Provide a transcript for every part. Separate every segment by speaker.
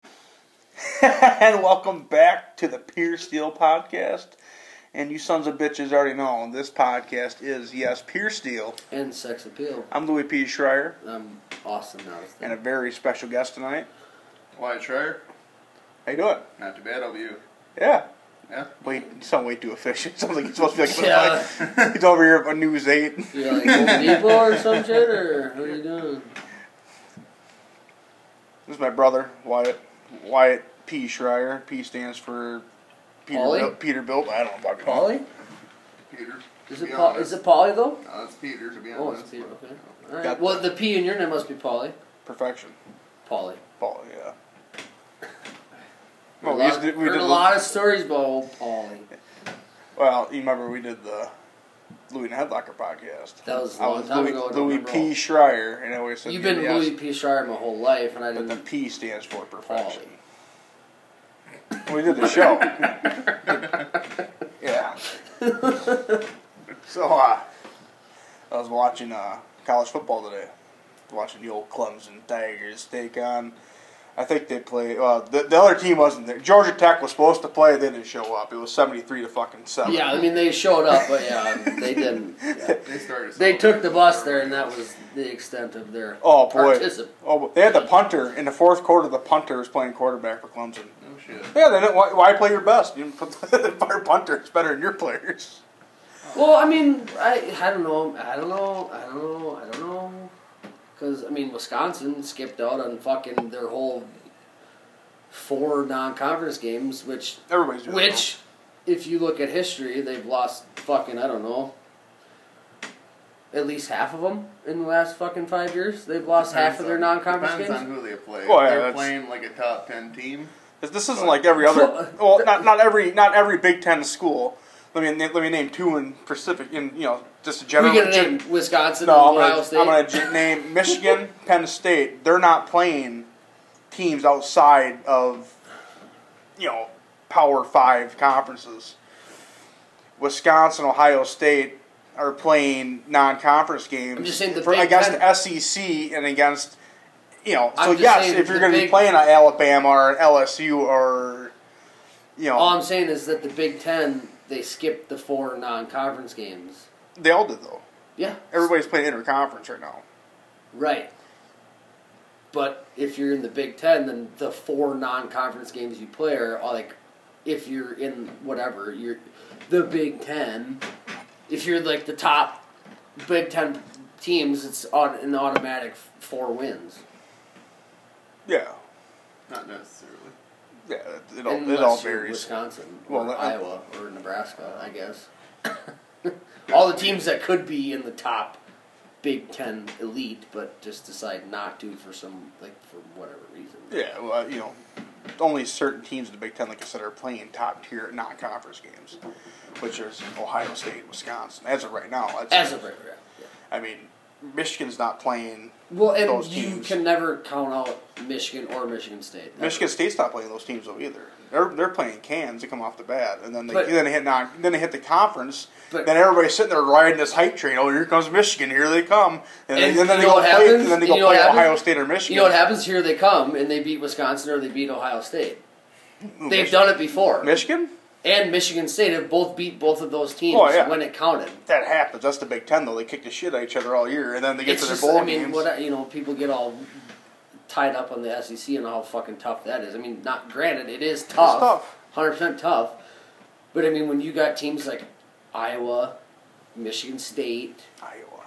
Speaker 1: and welcome back to the Pure Steel Podcast. And you sons of bitches already know this podcast is, yes, Pure Steel.
Speaker 2: And sex appeal.
Speaker 1: I'm Louis P. Schreier,
Speaker 2: I'm Austin Nelson.
Speaker 1: and a very special guest tonight.
Speaker 3: Why, Schreier?
Speaker 1: How you doing?
Speaker 3: Not too bad, over you.
Speaker 1: Yeah.
Speaker 3: Yeah.
Speaker 1: Wait, you sound way too efficient. Sounds like you're supposed to be like,
Speaker 2: Yeah.
Speaker 1: he's over here on News 8.
Speaker 2: you like Home Depot or some shit, or what are you doing?
Speaker 1: This is my brother, Wyatt. Wyatt P. Schreier. P stands for Peter,
Speaker 2: Polly?
Speaker 1: Bil- Peter Bilt. I don't fucking know.
Speaker 2: Polly?
Speaker 3: Peter.
Speaker 2: Is
Speaker 3: to
Speaker 2: it
Speaker 3: be
Speaker 2: Polly?
Speaker 3: honest.
Speaker 2: Is it Polly though?
Speaker 3: No, it's Peter, to be
Speaker 2: Oh,
Speaker 3: honest.
Speaker 2: it's Peter. Okay. All
Speaker 1: Got
Speaker 2: right. Well, the P in your name must be Polly.
Speaker 1: Perfection.
Speaker 2: Polly.
Speaker 1: Polly, yeah.
Speaker 2: Heard
Speaker 1: Well,
Speaker 2: a
Speaker 1: we,
Speaker 2: lot-
Speaker 1: used to, we
Speaker 2: heard
Speaker 1: did
Speaker 2: a
Speaker 1: the-
Speaker 2: lot of stories about old Polly.
Speaker 1: Well, you remember we did the Louis and Headlocker podcast.
Speaker 2: That was a
Speaker 1: I
Speaker 2: long
Speaker 1: was
Speaker 2: time
Speaker 1: Louis,
Speaker 2: ago, I don't
Speaker 1: Louis
Speaker 2: remember
Speaker 1: P.
Speaker 2: all.
Speaker 1: Schreier, and I always said
Speaker 2: You've been
Speaker 1: yes,
Speaker 2: Louis P. Shire my whole life, and I
Speaker 1: but the
Speaker 2: didn't.
Speaker 1: P stands for perfection. We did the show. yeah. so uh, I was watching uh, college football today. Watching the old Clemson Tigers take on. I think they play. Uh, the, the other team wasn't there. Georgia Tech was supposed to play. They didn't show up. It was seventy-three to fucking seven.
Speaker 2: Yeah, I mean they showed up, but yeah, they didn't. yeah.
Speaker 3: They started.
Speaker 2: They
Speaker 3: slow.
Speaker 2: took the bus there, and that was the extent of their
Speaker 1: Oh boy!
Speaker 2: particip-
Speaker 1: Oh, but they had the punter in the fourth quarter. The punter was playing quarterback for Clemson.
Speaker 3: Oh shit.
Speaker 1: Yeah, they didn't. Why, why play your best? You didn't put the our punter is better than your players.
Speaker 2: Well, I mean, I I don't know, I don't know, I don't know, I don't know, because I mean, Wisconsin skipped out on fucking their whole four non-conference games, which
Speaker 1: Everybody's doing
Speaker 2: which, if you look at history, they've lost fucking I don't know, at least half of them in the last fucking five years. They've lost half of their
Speaker 3: Depends on-
Speaker 2: non-conference
Speaker 3: Depends
Speaker 2: games.
Speaker 3: on who they play.
Speaker 1: Well, yeah,
Speaker 3: They're
Speaker 1: that's-
Speaker 3: playing like a top ten team.
Speaker 1: This, this isn't like every other. Well, not not every not every Big Ten school. Let me na- let me name two in Pacific. In you know just a
Speaker 2: We
Speaker 1: general.
Speaker 2: gonna name Wisconsin
Speaker 1: no, I'm
Speaker 2: and Ohio
Speaker 1: gonna,
Speaker 2: State.
Speaker 1: I'm gonna j- name Michigan, Penn State. They're not playing teams outside of you know Power Five conferences. Wisconsin, Ohio State are playing non-conference games
Speaker 2: I'm just saying the
Speaker 1: for,
Speaker 2: Big
Speaker 1: against
Speaker 2: Ten-
Speaker 1: SEC and against you know.
Speaker 2: I'm
Speaker 1: So
Speaker 2: just
Speaker 1: yes,
Speaker 2: saying
Speaker 1: if you're
Speaker 2: the
Speaker 1: going to be
Speaker 2: Big-
Speaker 1: playing at Alabama or LSU or you know,
Speaker 2: All I'm saying is that the Big Ten they skipped the four non-conference games.
Speaker 1: they all did though.
Speaker 2: Yeah,
Speaker 1: Everybody's playing interconference right now.
Speaker 2: right. But if you're in the Big Ten, then the four non-conference games you play are all, like, if you're in whatever you're, the Big Ten. If you're like the top Big Ten teams, it's on an automatic f- four wins.
Speaker 1: Yeah,
Speaker 3: Not necessarily.
Speaker 1: yeah. It, Oh, it all it
Speaker 2: Unless
Speaker 1: all
Speaker 2: you're
Speaker 1: varies.
Speaker 2: Wisconsin,
Speaker 1: Well,
Speaker 2: or
Speaker 1: that-
Speaker 2: Iowa, or Nebraska, I guess. All the teams that could be in the top Big Ten elite, but just decide not to for some like for whatever reason.
Speaker 1: Yeah, well, you know, only certain teams in the Big Ten, like I said, are playing top tier non conference games, which is Ohio State, Wisconsin. As of right now, that's,
Speaker 2: As of right now. yeah.
Speaker 1: I mean, Michigan's not playing.
Speaker 2: Well, and
Speaker 1: Those
Speaker 2: you
Speaker 1: teams.
Speaker 2: can never count out Michigan or Michigan State. Never.
Speaker 1: Michigan State's not playing those teams though either. They're they're playing cans. They come off the bat, and then they
Speaker 2: But-
Speaker 1: then they hit non, then they hit the conference.
Speaker 2: But-
Speaker 1: then everybody's sitting there riding this hype train. Oh, here comes Michigan. Here they come. And,
Speaker 2: And
Speaker 1: they- then,
Speaker 2: you
Speaker 1: they
Speaker 2: know
Speaker 1: go
Speaker 2: what
Speaker 1: play.
Speaker 2: happens?
Speaker 1: And then they
Speaker 2: You
Speaker 1: go
Speaker 2: know
Speaker 1: play
Speaker 2: what happens?
Speaker 1: Ohio State or Michigan.
Speaker 2: You know what happens? Here they come, and they beat Wisconsin or they beat Ohio State.
Speaker 1: Ooh,
Speaker 2: They've
Speaker 1: Michigan.
Speaker 2: done it before.
Speaker 1: Michigan.
Speaker 2: and Michigan State have both beat both of those teams
Speaker 1: Oh, yeah.
Speaker 2: when it counted.
Speaker 1: That happens. That's the Big Ten, though. They kick the shit out of each other all year, and then they get
Speaker 2: it's
Speaker 1: to their
Speaker 2: just,
Speaker 1: bowl
Speaker 2: I mean,
Speaker 1: games.
Speaker 2: what you know, people get all tied up on the SEC and how fucking tough that is. I mean, not granted, it is tough,
Speaker 1: tough.
Speaker 2: hundred percent tough. But I mean, when you got teams like Iowa, Michigan State,
Speaker 1: Iowa.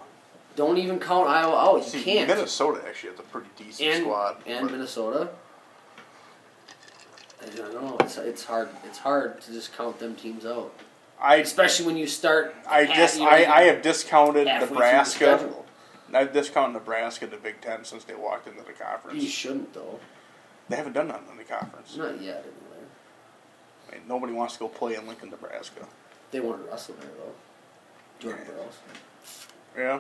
Speaker 2: don't even count Iowa out. You
Speaker 1: See,
Speaker 2: can't.
Speaker 1: Minnesota actually has a pretty decent
Speaker 2: and
Speaker 1: squad.
Speaker 2: and
Speaker 1: but-
Speaker 2: Minnesota. I don't know. It's it's hard. It's hard to just count them teams out,
Speaker 1: I
Speaker 2: especially when you start.
Speaker 1: I
Speaker 2: at,
Speaker 1: dis,
Speaker 2: you know,
Speaker 1: I, I have discounted
Speaker 2: halfway through the
Speaker 1: Nebraska.
Speaker 2: schedule.
Speaker 1: I've discounted Nebraska in the Big Ten since they walked into the conference.
Speaker 2: You shouldn't though.
Speaker 1: They haven't done nothing in the conference.
Speaker 2: Not yet, anyway.
Speaker 1: I mean, nobody wants to go play in Lincoln, Nebraska.
Speaker 2: They wanted Russell there though. Jordan
Speaker 1: Yeah.
Speaker 2: Burroughs.
Speaker 1: Yeah.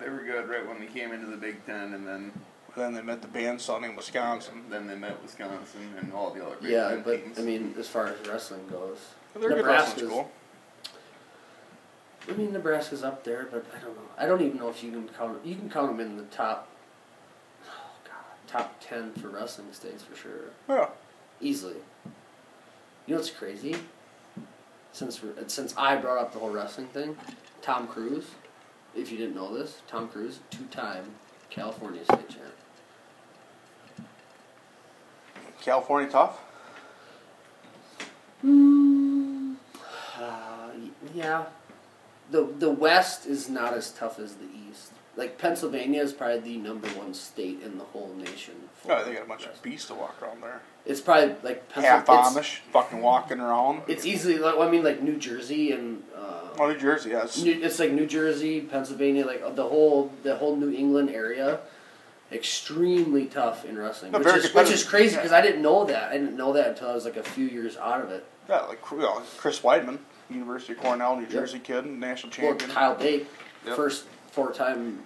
Speaker 3: They were good right when they came into the Big Ten, and then
Speaker 1: But then they met the bandsaw named Wisconsin.
Speaker 3: then they met Wisconsin and all the other Big
Speaker 2: Yeah,
Speaker 3: Ten
Speaker 2: but
Speaker 3: teams.
Speaker 2: I mean, as far as wrestling goes,
Speaker 1: They're a good wrestling
Speaker 2: Nebraska's-
Speaker 1: school.
Speaker 2: I mean, Nebraska's up there, but I don't know. I don't even know if you can count. You can count them in the top. Oh God, top ten for wrestling states for sure,
Speaker 1: Yeah.
Speaker 2: easily. You know what's crazy? Since we're- since I brought up the whole wrestling thing, Tom Cruise, if you didn't know this, Tom Cruise, two time California state champ.
Speaker 1: California tough.
Speaker 2: Mm, uh, yeah. The the West is not as tough as the East. Like Pennsylvania is probably the number one state in the whole nation. for
Speaker 1: Yeah, Oh, they got a bunch of
Speaker 2: wrestling.
Speaker 1: beasts to walk around there.
Speaker 2: It's probably like
Speaker 1: Half
Speaker 2: it's-
Speaker 1: Amish, fucking walking around.
Speaker 2: It's easily like well, I mean like New Jersey and uh,
Speaker 1: Oh, New Jersey, yes.
Speaker 2: New, it's like New Jersey, Pennsylvania, like uh, the whole the whole New England area, extremely tough in wrestling,
Speaker 1: No,
Speaker 2: which,
Speaker 1: very
Speaker 2: is, which is
Speaker 1: competitive.
Speaker 2: crazy
Speaker 1: Yeah.
Speaker 2: because I didn't know that. I didn't know that until I was like a few years out of it.
Speaker 1: Yeah, like you know, Chris Weidman, University of Cornell, New Jersey kid, national
Speaker 2: Well,
Speaker 1: champion.
Speaker 2: Kyle Dake,
Speaker 1: Yep.
Speaker 2: first four-time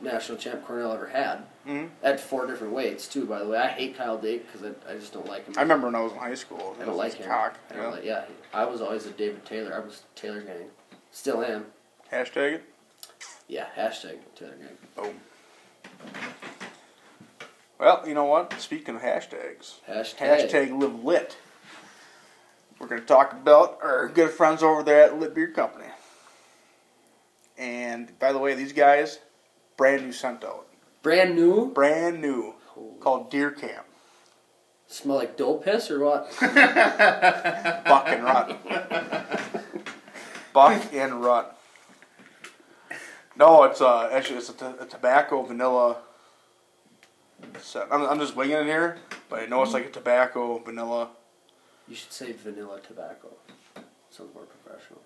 Speaker 2: national champ Cornell ever had
Speaker 1: Mhm.
Speaker 2: at four different weights too. By the way, I hate Kyle Dake because I, I just don't like him.
Speaker 1: I remember when I was in high school.
Speaker 2: I don't like him.
Speaker 1: Cock.
Speaker 2: I
Speaker 1: yeah.
Speaker 2: don't like. Yeah, I was always a David Taylor. I was Taylor gang. Still am.
Speaker 1: Hashtag it.
Speaker 2: Yeah. Hashtag Taylor gang.
Speaker 1: Boom. Well, you know what? Speaking of hashtags,
Speaker 2: Hashtag.
Speaker 1: hashtag live lit. We're going to talk about our good friends over there at Lit Beer Company. And by the way, these guys, brand new sent out.
Speaker 2: Brand new.
Speaker 1: Brand new.
Speaker 2: Holy-
Speaker 1: Called Deer Camp.
Speaker 2: Smell like dope piss or what?
Speaker 1: Buck and run. Buck and run. No, it's uh, actually it's a, t- a tobacco vanilla. Set. I'm, I'm just winging it here, but I know it's like a tobacco vanilla.
Speaker 2: you should say vanilla tobacco. Sounds more professional.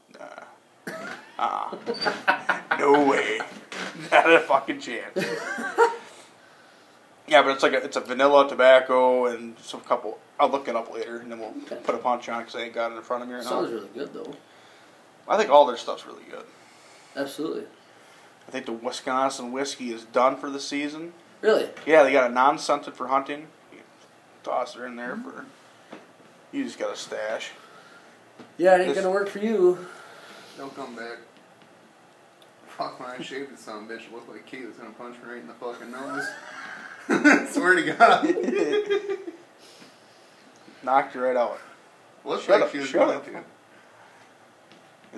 Speaker 1: No way, not a fucking chance. yeah, but it's like a, it's a vanilla tobacco and some couple. I'll look it up later, and then we'll put a punch on because I ain't got it in front of me right
Speaker 2: Sounds
Speaker 1: now.
Speaker 2: really good though.
Speaker 1: I think all their stuff's really good.
Speaker 2: Absolutely.
Speaker 1: I think the Wisconsin whiskey is done for the season.
Speaker 2: Really.
Speaker 1: Yeah, they got a non-scented for hunting. You toss her in there for. You just got a stash.
Speaker 2: Yeah, it ain't
Speaker 1: This-
Speaker 2: gonna work for you.
Speaker 3: Don't come back. Fuck when I shaved this son of a bitch, it looked like Kate was gonna punch me right in the fucking nose. Swear to God.
Speaker 1: Knocked you right out.
Speaker 3: Looks
Speaker 1: Shut
Speaker 3: like
Speaker 1: up,
Speaker 3: she was
Speaker 1: shut
Speaker 3: going
Speaker 1: up.
Speaker 3: to.
Speaker 1: You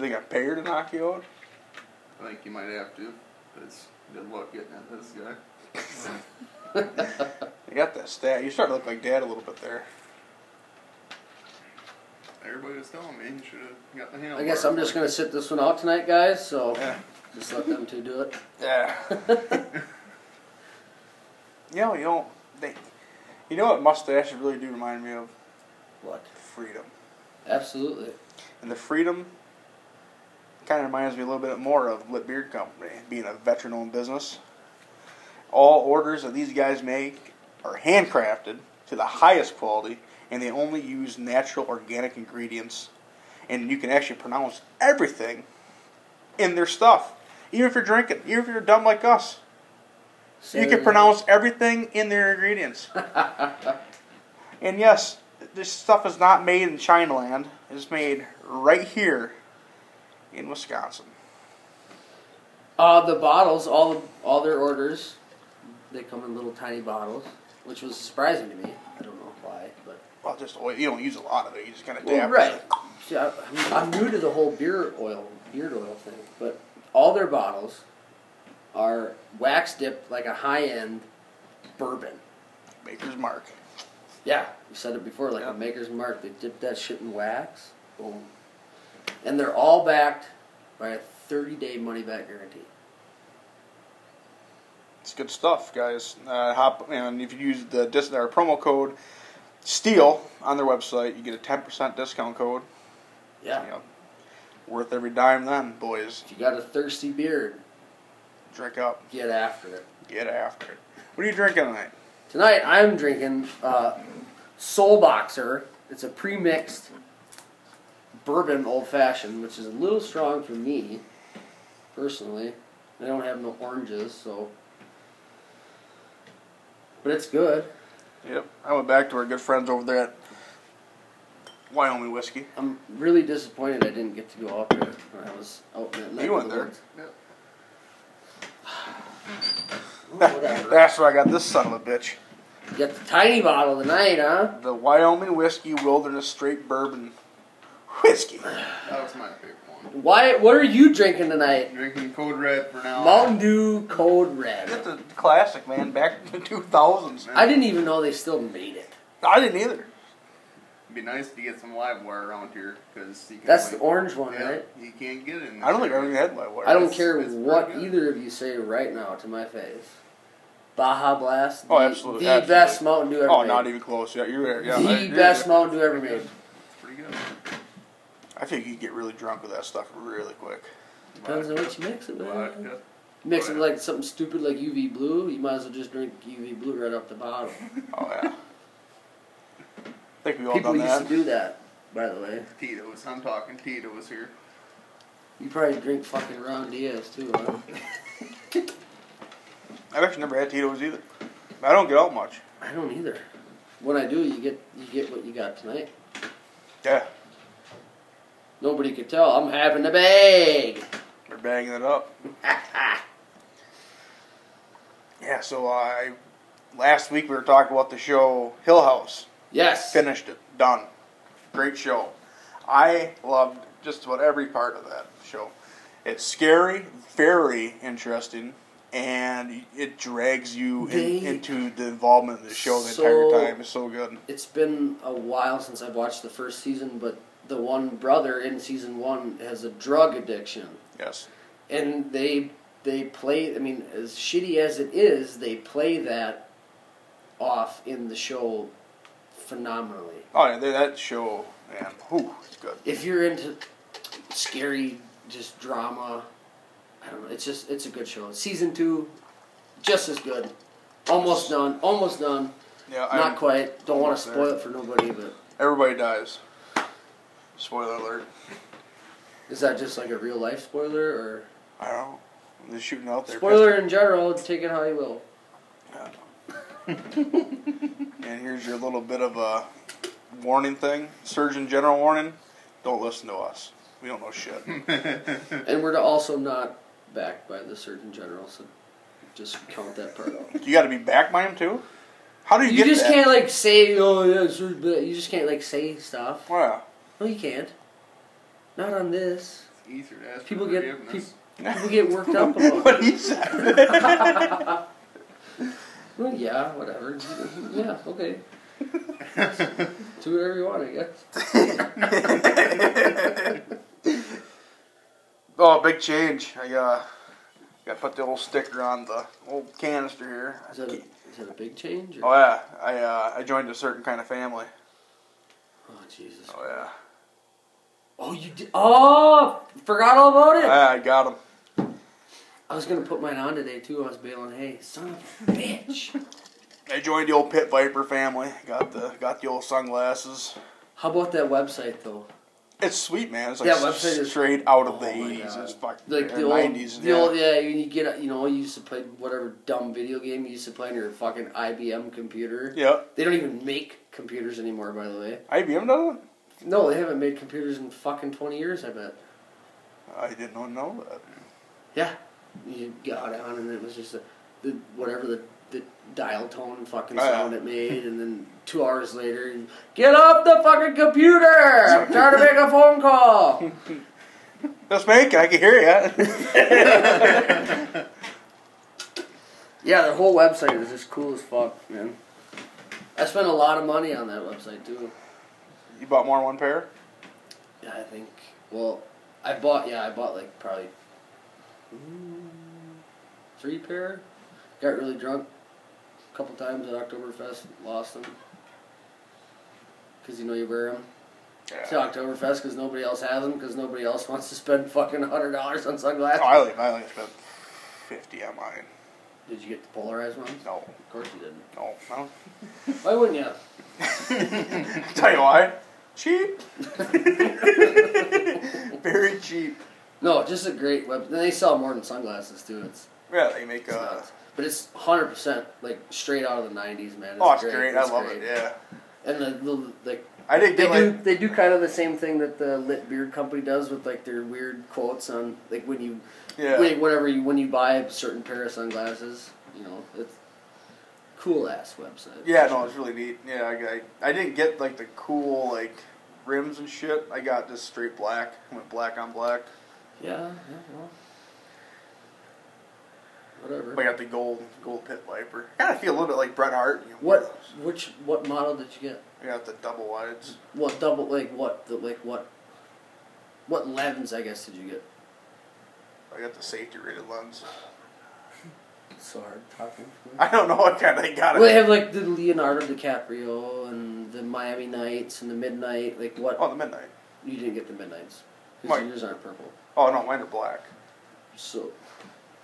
Speaker 1: think I pay her to knock you out?
Speaker 3: I think you might have to. 'cause good luck getting at this guy.
Speaker 1: You got that stat. You starting to look like dad a little bit there.
Speaker 3: Everybody was telling me you should have got the handle.
Speaker 2: I guess I'm just gonna sit this one out tonight, guys. So
Speaker 1: Yeah.
Speaker 2: just let them two do it.
Speaker 1: Yeah. you know, you don't. They, you know what mustaches really do remind me of?
Speaker 2: What?
Speaker 1: Freedom.
Speaker 2: Absolutely.
Speaker 1: And the freedom kind of reminds me a little bit more of Lit Beard Company, being a veteran owned business. All orders that these guys make are handcrafted to the highest quality, and they only use natural organic ingredients. And you can actually pronounce everything in their stuff. Even if you're drinking, even if you're dumb like us, you can pronounce everything in their ingredients. and yes, this stuff is not made in China land. It's made right here in Wisconsin.
Speaker 2: Uh, the bottles, all all their orders, they come in little tiny bottles, which was surprising to me. I don't know why, but
Speaker 1: Well, just oil. You don't use a lot of it. You just kind of
Speaker 2: well,
Speaker 1: dab.
Speaker 2: right. See, I, I'm, I'm new to the whole beer oil, beard oil thing, but all their bottles are wax dipped like a high end bourbon.
Speaker 1: Maker's Mark.
Speaker 2: Yeah, you said it before, like
Speaker 1: Yeah.
Speaker 2: a maker's mark. They dip that shit in wax, boom, and they're all backed by a thirty-day money-back guarantee.
Speaker 1: It's good stuff, guys. Uh, hop and if you use the dis- our promo code Steel on their website, you get a ten percent discount code.
Speaker 2: Yeah.
Speaker 1: You know, worth every dime. Then, boys,
Speaker 2: If you got a thirsty beard,
Speaker 1: drink up,
Speaker 2: get after it.
Speaker 1: get after it. What are you drinking tonight?
Speaker 2: Tonight I'm drinking uh, Soul Boxer. It's a pre-mixed bourbon old fashioned, which is a little strong for me personally. I don't have no oranges, so but it's good.
Speaker 1: Yep. I went back to our good friends over there at Wyoming Whiskey.
Speaker 2: I'm really disappointed I didn't get to go out there when I was out in Atlanta.
Speaker 1: You went there.
Speaker 3: Yep.
Speaker 2: Whatever.
Speaker 1: That's where I got this son of a bitch.
Speaker 2: You got the tiny bottle tonight, huh?
Speaker 1: The Wyoming Whiskey Wilderness Straight Bourbon Whiskey.
Speaker 3: That was my favorite one.
Speaker 2: Why? What are you drinking tonight?
Speaker 3: Drinking Code Red for now.
Speaker 2: Mountain Dew Cold Red.
Speaker 1: It's a classic, man. Back in the 2000s, man.
Speaker 2: I didn't even know they still made it.
Speaker 1: I didn't either.
Speaker 3: It'd be nice to get some live wire around here because
Speaker 2: That's the orange one,
Speaker 3: yeah,
Speaker 2: right?
Speaker 3: You can't get it. in
Speaker 1: I don't think I ever
Speaker 3: this area.
Speaker 1: had Live Wire.
Speaker 2: I don't
Speaker 3: It's-
Speaker 2: care
Speaker 3: it's
Speaker 2: what
Speaker 3: pretty good.
Speaker 2: either of you say right now to my face. Baja Blast.
Speaker 1: Oh,
Speaker 2: the-
Speaker 1: absolutely,
Speaker 2: The
Speaker 1: absolutely.
Speaker 2: best Mountain Dew ever
Speaker 1: Oh,
Speaker 2: made.
Speaker 1: not even close. Yeah, you're right. Yeah, I
Speaker 2: the
Speaker 1: agree with
Speaker 2: best
Speaker 1: you.
Speaker 2: Mountain Dew ever made.
Speaker 3: It's pretty good.
Speaker 1: I think you get really drunk with that stuff really quick.
Speaker 2: Depends on what you mix it with.
Speaker 3: Vodka.
Speaker 2: Mix it with like something stupid like UV blue. You might as well just drink UV blue right up the bottle.
Speaker 1: Oh yeah. I think we all
Speaker 2: People
Speaker 1: done
Speaker 2: used to
Speaker 1: that.
Speaker 2: do that, by the way.
Speaker 3: Tito's. I'm talking Tito's here.
Speaker 2: You probably drink fucking Ron Diaz too, huh?
Speaker 1: I've actually never had Tito's either. I don't get out much.
Speaker 2: I don't either. When I do, you get you get what you got tonight.
Speaker 1: Yeah,
Speaker 2: Nobody could tell. I'm having a bag.
Speaker 1: they're banging it up. yeah, so I last week we were talking about the show Hill House.
Speaker 2: Yes.
Speaker 1: Finished it. Done. Great show. I loved just about every part of that show. It's scary, very interesting, and it drags you in,
Speaker 2: They-
Speaker 1: into the involvement of the show the
Speaker 2: So-
Speaker 1: entire time. It's so good.
Speaker 2: It's been a while since I've watched the first season, but the one brother in season one has a drug addiction,
Speaker 1: Yes.
Speaker 2: and they they play. I mean, as shitty as it is, they play that off in the show phenomenally.
Speaker 1: Oh yeah, they- that show, man. Whew, it's good.
Speaker 2: If you're into scary, just drama, I don't know. It's just it's a good show. Season two, just as good. Almost done. Almost done.
Speaker 1: Yeah,
Speaker 2: Not
Speaker 1: I'm,
Speaker 2: quite. Don't want
Speaker 1: almost
Speaker 2: to
Speaker 1: there.
Speaker 2: spoil it for nobody, but
Speaker 1: everybody dies. Spoiler alert.
Speaker 2: is that just like a real life spoiler or?
Speaker 1: I don't. know. I'm just shooting out there.
Speaker 2: Spoiler in general, take it how you will.
Speaker 1: And here's your little bit of a warning thing. Surgeon General warning. Don't listen to us. We don't know shit.
Speaker 2: And we're also not backed by the Surgeon General, so just count that part out.
Speaker 1: you got to be back by him too. How do you,
Speaker 2: You
Speaker 1: get
Speaker 2: just
Speaker 1: that?
Speaker 2: can't like say, oh yeah, it's really bad." you just can't like say stuff.
Speaker 1: Oh, yeah.
Speaker 2: No, you can't. Not on this.
Speaker 3: It's easier to ask
Speaker 2: People
Speaker 3: for
Speaker 2: get-
Speaker 3: forgiveness.
Speaker 2: People get worked up about it.
Speaker 1: what he said.
Speaker 2: Well, yeah, whatever. Yeah, okay. Do whatever you want, I guess.
Speaker 1: oh, big change. I uh, got to put the old sticker on the old canister here.
Speaker 2: Is that a, is that a big change? Or?
Speaker 1: Oh yeah, I uh, I joined a certain kind of family.
Speaker 2: Oh, Jesus.
Speaker 1: Oh yeah,
Speaker 2: Oh, you did. Oh, forgot all about it.
Speaker 1: Ah, I, I got him.
Speaker 2: I was gonna put mine on today too. I was baling hay. Son of a bitch.
Speaker 1: I joined the old Pit Viper family. Got the got the old sunglasses.
Speaker 2: How about that website though?
Speaker 1: It's sweet, man. It's like
Speaker 2: That website is-
Speaker 1: straight out of the
Speaker 2: Oh, my
Speaker 1: eighties.
Speaker 2: God.
Speaker 1: It's fuck
Speaker 2: Like
Speaker 1: or
Speaker 2: the old,
Speaker 1: 90s.
Speaker 2: the
Speaker 1: yeah.
Speaker 2: old, yeah. When you get, you know, you used to play whatever dumb video game you used to play on your fucking IBM computer.
Speaker 1: yeah.
Speaker 2: They don't even make computers anymore, by the way.
Speaker 1: IBM does it.
Speaker 2: No, they haven't made computers in fucking twenty years. I bet.
Speaker 1: I didn't know that.
Speaker 2: Yeah, you got on, and it was just a, the whatever the the dial tone fucking
Speaker 1: Oh, yeah.
Speaker 2: sound it made, and then two hours later, you, get off the fucking computer! I'm trying to make a phone call.
Speaker 1: That's making. I can hear you.
Speaker 2: Yeah, their whole website is just cool as fuck, man. I spent a lot of money on that website too.
Speaker 1: you bought more than one pair.
Speaker 2: Yeah, I think. Well, I bought. Yeah, I bought like probably mm, three pair. Got really drunk a couple times at Oktoberfest. Lost them because you know you wear them to
Speaker 1: Yeah.
Speaker 2: Oktoberfest because nobody else has them because nobody else wants to spend fucking hundred dollars on sunglasses.
Speaker 1: Oh, I only I only spent fifty on mine.
Speaker 2: Did you get the polarized ones?
Speaker 1: No,
Speaker 2: Of course you didn't.
Speaker 1: no, no.
Speaker 2: Why wouldn't you?
Speaker 1: Tell you why. Cheap. Very cheap.
Speaker 2: No, just a great web. They sell more than sunglasses too. It's
Speaker 1: Yeah, they make.
Speaker 2: It's
Speaker 1: Uh,
Speaker 2: nuts. But it's hundred percent like straight out of the nineties, man.
Speaker 1: oh, it's great. I love it. Yeah.
Speaker 2: Yeah. And the, the like
Speaker 1: I didn't
Speaker 2: they
Speaker 1: get
Speaker 2: do
Speaker 1: like
Speaker 2: they do kind of the same thing that the Lit Beard Company does with like their weird quotes on like when you
Speaker 1: yeah.
Speaker 2: wait whatever you when you buy a certain pair of sunglasses, you know it's cool ass website.
Speaker 1: Yeah, no, it's really neat. Yeah, I, I, I didn't get like the cool like rims and shit. I got just straight black. Went black on black.
Speaker 2: Yeah, yeah, well. Whatever.
Speaker 1: I got the gold gold pit viper. Kind of feel a little bit like Bret Hart. You know,
Speaker 2: What? Which? What model did you get?
Speaker 1: I got the double wides.
Speaker 2: What double? Like what? The, like what? What lens? I guess did you get?
Speaker 1: I got the safety rated lens.
Speaker 2: So hard talking.
Speaker 1: I don't know what kind I got.
Speaker 2: Well, they
Speaker 1: It.
Speaker 2: have like the Leonardo DiCaprio and the Miami Nights and the Midnight. Like what?
Speaker 1: Oh, the midnight.
Speaker 2: You didn't get the Midnights because
Speaker 1: Mike.
Speaker 2: yours aren't purple.
Speaker 1: Oh no, mine are black.
Speaker 2: So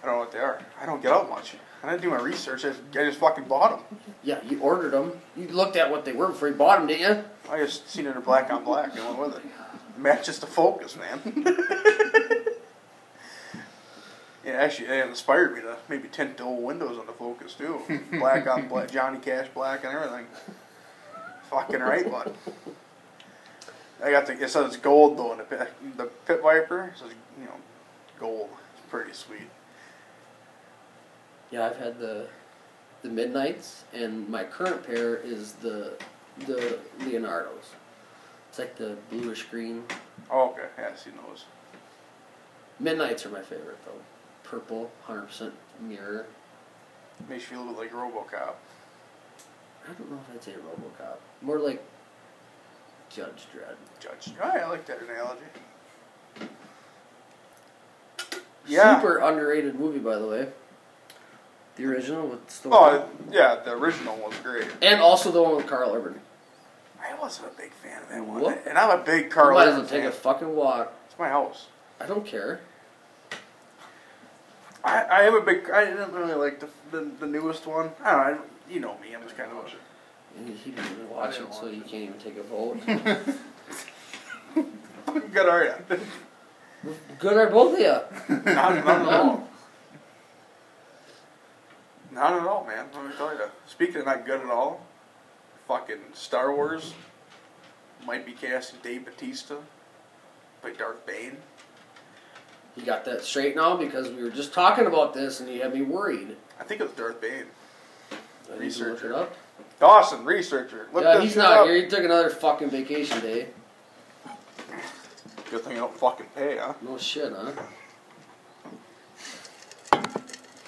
Speaker 1: I don't know what they are. I don't get out much. I didn't do my research. I just, I just fucking bought them.
Speaker 2: yeah, you ordered them. You looked at what they were before you bought them, didn't you?
Speaker 1: I just seen it in black on black and went with it. Matches the focus, man. yeah, actually, it inspired me to maybe tint the old windows on the focus too. Black on black, Johnny Cash black and everything. Fucking right, bud. I got the. It says gold though in the pit, the pit viper. It says you know gold. It's pretty sweet.
Speaker 2: Yeah, I've had the the Midnights, and my current pair is the the Leonardos. It's like the bluish green.
Speaker 1: Oh, okay. Yeah, I see those.
Speaker 2: Midnights are my favorite though. Purple, hundred percent mirror.
Speaker 1: Makes you feel a little like RoboCop.
Speaker 2: I don't know if I'd say RoboCop. More like Judge Dredd.
Speaker 1: Judge. Oh, yeah, I like that analogy. Yeah.
Speaker 2: Super underrated movie, by the way. The original with Stallone.
Speaker 1: Oh, yeah, the original was great.
Speaker 2: and also the one with Carl Urban.
Speaker 1: I wasn't a big fan of that one.
Speaker 2: What?
Speaker 1: And I'm a big Carl
Speaker 2: Might as
Speaker 1: Urban
Speaker 2: well take
Speaker 1: fan.
Speaker 2: a fucking walk.
Speaker 1: It's my house.
Speaker 2: I don't care.
Speaker 1: I, I am a big. I didn't really like the, the, the newest one. I don't know. I- you know me. I'm just kind of. a-
Speaker 2: And he didn't even watch
Speaker 3: didn't
Speaker 2: it, so
Speaker 3: watch
Speaker 2: you can't even take a vote.
Speaker 1: Good are you?
Speaker 2: Good are both of you.
Speaker 1: not, not at all. Not at all, man. Let me tell you. Speaking of not good at all, fucking Star Wars might be casting Dave Batista, play Darth Bane.
Speaker 2: You got that straight now because we were just talking about this and you had me worried.
Speaker 1: I think it was Darth Bane.
Speaker 2: I need to look
Speaker 1: Researcher.
Speaker 2: it up.
Speaker 1: Dawson, researcher. Look
Speaker 2: yeah,
Speaker 1: this
Speaker 2: he's
Speaker 1: shit
Speaker 2: not
Speaker 1: up.
Speaker 2: here. He took another fucking vacation day.
Speaker 1: Good thing I don't fucking pay, huh?
Speaker 2: No shit, huh?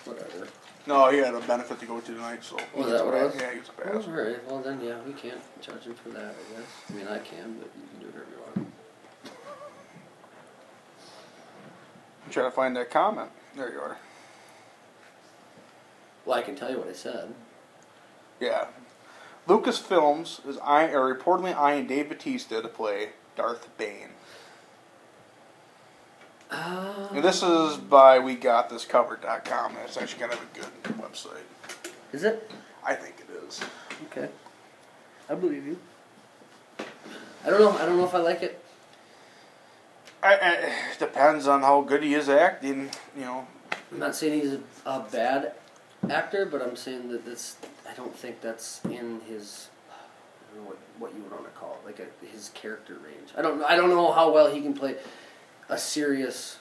Speaker 2: Whatever.
Speaker 1: No, he had a benefit to go to tonight, so.
Speaker 2: Was that what it was?
Speaker 1: Yeah, he was a
Speaker 2: Well,
Speaker 1: pass.
Speaker 2: Alright, well then, yeah, we can't judge him for that, I guess. I mean, I can, but you can do whatever you want.
Speaker 1: I'm trying to find that comment. There you are.
Speaker 2: Well, I can tell you what I said.
Speaker 1: Yeah. Lucasfilms is I are reportedly eyeing Dave Batista to play Darth Bane.
Speaker 2: Ah.
Speaker 1: And this is by we got this covered.com. It's actually kind of a good website.
Speaker 2: Is it?
Speaker 1: I think it is.
Speaker 2: Okay. I believe you. I don't know. I don't know if I like it.
Speaker 1: I, I, it depends on how good he is acting, you know.
Speaker 2: I'm not saying he's a, a bad actor, but I'm saying that that's. I don't think that's in his. I don't know what, what you would want to call it, like a, his character range. I don't. I don't know how well he can play a serious.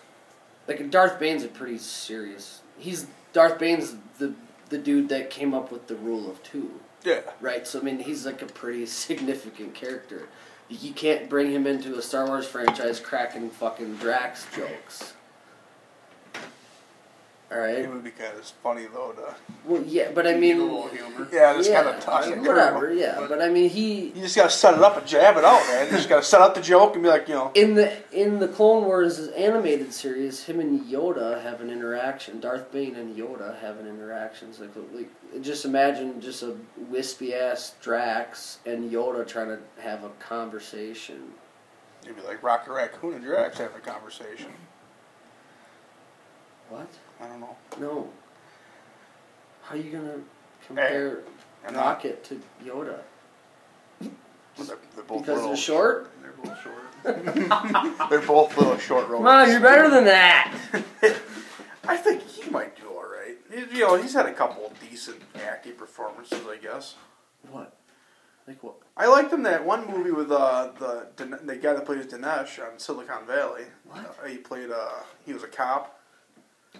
Speaker 2: Like Darth Bane's a pretty serious. He's Darth Bane's the the dude that came up with the rule of two.
Speaker 1: Yeah.
Speaker 2: Right, so I mean, he's like a pretty significant character. You can't bring him into a Star Wars franchise cracking fucking Drax jokes.
Speaker 1: It
Speaker 2: Alright?
Speaker 1: would be kind of funny though to
Speaker 2: Well, yeah, but I
Speaker 3: a
Speaker 2: mean.
Speaker 3: little humor.
Speaker 1: Yeah, that's
Speaker 2: yeah,
Speaker 1: kind of tough.
Speaker 2: Whatever, yeah, but I mean, he.
Speaker 1: You just gotta set it up and jab it out, man. You just gotta set up the joke and be like, you know,
Speaker 2: In the in the Clone Wars animated series, him and Yoda have an interaction. Darth Bane and Yoda have an interaction. It's like, like just imagine just a wispy ass Drax and Yoda trying to have a conversation.
Speaker 1: you'd be like Rocket Raccoon and Drax having a conversation.
Speaker 2: What?
Speaker 1: I don't know.
Speaker 2: No. How are you gonna compare
Speaker 1: Eh, I'm not-
Speaker 2: Rocket to Yoda?
Speaker 1: They're, they're both
Speaker 2: Because
Speaker 1: little,
Speaker 2: they're short?
Speaker 3: They're a little short.
Speaker 1: They're both little short rollers.
Speaker 2: Come on, you're better than that.
Speaker 1: I think he might do all right. He- You know, he's had a couple of decent acting performances, I guess.
Speaker 2: What? Like what?
Speaker 1: I liked him in that one movie with uh, the Din- the guy that plays Dinesh on Silicon Valley.
Speaker 2: What?
Speaker 1: Uh, he played uh, he was a cop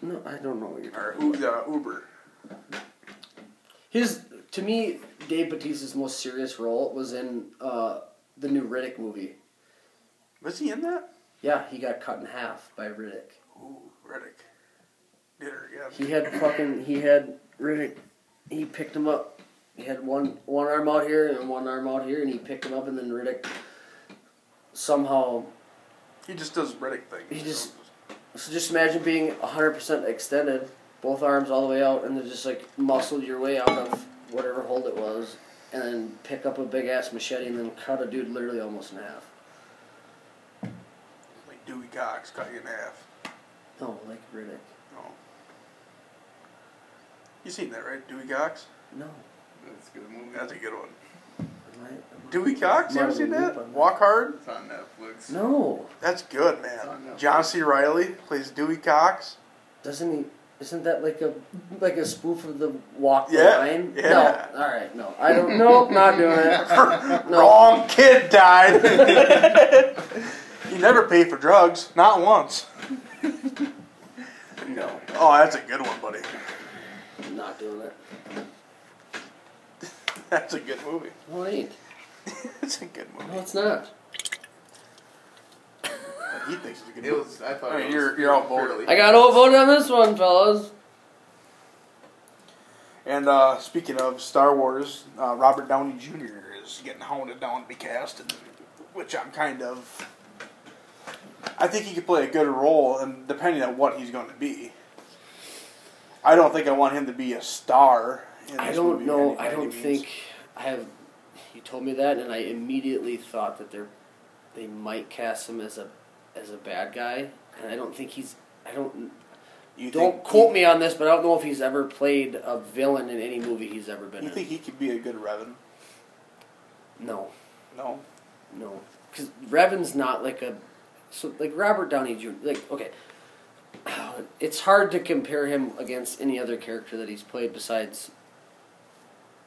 Speaker 2: No, I don't know what you're
Speaker 1: or uh,
Speaker 2: talking
Speaker 1: U-
Speaker 2: about.
Speaker 1: uh, Uber.
Speaker 2: His to me, Dave Bautista's most serious role was in uh, the new Riddick movie.
Speaker 1: Was he in that?
Speaker 2: Yeah, he got cut in half by Riddick.
Speaker 1: Ooh, Riddick. Did her, yeah.
Speaker 2: He had fucking he had Riddick. He picked him up. He had one one arm out here and one arm out here, and he picked him up, and then Riddick somehow.
Speaker 1: He just does Riddick things.
Speaker 2: He just- So just imagine being hundred percent extended, both arms all the way out, and then just like muscle your way out of whatever hold it was, and then pick up a big ass machete and then cut a dude literally almost in half.
Speaker 1: Like Dewey Cox cut you in half.
Speaker 2: No, like Riddick.
Speaker 1: Oh. You seen that, right? Dewey Cox?
Speaker 2: No.
Speaker 3: That's a good movie.
Speaker 1: That's a good one.
Speaker 2: Am I- am
Speaker 1: Dewey Cox? You ever
Speaker 2: Martin
Speaker 1: seen that?
Speaker 2: Lupin.
Speaker 1: Walk Hard?
Speaker 3: It's on Netflix.
Speaker 2: I- No.
Speaker 1: That's good,
Speaker 3: Oh,
Speaker 1: man.
Speaker 3: no.
Speaker 1: John C. Riley plays Dewey Cox.
Speaker 2: Doesn't he? Isn't that like a like a spoof of the Walk the
Speaker 1: Yeah,
Speaker 2: Line?
Speaker 1: yeah.
Speaker 2: No. All right. No. I don't. Nope. Not doing it.
Speaker 1: Wrong kid died. he never paid for drugs, not once.
Speaker 2: No.
Speaker 1: Oh, that's a good one, buddy.
Speaker 2: Not doing it.
Speaker 1: That's a good movie.
Speaker 2: No, it ain't.
Speaker 1: it's a good
Speaker 2: No,
Speaker 1: movie.
Speaker 2: it's not.
Speaker 1: He thinks it's a good
Speaker 3: It
Speaker 1: movie.
Speaker 3: was. I thought
Speaker 1: I mean,
Speaker 3: it was
Speaker 1: you're- you're all bored.
Speaker 3: fairly-
Speaker 2: I got outvoted on this one, fellas.
Speaker 1: And uh, speaking of Star Wars, uh, Robert Downey Jr. is getting hounded down to be casted, which I'm kind of. I think he could play a good role, and depending on what he's going to be. I don't think I want him to be a star. In
Speaker 2: I
Speaker 1: this
Speaker 2: don't
Speaker 1: movie
Speaker 2: know.
Speaker 1: by
Speaker 2: I
Speaker 1: any
Speaker 2: don't
Speaker 1: means.
Speaker 2: think I have. You told me that, and I immediately thought that they're they might cast him as a as a bad guy, and I don't think he's. I don't.
Speaker 1: You
Speaker 2: Don't
Speaker 1: think
Speaker 2: quote
Speaker 1: he-
Speaker 2: me on this, but I don't know if he's ever played a villain in any movie he's ever been
Speaker 1: You
Speaker 2: in.
Speaker 1: think he could be a good Revan?
Speaker 2: No,
Speaker 1: No.
Speaker 2: no, because Revan's not like a so like Robert Downey Jr. Like okay, it's hard to compare him against any other character that he's played besides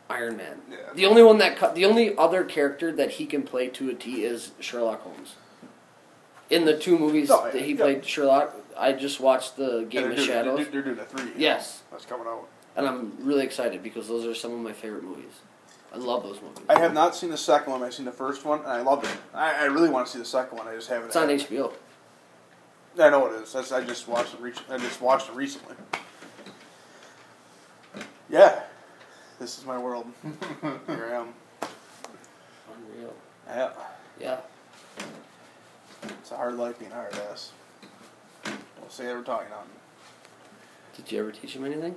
Speaker 2: Iron Man.
Speaker 1: Yeah.
Speaker 2: The only one that co- the only other character that he can play to a T is Sherlock Holmes. In the two movies
Speaker 1: No,
Speaker 2: that he
Speaker 1: yeah.
Speaker 2: played Sherlock, I just watched the Game
Speaker 1: they're,
Speaker 2: of
Speaker 1: doing,
Speaker 2: Shadows.
Speaker 1: They're, they're doing a three.
Speaker 2: Yes.
Speaker 1: That's coming out.
Speaker 2: And I'm really excited because those are some of my favorite movies. I love those movies.
Speaker 1: I have not seen the second one. I've seen the first one, and I love it. I, I really want to see the second one. I just haven't.
Speaker 2: It's on HBO.
Speaker 1: I know it is. That's, I just watched it. Re- I just watched it recently. Yeah, this is my world. Here I am.
Speaker 2: Unreal.
Speaker 1: Yeah,
Speaker 2: Yeah.
Speaker 1: it's a hard life being a hard ass. Don't say ever talking on me.
Speaker 2: Did you ever teach him anything?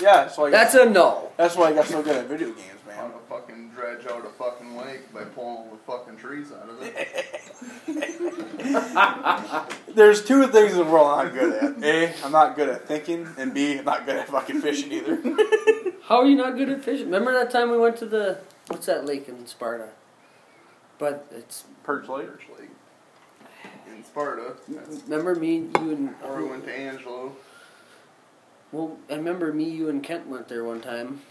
Speaker 1: Yeah, that's why. I got,
Speaker 2: That's a no.
Speaker 1: that's why I got so good at video games,
Speaker 3: How
Speaker 1: man.
Speaker 3: to fucking dredge out a fucking lake by pulling all the fucking trees out of it.
Speaker 1: There's two things in the world I'm not good at. A, I'm not good at thinking, and B, I'm not good at fucking fishing either.
Speaker 2: How are you not good at fishing? Remember that time we went to the what's that lake in Sparta? But it's
Speaker 1: Perch later.
Speaker 3: Church lake. In Sparta. That's
Speaker 2: remember me, you, and
Speaker 3: where we went to Angelo.
Speaker 2: well, I remember me, you, and Kent went there one time.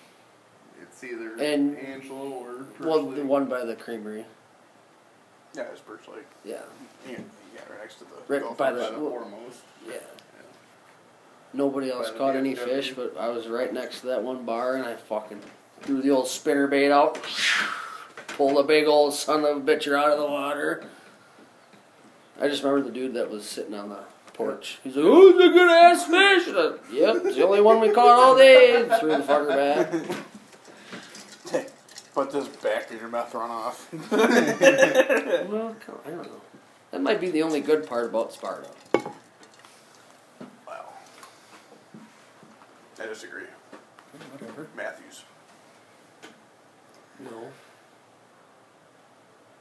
Speaker 3: It's either
Speaker 2: And-
Speaker 3: Angelo or Church
Speaker 2: well,
Speaker 3: lake.
Speaker 2: the one by the creamery.
Speaker 1: Yeah, it's Perch Lake.
Speaker 2: Yeah,
Speaker 1: Yeah, yeah, right next to the
Speaker 2: Right
Speaker 1: golf
Speaker 2: by
Speaker 3: by
Speaker 1: course.
Speaker 3: the
Speaker 2: the- well-
Speaker 3: foremost.
Speaker 2: yeah. Nobody else
Speaker 3: By the
Speaker 2: caught any
Speaker 3: DFW.
Speaker 2: fish, but I was right next to that one bar, and I fucking threw the old spinner bait out, pulled a big old son of a bitcher out of the water. I just remember the dude that was sitting on the porch. He's like, "Oh, it's a good ass fish." And I, yep, it's the only one we caught all day. And threw the fucker back.
Speaker 1: Put this back in your mouth, run off.
Speaker 2: Well, come- I don't know. That might be the only good part about Sparta.
Speaker 1: Wow. I disagree.
Speaker 2: Whatever.
Speaker 1: Matthews.
Speaker 2: No.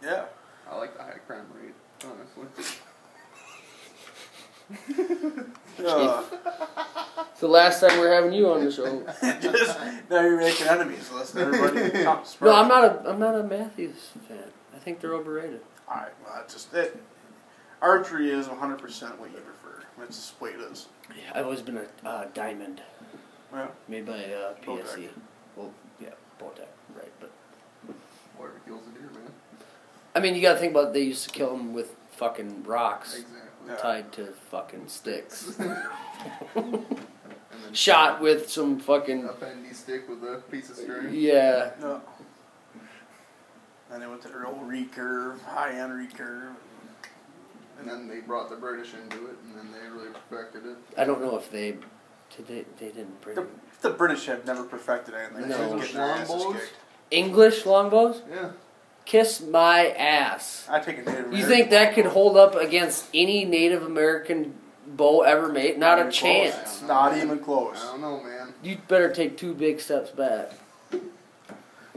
Speaker 1: Yeah.
Speaker 3: I like the high crime rate, honestly.
Speaker 1: Uh,
Speaker 2: It's the last time we're having you on the show.
Speaker 1: just, now you're making enemies. Listen, everybody. Top
Speaker 2: No, I'm not a I'm not a Matthews fan. I think they're overrated.
Speaker 1: All right. Well, that's just it. Archery is 100 percent what you prefer. That's just the way it is.
Speaker 2: Yeah, I've always been a uh, diamond
Speaker 1: Well,
Speaker 2: made by uh,
Speaker 1: Bowtech.
Speaker 2: PSE. Well, yeah, Bowtech, right? But
Speaker 3: Whatever kills a deer, man.
Speaker 2: I mean, you gotta think about they used to kill them with fucking rocks
Speaker 3: Exactly.
Speaker 1: Yeah.
Speaker 2: tied to fucking sticks.
Speaker 3: And and
Speaker 2: shot with some fucking
Speaker 3: Effendi stick with a piece of string.
Speaker 2: yeah.
Speaker 1: No. Then they went to their old recurve, high end recurve.
Speaker 3: And then they brought the British into it, and then they really perfected it.
Speaker 2: I don't know if they did. They, they didn't bring
Speaker 1: The, the British have never perfected anything.
Speaker 2: No.
Speaker 1: They just get their asses
Speaker 3: Longbows?
Speaker 1: kicked.
Speaker 2: English longbows.
Speaker 3: Yeah.
Speaker 2: Kiss my ass.
Speaker 1: I take a Native
Speaker 2: You
Speaker 1: American
Speaker 2: think that could
Speaker 1: longbow.
Speaker 2: hold up against any Native American bow ever made? Not a
Speaker 1: Even close.
Speaker 2: chance.
Speaker 1: Not even close.
Speaker 3: I don't know, man.
Speaker 2: You better take two big steps back.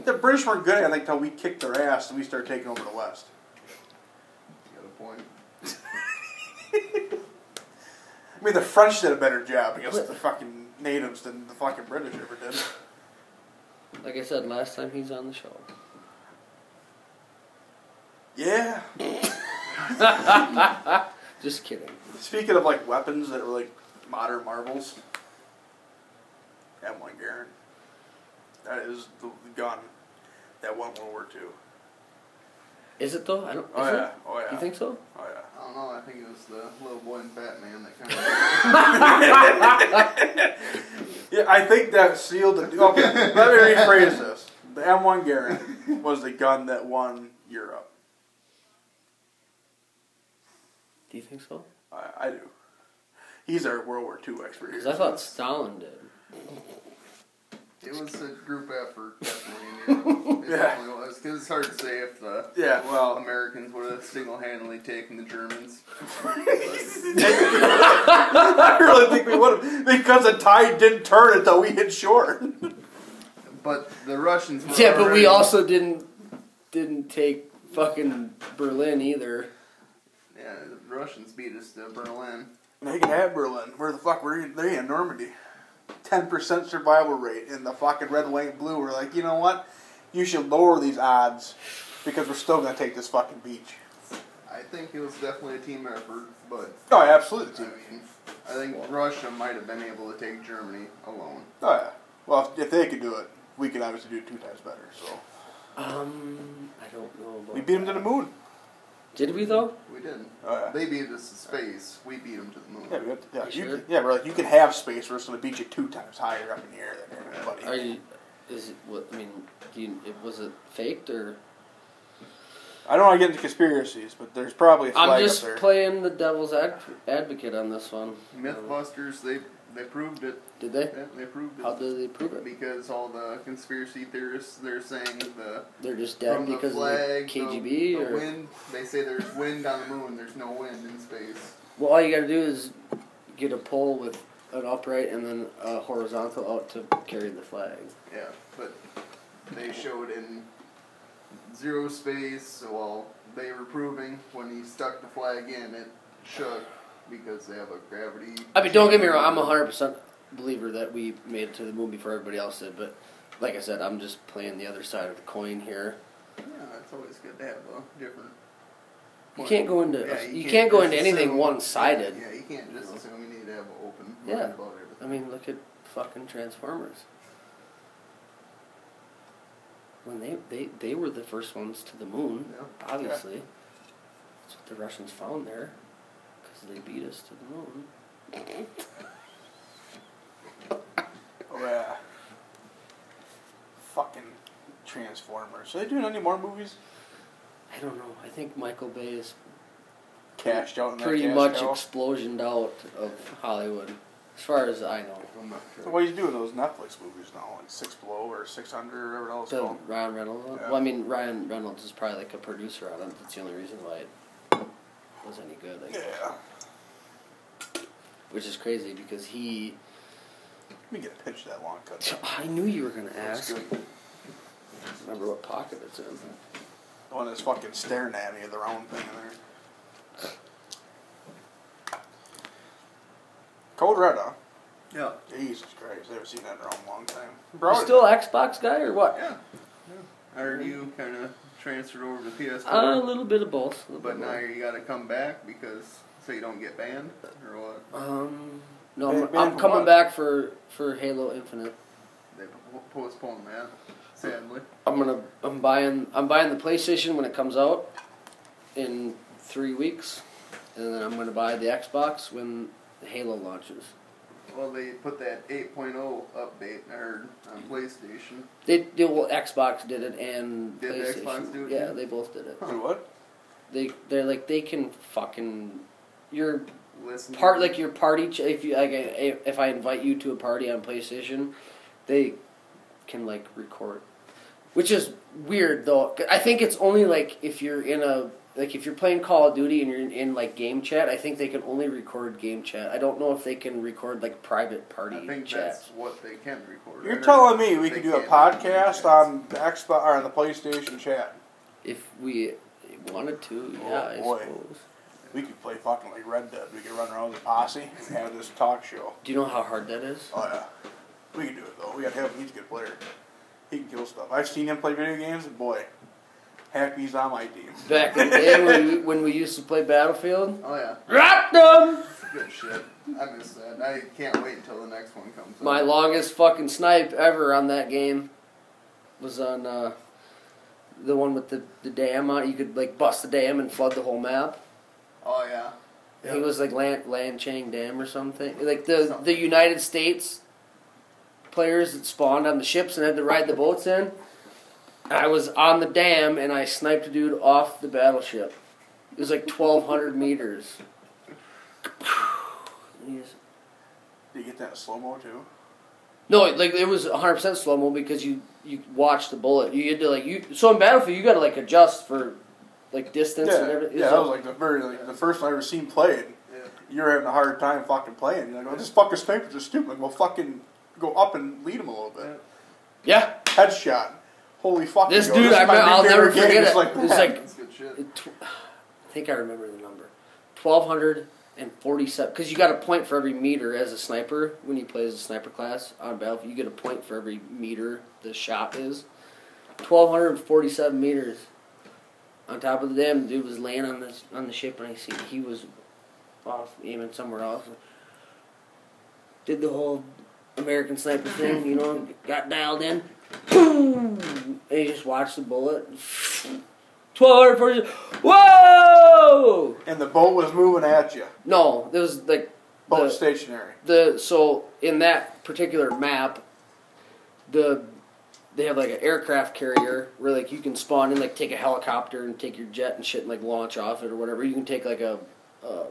Speaker 1: The British weren't good at it until we kicked their ass and we started taking over the West.
Speaker 3: You got a point.
Speaker 1: I mean, the French did a better job against the fucking natives than the fucking British ever did.
Speaker 2: Like I said last time, he's on the show.
Speaker 1: Yeah.
Speaker 2: Just kidding.
Speaker 1: Speaking of like weapons that were like modern marvels, M1 Garand. That is the gun that won World War II.
Speaker 2: Is it though? I don't. Is
Speaker 1: Oh yeah.
Speaker 2: it?
Speaker 1: Oh yeah.
Speaker 2: You think so?
Speaker 1: Oh yeah.
Speaker 3: I don't know. I think it was the little boy in Batman that kind
Speaker 1: Yeah, I think that sealed the. Okay, let me rephrase this. The M1 Garand was the gun that won Europe.
Speaker 2: Do you think so?
Speaker 1: I, I do. He's our World War II expert.
Speaker 2: Because I thought Stalin did.
Speaker 3: of. It was a group effort, definitely. In Europe. It
Speaker 1: Yeah.
Speaker 3: definitely was. 'Cause it's hard to say if the
Speaker 1: Yeah, well,
Speaker 3: Americans would have single handedly taken the Germans.
Speaker 1: I really think we would have because the tide didn't turn until we hit shore.
Speaker 3: But the Russians were.
Speaker 2: Yeah, but we
Speaker 3: already-
Speaker 2: also didn't didn't take fucking Berlin either.
Speaker 3: Yeah, the Russians beat us to Berlin.
Speaker 1: They can have Berlin. Where the fuck were you? They in Normandy. Ten percent survival rate in the fucking red, white, and blue. We're like, you know what? You should lower these odds because we're still gonna take this fucking beach.
Speaker 3: I think it was definitely a team effort, but
Speaker 1: Oh, yeah, absolutely.
Speaker 3: I
Speaker 1: Dude.
Speaker 3: mean, I think Russia might have been able to take Germany alone.
Speaker 1: Oh yeah. Well, if, if they could do it, we could obviously do it two times better. So
Speaker 2: Um, I don't know. About
Speaker 1: we beat them to the moon.
Speaker 2: Did we though?
Speaker 3: We didn't.
Speaker 1: Oh, yeah.
Speaker 3: They beat us to space. We beat them to the moon.
Speaker 1: Yeah, we have to, yeah,
Speaker 2: You
Speaker 1: you
Speaker 2: sure?
Speaker 1: can- yeah, we're like you can have space. We're just gonna beat you two times higher up in the air than everybody.
Speaker 2: Are you? Is it? What I mean? Do you? It was it faked or?
Speaker 1: I don't want to get into conspiracies, but there's probably a flag
Speaker 2: I'm just
Speaker 1: up there.
Speaker 2: playing the devil's ad, advocate on this one. Um,
Speaker 3: MythBusters, they they proved it.
Speaker 2: Did they?
Speaker 3: Yeah, they proved it.
Speaker 2: How did they prove it?
Speaker 3: because all the conspiracy theorists, they're saying the
Speaker 2: They're just dead
Speaker 3: from the
Speaker 2: because
Speaker 3: flag,
Speaker 2: of
Speaker 3: the-
Speaker 2: the KGB
Speaker 3: the,
Speaker 2: or?
Speaker 3: wind. They say there's wind on the moon. There's no wind in space.
Speaker 2: Well, all you gotta do is get a pole with an upright and then a horizontal out to carry the flag.
Speaker 3: Yeah, but they showed in zero space. So well, they were proving when he stuck the flag in, it shook because they have a gravity.
Speaker 2: I mean, don't get me wrong. I'm a hundred percent believer that we made it to the moon before everybody else did. But like I said, I'm just playing the other side of the coin here.
Speaker 3: Yeah, it's always good to have a different.
Speaker 2: You
Speaker 3: point.
Speaker 2: can't go into
Speaker 3: Yeah,
Speaker 2: you, can't go
Speaker 3: just
Speaker 2: into anything
Speaker 3: assume-
Speaker 2: one sided.
Speaker 3: Yeah, you can't just assume you need to have an open mind
Speaker 2: Yeah.
Speaker 3: about
Speaker 2: I
Speaker 3: everything.
Speaker 2: mean, look at fucking Transformers. When they, they, they were the first ones to the moon,
Speaker 3: Yeah.
Speaker 2: obviously. That's what the Russians found there, because they beat us to the moon.
Speaker 1: Oh, yeah. Fucking Transformers. Are they doing any more movies?
Speaker 2: I don't know. I think Michael Bay is
Speaker 1: Cashed out in that
Speaker 2: pretty
Speaker 1: cash
Speaker 2: much
Speaker 1: cow.
Speaker 2: explosioned out of Hollywood, as far as I know.
Speaker 3: I'm not
Speaker 1: So
Speaker 3: sure.
Speaker 1: why he's doing those Netflix movies now, like Six Below or Six Hundred or whatever else. it's
Speaker 2: The
Speaker 1: called.
Speaker 2: Ryan Reynolds. one?
Speaker 1: Yeah.
Speaker 2: Well, I mean Ryan Reynolds is probably like a producer on it. That's the only reason why it was any good. I guess.
Speaker 1: Yeah.
Speaker 2: Which is crazy because he.
Speaker 1: Let me get a pitch that long cut.
Speaker 2: I knew you were gonna
Speaker 1: That's
Speaker 2: ask.
Speaker 1: good.
Speaker 2: Remember what pocket it's in.
Speaker 1: The one that's fucking staring at me with the round thing in there. Cold Red, huh?
Speaker 3: Yeah.
Speaker 1: Jesus Christ, I haven't seen that in a long time.
Speaker 2: You
Speaker 1: Bro,
Speaker 2: still Xbox guy or what?
Speaker 3: Yeah. I heard you kind of transferred over to PS4,
Speaker 2: Uh, a little bit of both. a little
Speaker 3: but
Speaker 2: bit
Speaker 3: now
Speaker 2: of
Speaker 3: you got to come back because so you don't get banned or what?
Speaker 2: both. Um, no,
Speaker 1: Hey,
Speaker 2: I'm,
Speaker 1: man,
Speaker 2: I'm
Speaker 1: for
Speaker 2: coming
Speaker 1: what?
Speaker 2: back for for Halo Infinite.
Speaker 3: They postponed that, sadly.
Speaker 2: I'm gonna I'm buying I'm buying the PlayStation when it comes out in three weeks, and then I'm gonna buy the Xbox when Halo launches.
Speaker 3: Well, they put that 8.0 update, I heard, on PlayStation.
Speaker 2: They did well. Xbox did it, and
Speaker 3: Did
Speaker 2: PlayStation.
Speaker 3: Xbox do it
Speaker 2: Yeah,
Speaker 3: too?
Speaker 2: they both did it.
Speaker 1: Do what?
Speaker 2: They they're like they can fucking. You're
Speaker 3: Listen.
Speaker 2: part like your party. Ch- if you like, I- if I invite you to a party on PlayStation, they can like record, which is weird though. I think it's only like if you're in a like if you're playing Call of Duty and you're in, in like game chat. I think they can only record game chat. I don't know if they can record like private party
Speaker 3: I think
Speaker 2: chat.
Speaker 3: that's what they can record. I
Speaker 1: You're
Speaker 3: heard
Speaker 1: telling me we could
Speaker 3: they
Speaker 1: do a
Speaker 3: can't
Speaker 1: podcast
Speaker 3: record.
Speaker 1: on the Xbox or on the PlayStation chat.
Speaker 2: If we wanted to,
Speaker 3: Oh,
Speaker 2: yeah,
Speaker 1: boy.
Speaker 2: I suppose.
Speaker 1: We could play fucking like Red Dead. We could run around with a posse and have this talk show.
Speaker 2: Do you know how hard that is?
Speaker 1: Oh yeah, we can do it though. We got him. He's a good player. He can kill stuff. I've seen him play video games. and Boy, happy he's on my team.
Speaker 2: Back in the day when we, when we used to play Battlefield,
Speaker 3: Oh, yeah.
Speaker 2: rock them.
Speaker 3: Good shit. I miss that. I can't wait until the next one comes
Speaker 2: My
Speaker 3: out.
Speaker 2: longest fucking snipe ever on that game was on uh, the one with the, the dam on. You could like bust the dam and flood the whole map.
Speaker 3: Oh, yeah.
Speaker 2: I think it was like Lan, Lan Chang Dam or something. Like the
Speaker 3: Something.
Speaker 2: the United States players that spawned on the ships and had to ride the boats in. I was on the dam and I sniped a dude off the battleship. It was like twelve hundred meters. And he just-
Speaker 1: Did you get that slow mo too?
Speaker 2: No, like it was 100 percent slow mo because you you watch the bullet. You had to like you. So in Battlefield, you got to like adjust for like distance and
Speaker 1: Yeah,
Speaker 2: everything.
Speaker 1: yeah. That was like the very like the first one I ever seen played.
Speaker 3: Yeah.
Speaker 1: You're having a hard time fucking playing. You're like, well, this fucking sniper's just stupid. Well, fucking go up and lead him a little bit.
Speaker 2: yeah.
Speaker 1: Headshot. Holy fuck!
Speaker 2: This
Speaker 1: you go,
Speaker 2: dude,
Speaker 1: is
Speaker 2: I
Speaker 1: my
Speaker 2: remember,
Speaker 1: new
Speaker 2: I'll never
Speaker 1: favorite game.
Speaker 2: forget it.
Speaker 1: Like,
Speaker 2: It's like
Speaker 3: That's good shit.
Speaker 2: It tw- I think I remember the number. 1,247. Because you got a point for every meter as a sniper when you play as a sniper class on Battlefield. You get a point for every meter the shot is. 1,247 meters. On top of the dam, the dude was laying on the, on the ship, and I see he was off aiming somewhere else. Did the whole American sniper thing, you know, got dialed in. Boom! And you just watched the bullet. 1240. Whoa!
Speaker 1: and the boat was moving at you.
Speaker 2: No, it was like
Speaker 1: Boat
Speaker 2: the,
Speaker 1: stationary.
Speaker 2: the so in that particular map, the they have like an aircraft carrier where like you can spawn in like take a helicopter and take your jet and shit and like launch off it or whatever. You can take like a uh,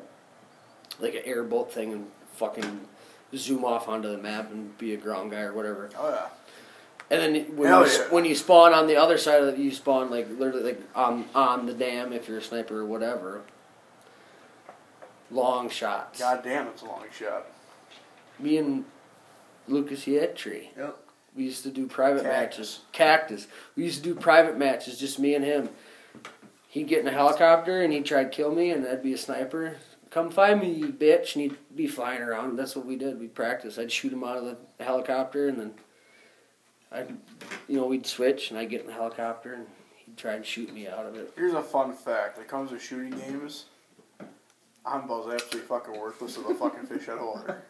Speaker 2: like an airboat thing and fucking zoom off onto the map and be a ground guy or whatever.
Speaker 1: Oh yeah.
Speaker 2: And then when
Speaker 1: Hell
Speaker 2: you,
Speaker 1: yeah.
Speaker 2: when you spawn on the other side of it, you spawn like literally like on on the dam if you're a sniper or whatever. Long shots.
Speaker 1: God damn, it's a long shot.
Speaker 2: Me and Lucas Yetri,
Speaker 3: Yep.
Speaker 2: we used to do private
Speaker 1: Cactus.
Speaker 2: matches. Cactus. We used to do private matches, just me and him. He'd get in a helicopter and he'd try to kill me, and I'd be a sniper. Come find me, you bitch! And he'd be flying around. That's what we did. We practiced. I'd shoot him out of the helicopter, and then I, you know, we'd switch, and I'd get in the helicopter, and he'd try and shoot me out of it.
Speaker 1: Here's a fun fact that comes with shooting games. I'm both absolutely fucking worthless as a fucking fish out of water.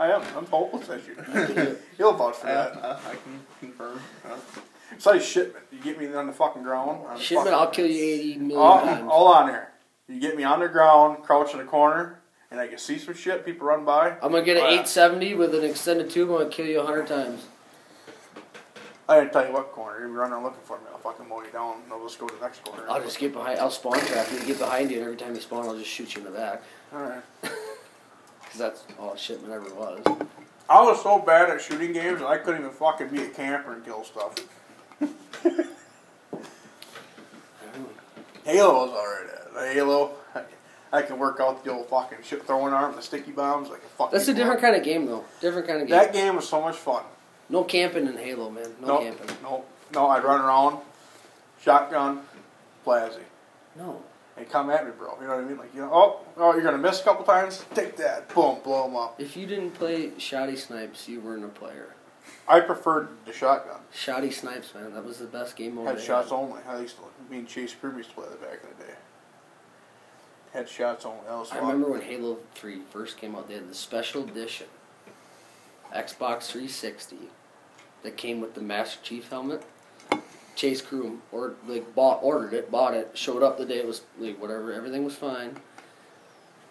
Speaker 1: I am. I'm hopeless at shooting. You'll vouch for
Speaker 3: I,
Speaker 1: that.
Speaker 3: I, I can confirm. Uh,
Speaker 1: It's like shipment. You get me on the fucking ground. I'm
Speaker 2: Shipman,
Speaker 1: fucking-
Speaker 2: I'll kill you eighty million
Speaker 1: all,
Speaker 2: times.
Speaker 1: all on there. You get me on the ground, crouch in a corner, and I can see some shit. People run by.
Speaker 2: I'm gonna get an
Speaker 1: Oh, yeah.
Speaker 2: 870 with an extended tube. I'm gonna kill you hundred times.
Speaker 1: I didn't tell you what corner. You're running looking for me. I'll fucking mow you down. And I'll just go to the next corner.
Speaker 2: I'll just get behind. I'll spawn trap you. Get behind you, and every time you spawn, I'll just shoot you in the back.
Speaker 1: All right.
Speaker 2: Cause that's oh, all shipment ever was.
Speaker 1: I was so bad at shooting games that I couldn't even fucking be a camper and kill stuff. Halo was alright at it. Halo, I, I can work out the old fucking shit throwing arm, the sticky bombs. I can fucking.
Speaker 2: That's a different kind of game, though. Different kind of game.
Speaker 1: That game was so much fun.
Speaker 2: no camping in Halo, man. No
Speaker 1: No,
Speaker 2: camping.
Speaker 1: no, no. I'd run around, shotgun, plazzy,
Speaker 2: No.
Speaker 1: and come at me, bro. You know what I mean? Like, you know, oh, oh, you're gonna miss a couple times. Take that, boom, blow them up.
Speaker 2: If you didn't play Shoddy Snipes, you weren't a player.
Speaker 1: I preferred the shotgun.
Speaker 2: Shoddy Snipes, man. That was the best game mode. they
Speaker 1: Headshots
Speaker 2: had.
Speaker 1: only. I used to me and Chase Kirby used to play that back in the day. Headshots only. That was
Speaker 2: I
Speaker 1: fun.
Speaker 2: remember when Halo 3 first came out, they had the special edition Xbox 360 that came with the Master Chief helmet. Chase Crew or like bought ordered it, bought it, showed up the day it was like whatever, everything was fine.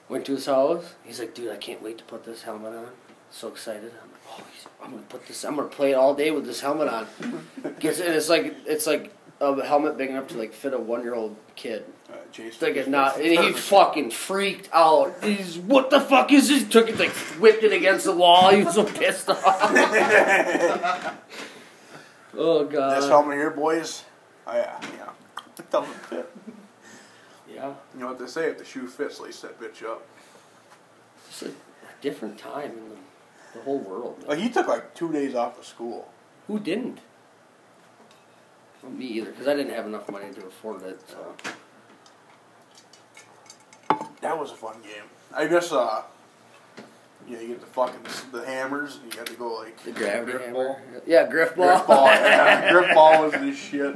Speaker 2: Went to his house. He's like, dude, I can't wait to put this helmet on. So excited! I'm like, oh, he's- I'm gonna put this. I'm gonna play it all day with this helmet on. Gets and it's like it's like a helmet big enough to like fit a one year old kid.
Speaker 1: Uh, Jason.
Speaker 2: It's like a not, and he fucking freaked out. He's what the fuck is this? Took it like whipped it against the wall. He was so pissed off. oh god.
Speaker 1: This helmet here, boys. Oh yeah, yeah. It doesn't fit.
Speaker 2: Yeah.
Speaker 1: You know what they say? If the shoe fits, lace that bitch up.
Speaker 2: It's a different time in the, the whole world. man.
Speaker 1: Like he took like two days off of school.
Speaker 2: Who didn't? Well, me either, because I didn't have enough money to afford it. So.
Speaker 1: That was a fun game. I guess uh, yeah, you get the fucking the hammers. and You had to go like
Speaker 2: The gravity
Speaker 1: Grip
Speaker 2: hammer.
Speaker 1: ball.
Speaker 2: Yeah, griff ball.
Speaker 1: Grip ball, yeah. Grip ball was this shit.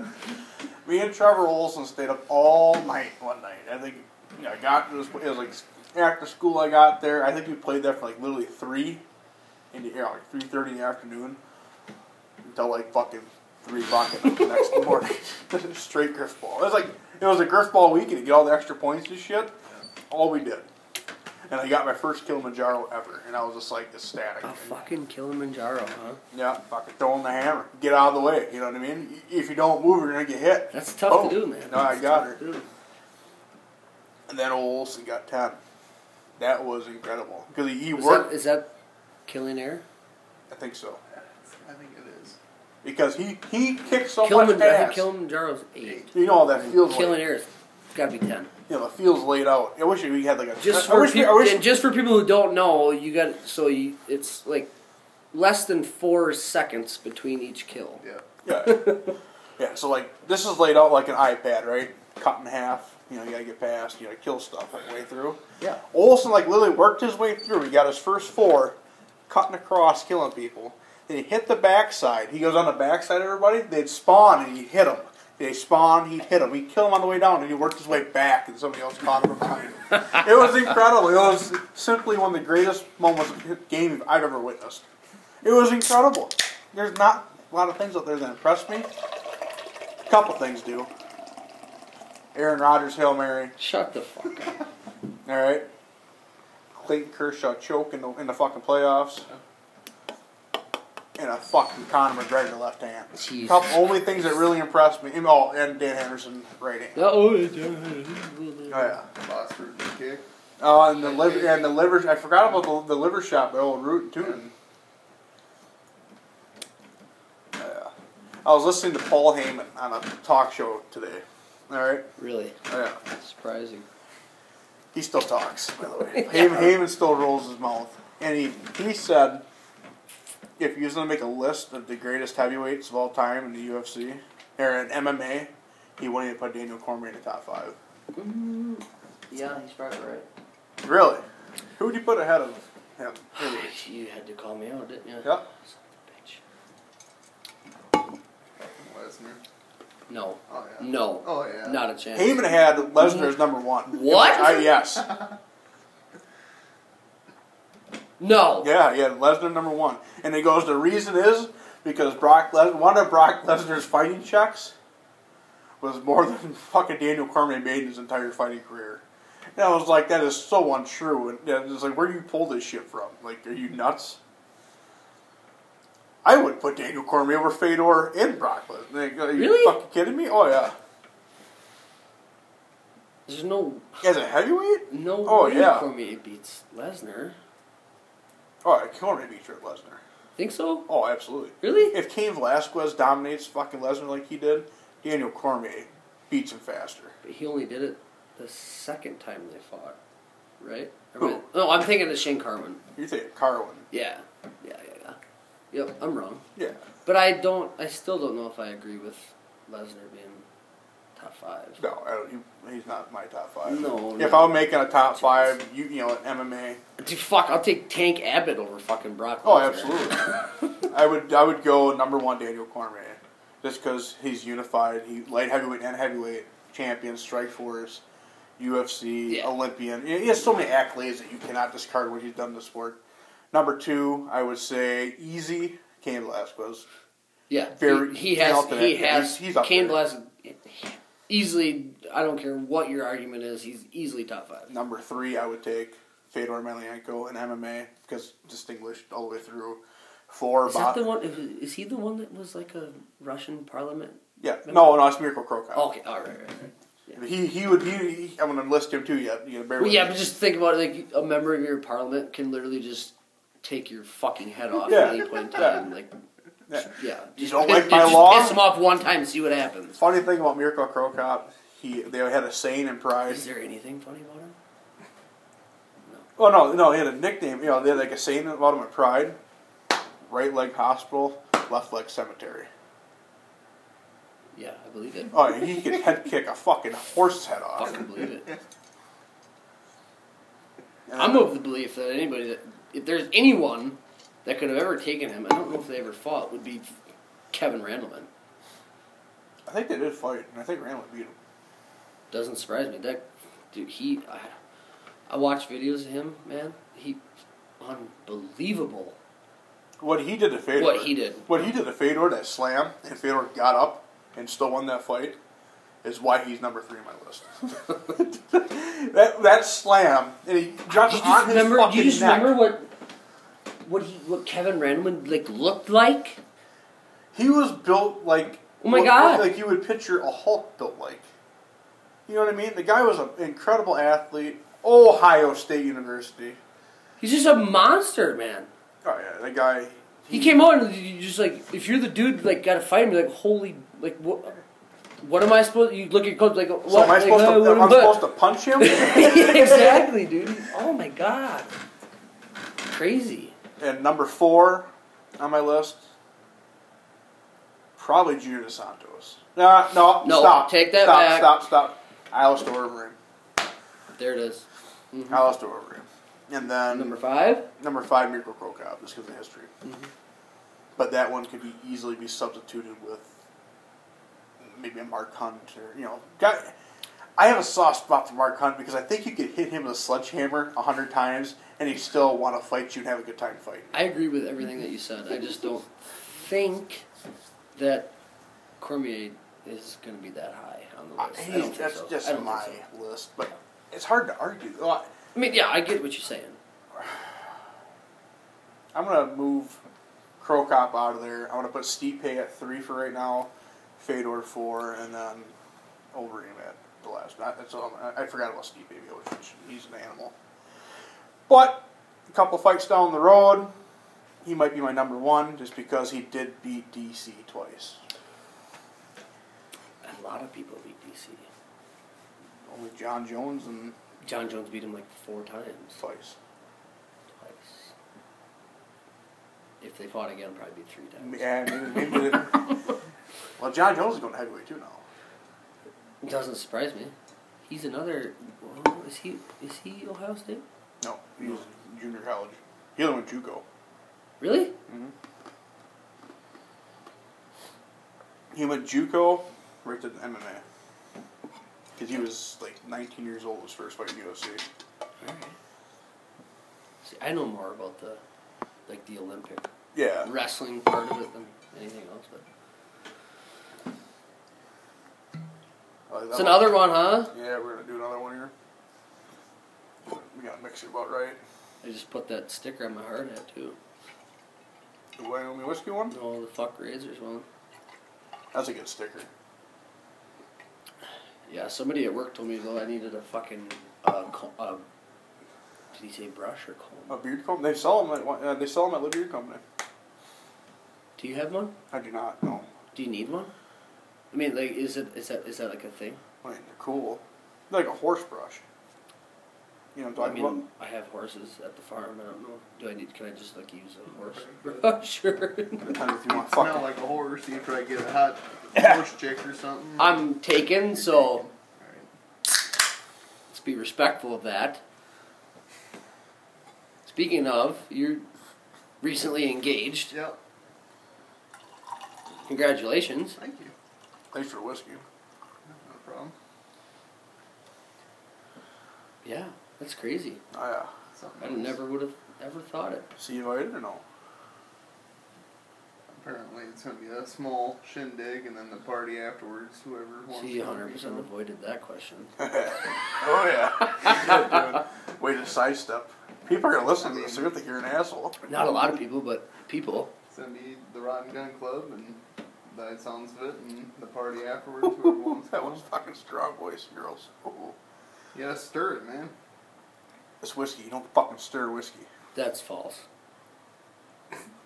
Speaker 1: Me and Trevor Olson stayed up all night one night. I think you know, I got to this. It was like after school. I got there. I think we played there for like literally three in the air, like three thirty in the afternoon until like fucking three o'clock in the next morning. Straight griff ball. It was like it was a griff ball week, and you get all the extra points and shit. All we did. And I got my first Kilimanjaro ever, and I was just like ecstatic.
Speaker 2: A Oh, fucking Kilimanjaro, huh?
Speaker 1: Yeah, fucking throwing the hammer. Get out of the way. You know what I mean? If you don't move, you're gonna get hit.
Speaker 2: That's tough
Speaker 1: Oh,
Speaker 2: to do, man.
Speaker 1: no, I
Speaker 2: That's
Speaker 1: got
Speaker 2: tough to do.
Speaker 1: And then old Olson got ten. That was incredible because he, he
Speaker 2: Is that,
Speaker 1: worked.
Speaker 2: is that killing air?
Speaker 1: I think so
Speaker 3: I think it is.
Speaker 1: because he he kicked so much
Speaker 2: Kilimanjaro, I think
Speaker 1: ass.
Speaker 2: Kilimanjaro's eight.
Speaker 1: You know that feels.
Speaker 2: Killing
Speaker 1: Like,
Speaker 2: air is gotta be ten.
Speaker 1: you know the feels laid out. I wish we had like a.
Speaker 2: Just
Speaker 1: I
Speaker 2: for
Speaker 1: wish we- I
Speaker 2: people,
Speaker 1: wish
Speaker 2: and just for people who don't know, you got so you, it's like less than four seconds between each kill.
Speaker 3: Yeah.
Speaker 1: Yeah. yeah, so like this is laid out like an iPad, right? Cut in half, you know, you gotta get past, you gotta kill stuff like way through.
Speaker 2: Yeah.
Speaker 1: Olson like literally worked his way through. He got his first four, cutting across, killing people. Then he hit the backside. He goes on the backside of everybody, they'd spawn and he'd hit them. They spawn, he'd hit them. He'd kill them on the way down, and he worked his way back, and somebody else caught him from behind. him. it was incredible. It was simply one of the greatest moments of game I've ever witnessed. It was incredible. There's not a lot of things out there that impress me. A couple things do. Aaron Rodgers, Hail Mary.
Speaker 2: Shut the fuck up.
Speaker 1: All right. Clayton Kershaw choke in the, in the fucking playoffs. And a fucking Conor McGregor left hand.
Speaker 2: Jesus.
Speaker 1: Couple only things that really impressed me. and- Oh, and Dan Henderson right hand.
Speaker 2: Oh
Speaker 1: Oh yeah.
Speaker 3: Bosford kick.
Speaker 1: Oh, and the liver and the liver. I forgot about the, the liver shot by old Root Tootin. Yeah. I was listening to Paul Heyman on a talk show today. All right.
Speaker 2: Really
Speaker 1: Oh, yeah.
Speaker 2: surprising.
Speaker 1: He still talks, by the way. Heyman, Heyman still rolls his mouth. And he, he said if he was going to make a list of the greatest heavyweights of all time in the UFC, or in MMA, he wanted to put Daniel Cormier in the top five.
Speaker 2: Yeah, he's probably right.
Speaker 1: Really? Who would you put ahead of him?
Speaker 2: You had to call me out, didn't you?
Speaker 1: Yep.
Speaker 2: Son of
Speaker 3: Lesnar.
Speaker 2: a bitch. No,
Speaker 3: Oh yeah.
Speaker 2: no,
Speaker 3: Oh yeah.
Speaker 2: not a chance.
Speaker 1: Heyman had Lesnar as number one.
Speaker 2: What?
Speaker 1: I, yes.
Speaker 2: No.
Speaker 1: Yeah, yeah, Lesnar number one. And he goes, the reason is because Brock Les- one of Brock Lesnar's fighting checks was more than fucking Daniel Cormier made in his entire fighting career. And I was like, that is so untrue. And and it's like, where do you pull this shit from? Like, are you nuts? I would put Daniel Cormier over Fedor and Brock Lesnar. Like, are you
Speaker 2: Really?
Speaker 1: fucking kidding me? Oh, yeah.
Speaker 2: There's no,
Speaker 1: As a heavyweight?
Speaker 2: no
Speaker 1: Oh,
Speaker 2: way
Speaker 1: yeah.
Speaker 2: Cormier beats Lesnar.
Speaker 1: Oh, Cormier beats Rick Lesnar.
Speaker 2: Think so?
Speaker 1: Oh, absolutely.
Speaker 2: Really?
Speaker 1: If Cain Velasquez dominates fucking Lesnar like he did, Daniel Cormier beats him faster.
Speaker 2: But he only did it the second time they fought, right?
Speaker 1: Who?
Speaker 2: Or- No, I'm thinking of Shane Carwin.
Speaker 1: You think Carwin?
Speaker 2: Yeah, yeah, yeah, yeah. Yep, I'm wrong.
Speaker 1: Yeah.
Speaker 2: But I don't. I still don't know if I agree with Lesnar being top five.
Speaker 1: No, I don't, he, he's not my top five.
Speaker 2: No,
Speaker 1: If
Speaker 2: no.
Speaker 1: I'm making a top five, you you know, MMA.
Speaker 2: Dude, fuck! I'll take Tank Abbott over fucking Brock.
Speaker 1: Oh,
Speaker 2: Lesnar.
Speaker 1: absolutely. I would I would go number one Daniel Cormier, just because he's unified. He light heavyweight and heavyweight champion, Strikeforce, UFC,
Speaker 2: Yeah.
Speaker 1: Olympian. He he has so many accolades that you cannot discard what he's done in the sport. Number two, I would say easy Cain Velasquez.
Speaker 2: Yeah,
Speaker 1: Very-
Speaker 2: he, he
Speaker 1: he's
Speaker 2: has.
Speaker 1: up there.
Speaker 2: He has.
Speaker 1: He's- he's up there.
Speaker 2: Cain Blas easily. I don't care what your argument is. He's easily top five.
Speaker 1: Number three, I would take Fedor Emelianenko in MMA because distinguished all the way through. Four
Speaker 4: Is that
Speaker 1: bo-
Speaker 4: the one? Is he the one that was like a Russian parliament?
Speaker 1: yeah, no, no, it's Miracle Krokop.
Speaker 4: Okay, all right, right, right.
Speaker 1: He he would he, he- I'm gonna list him too. Yeah, you gotta bear
Speaker 2: Well,
Speaker 1: with
Speaker 2: yeah,
Speaker 1: me.
Speaker 2: but just think about it. Like a member of your parliament can literally just take your fucking head off
Speaker 1: Yeah.
Speaker 2: at any point in time. Like,
Speaker 1: Yeah.
Speaker 2: yeah,
Speaker 1: You
Speaker 2: just
Speaker 1: don't
Speaker 2: piss-
Speaker 1: like my
Speaker 2: just
Speaker 1: law?
Speaker 2: Piss him off one time, see what happens.
Speaker 1: Funny thing about Miracle Krokop, he they had a saying in Pride.
Speaker 2: Is there anything funny about him?
Speaker 1: Oh no, no, he had a nickname. You know, they had like a saying about him at Pride: right leg hospital, left leg cemetery.
Speaker 2: Yeah, I believe it.
Speaker 1: Oh, he could head kick a fucking horse's head
Speaker 2: I
Speaker 1: off.
Speaker 2: fucking believe it.
Speaker 1: And
Speaker 2: I'm of the belief that anybody that if there's anyone that could have ever taken him, I don't know if they ever fought, would be Kevin Randleman.
Speaker 1: I think they did fight, and I think Randall beat him.
Speaker 2: Doesn't surprise me. That dude, he, I, I watch videos of him, man. He, unbelievable.
Speaker 1: What he did to Fedor.
Speaker 2: What he did.
Speaker 1: What he did to Fedor, that slam, and Fedor got up and still won that fight, is why he's number three on my list. that that slam, and he dropped
Speaker 2: Do you
Speaker 1: it
Speaker 2: just
Speaker 1: on his
Speaker 2: remember? Do
Speaker 1: fucking
Speaker 2: you just
Speaker 1: neck.
Speaker 2: remember what what he what Kevin Randleman like looked like?
Speaker 1: He was built like.
Speaker 2: Oh my
Speaker 1: what-
Speaker 2: God.
Speaker 1: Like you would picture a Hulk built like. You know what I mean? The guy was an incredible athlete. Ohio State University.
Speaker 2: He's just a monster, man.
Speaker 1: Oh yeah, the guy.
Speaker 2: He came out and you just like if you're the dude like got to fight him, you're like holy like what. What am I supposed? You look at coach like. What,
Speaker 1: So am I
Speaker 2: like,
Speaker 1: supposed
Speaker 2: uh,
Speaker 1: to?
Speaker 2: what
Speaker 1: Am
Speaker 2: am
Speaker 1: I
Speaker 2: I-
Speaker 1: supposed to punch him?
Speaker 2: exactly, dude. Oh my god, crazy.
Speaker 1: and number four on my list, probably Junior Dos Santos. Nah, no,
Speaker 2: No,
Speaker 1: stop.
Speaker 2: take that
Speaker 1: stop,
Speaker 2: back.
Speaker 1: Stop, stop, Alistair Overeem.
Speaker 2: There it is. Mm-hmm.
Speaker 1: Alistair Overeem. And then
Speaker 2: Number Mm-hmm. five.
Speaker 1: Number five, Miracle Krokop, just because of history. But that one could be easily be substituted with maybe a Mark Hunt or you know, guy. I have a soft spot for Mark Hunt because I think you could hit him with a sledgehammer a hundred times and he still want to fight you and have a good time fighting.
Speaker 2: I agree with everything that you said. I just don't think that Cormier is going to be that high on the
Speaker 1: I-
Speaker 2: list. I,
Speaker 1: he's-
Speaker 2: don't think
Speaker 1: that's
Speaker 2: so.
Speaker 1: just
Speaker 2: I don't
Speaker 1: my
Speaker 2: think so.
Speaker 1: list, but it's hard to argue. Well, I-
Speaker 2: I mean, yeah, I get what you're saying.
Speaker 1: I'm gonna move Krokop out of there. I'm gonna put Stipe at three for right now, Fedor four, and then Overeem at the last. I, that's all. I, I forgot about Stipe. Miocic. He's an animal. But a couple fights down the road, he might be my number one just because he did beat DC twice.
Speaker 2: A lot of people beat DC.
Speaker 1: Only John Jones and
Speaker 2: John Jones beat him like four times.
Speaker 1: twice.
Speaker 2: Twice. If they fought again, probably be three times.
Speaker 1: And maybe, maybe well, John Jones is going to heavyweight too now.
Speaker 2: It doesn't surprise me. He's another. well, Is he? Is he Ohio State?
Speaker 1: No, he was junior college. He only went JUCO.
Speaker 2: Really?
Speaker 1: He went JUCO, right to the MMA. Because he was like 19 years old his first fight in UFC.
Speaker 2: Alright. See, I know more about the, like the Olympic
Speaker 1: Yeah.
Speaker 2: wrestling part of it than anything else. But
Speaker 1: Like,
Speaker 2: it's another one, huh?
Speaker 1: Yeah, we're gonna do another one here. We gotta mix it about right.
Speaker 2: I just put that sticker on my hard hat too.
Speaker 1: The Wyoming whiskey one.
Speaker 2: Oh, the fuck razors one.
Speaker 1: That's a good sticker.
Speaker 2: Yeah, somebody at work told me though I needed a fucking uh, co- uh did he say brush or
Speaker 1: A
Speaker 2: comb?
Speaker 1: beard comb. They sell them at uh, they sell them at Live Beard Company.
Speaker 2: Do you have one?
Speaker 1: I do not know.
Speaker 2: Do you need one? I mean, like, is it is that is that like a thing?
Speaker 1: I mean, they're cool. They're like a horse brush. You know what
Speaker 2: I
Speaker 1: I'm talking
Speaker 2: mean,
Speaker 1: about?
Speaker 2: I have horses at the farm. I don't know. Do I need? Can I just like use a horse brusher?
Speaker 1: Depends if you want
Speaker 3: It's not
Speaker 1: fucking.
Speaker 3: like a horse. You probably get a hot horse chick or something.
Speaker 2: I'm taken,
Speaker 3: You're
Speaker 2: so
Speaker 3: taken. Alright.
Speaker 2: let's be respectful of that. Speaking of, you're recently engaged.
Speaker 3: Yep.
Speaker 2: Congratulations.
Speaker 3: Thank you.
Speaker 1: Thanks for the whiskey.
Speaker 3: No problem.
Speaker 2: Yeah, that's crazy.
Speaker 1: Oh, yeah.
Speaker 3: Something
Speaker 2: I
Speaker 3: else.
Speaker 2: never would have ever thought it.
Speaker 1: See you later or no?
Speaker 3: Apparently, it's gonna be a small shindig and then the party afterwards. Whoever wants.
Speaker 2: She
Speaker 3: to
Speaker 2: 100% avoided that question.
Speaker 1: oh yeah. Way to sidestep. People are gonna listen to this. They're gonna think you're an asshole.
Speaker 2: Not a lot of people, but people.
Speaker 3: Send me the Rotten Gun Club and the Sounds Fit and the party afterwards. whoever wants
Speaker 1: That was
Speaker 3: to.
Speaker 1: fucking strong voice, girls. Ooh.
Speaker 3: You gotta stir it, man.
Speaker 1: It's whiskey. You don't fucking stir whiskey.
Speaker 2: That's false.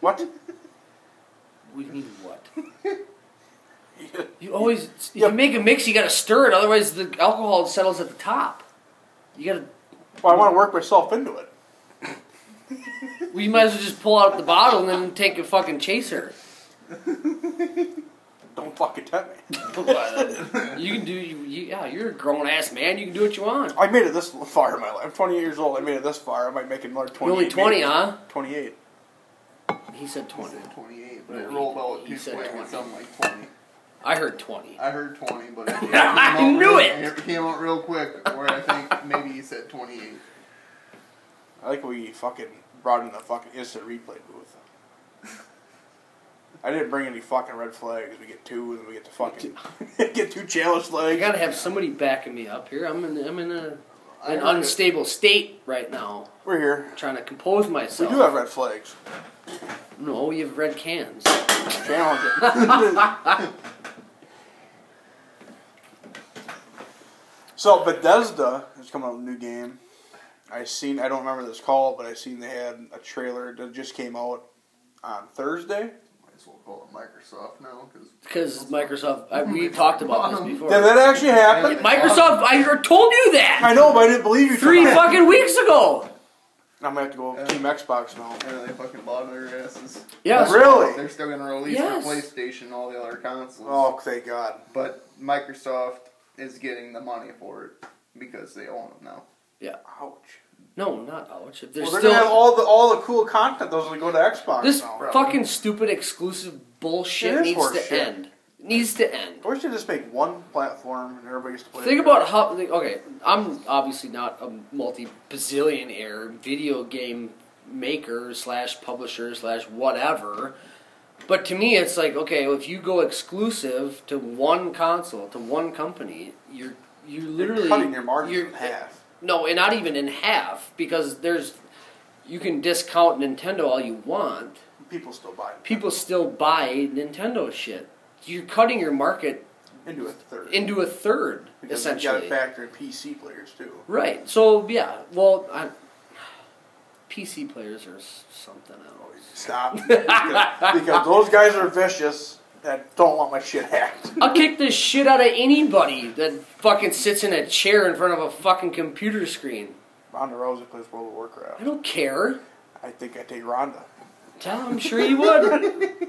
Speaker 1: What?
Speaker 2: We mean what? You
Speaker 1: always-
Speaker 2: always
Speaker 1: if you
Speaker 2: you make a mix, you gotta stir it. Otherwise, the alcohol settles at the top. You gotta.
Speaker 1: Well, I want to work myself into it.
Speaker 2: We might as well just pull out the bottle and then take a fucking chaser.
Speaker 1: Don't fucking tempt me.
Speaker 2: you can do. uh, You, you, yeah, you're a grown ass man. You can do what you want.
Speaker 1: I made it this far in my life. I'm 28 years old. I made it this far. I might make another 20.
Speaker 2: You're only twenty, huh?
Speaker 1: 28.
Speaker 2: He said
Speaker 3: I
Speaker 2: twenty.
Speaker 3: said 28, but
Speaker 2: No,
Speaker 3: it
Speaker 2: he-
Speaker 3: rolled out
Speaker 2: he
Speaker 3: too
Speaker 2: said
Speaker 3: quick and
Speaker 2: 20.
Speaker 3: something like 20.
Speaker 2: I heard twenty.
Speaker 3: I heard 20, but it
Speaker 2: I
Speaker 3: came out
Speaker 2: knew
Speaker 3: real,
Speaker 2: it!
Speaker 3: It came out real quick where I think maybe he said 28.
Speaker 1: I like we fucking brought in the fucking instant replay booth. I didn't bring any fucking red flags. We get two, and then we get the fucking get two challenge
Speaker 2: I
Speaker 1: flags.
Speaker 2: gotta have somebody backing me up here. I'm in. I'm in a
Speaker 3: I
Speaker 2: an
Speaker 3: heard it.
Speaker 2: unstable state right now.
Speaker 1: We're here.
Speaker 2: Trying to compose
Speaker 1: We
Speaker 2: myself.
Speaker 1: do have red flags.
Speaker 2: No, you have red cans.
Speaker 1: Challenge it. so Bethesda is coming out with a new game. I seen. I don't remember this call, but I seen they had a trailer that just came out on Thursday.
Speaker 3: Might as well call it Microsoft now because
Speaker 2: Because Microsoft, I, we talked about this before.
Speaker 1: Did that actually happen?
Speaker 2: Microsoft, I heard- told you that
Speaker 1: I know, but I didn't believe you.
Speaker 2: three
Speaker 1: till now.
Speaker 2: fucking weeks ago.
Speaker 1: I'm gonna have to go with Team Xbox now.
Speaker 3: they fucking bought their asses.
Speaker 2: Yes.
Speaker 1: Really?
Speaker 3: They're still gonna release
Speaker 2: Yes.
Speaker 3: the PlayStation and all the other consoles.
Speaker 1: Oh, thank God.
Speaker 3: But Microsoft is getting the money for it because they own them now.
Speaker 1: Ouch.
Speaker 2: No, not ouch. If
Speaker 1: Well,
Speaker 2: there's
Speaker 1: they're
Speaker 2: still
Speaker 1: gonna have all the all the cool content. Those will go to Xbox
Speaker 2: this
Speaker 1: now.
Speaker 3: bro.
Speaker 2: fucking stupid exclusive bullshit
Speaker 1: It is
Speaker 2: needs to
Speaker 1: horseshit.
Speaker 2: end. Needs to end.
Speaker 1: Or we should just make one platform and everybody gets to play.
Speaker 2: Think
Speaker 1: it.
Speaker 2: about how. like, Okay, I'm obviously not a multi bazillionaire video game maker slash publisher slash whatever, but to me it's like okay, if you go exclusive to one console to one company, you're you
Speaker 1: You're
Speaker 2: literally
Speaker 1: cutting your margins
Speaker 2: you're-
Speaker 1: in half.
Speaker 2: No, and not even in half because there's you can discount Nintendo all you want.
Speaker 1: People still buy it.
Speaker 2: People still buy Nintendo shit. You're cutting your market
Speaker 1: into a third.
Speaker 2: into a third
Speaker 1: because
Speaker 2: essentially.
Speaker 1: you got to factor in PC players too.
Speaker 2: Right. So yeah. Well, I, PC players are s- something else.
Speaker 1: Stop. because, because those guys are vicious that don't want my shit hacked.
Speaker 2: I'll kick the shit out of anybody that fucking sits in a chair in front of a fucking computer screen.
Speaker 1: Ronda Rousey plays World of
Speaker 2: I
Speaker 1: Warcraft.
Speaker 2: don't care.
Speaker 1: I think I take Ronda.
Speaker 2: Tell him, I'm sure you would.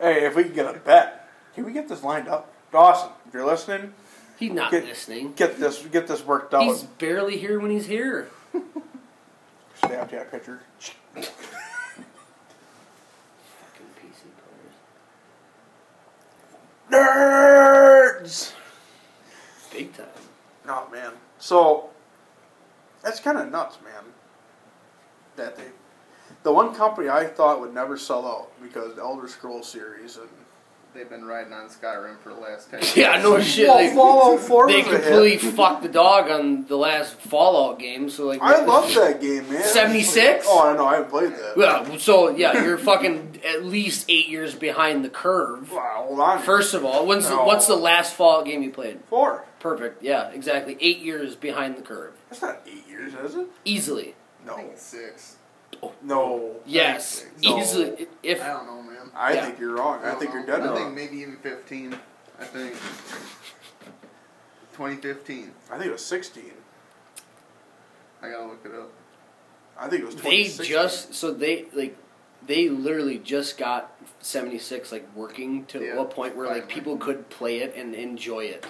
Speaker 1: Hey, if we can get a bet, can we get this lined up? Dawson, if you're listening,
Speaker 2: He's not
Speaker 1: Get-
Speaker 2: listening.
Speaker 1: get this get this worked out.
Speaker 2: He's barely here when he's here.
Speaker 1: Snap that picture.
Speaker 2: Fucking PC players.
Speaker 1: Nerds.
Speaker 2: Big time.
Speaker 1: Oh man. So that's kind of nuts, man. That they, the one company I thought would never sell out because the Elder Scrolls series and
Speaker 3: They've been riding on Skyrim for the last ten.
Speaker 2: Yeah, no shit.
Speaker 1: Well,
Speaker 2: they,
Speaker 1: Fallout Four
Speaker 2: they
Speaker 1: was a hit.
Speaker 2: completely fucked the dog on the last Fallout game. So like,
Speaker 1: I love that game, man.
Speaker 2: 76?
Speaker 1: Oh, I know. I haven't played that.
Speaker 2: Yeah, so yeah, you're fucking at least eight years behind the curve.
Speaker 1: Wow, hold on.
Speaker 2: First of all, when's
Speaker 1: No.
Speaker 2: what's the last Fallout game you played?
Speaker 1: four.
Speaker 2: Perfect. Yeah, exactly. Eight years behind the curve,
Speaker 1: That's not eight years, is it?
Speaker 2: easily.
Speaker 3: I
Speaker 1: No.
Speaker 3: think it's Oh, six.
Speaker 1: No.
Speaker 2: Yes,
Speaker 1: No.
Speaker 2: easily. If
Speaker 3: I don't know, man.
Speaker 1: I
Speaker 2: Yeah.
Speaker 1: think you're wrong. I,
Speaker 3: don't
Speaker 1: think
Speaker 3: know.
Speaker 1: you're dead
Speaker 3: I
Speaker 1: wrong.
Speaker 3: think maybe even fifteen. I think twenty fifteen.
Speaker 1: I think it was 16.
Speaker 3: I gotta look it up.
Speaker 1: I think it was
Speaker 2: they
Speaker 1: 2016.
Speaker 2: just so they like they literally just got seventy six like working to
Speaker 3: Yeah,
Speaker 2: a point where like
Speaker 3: finally.
Speaker 2: people could play it and enjoy it.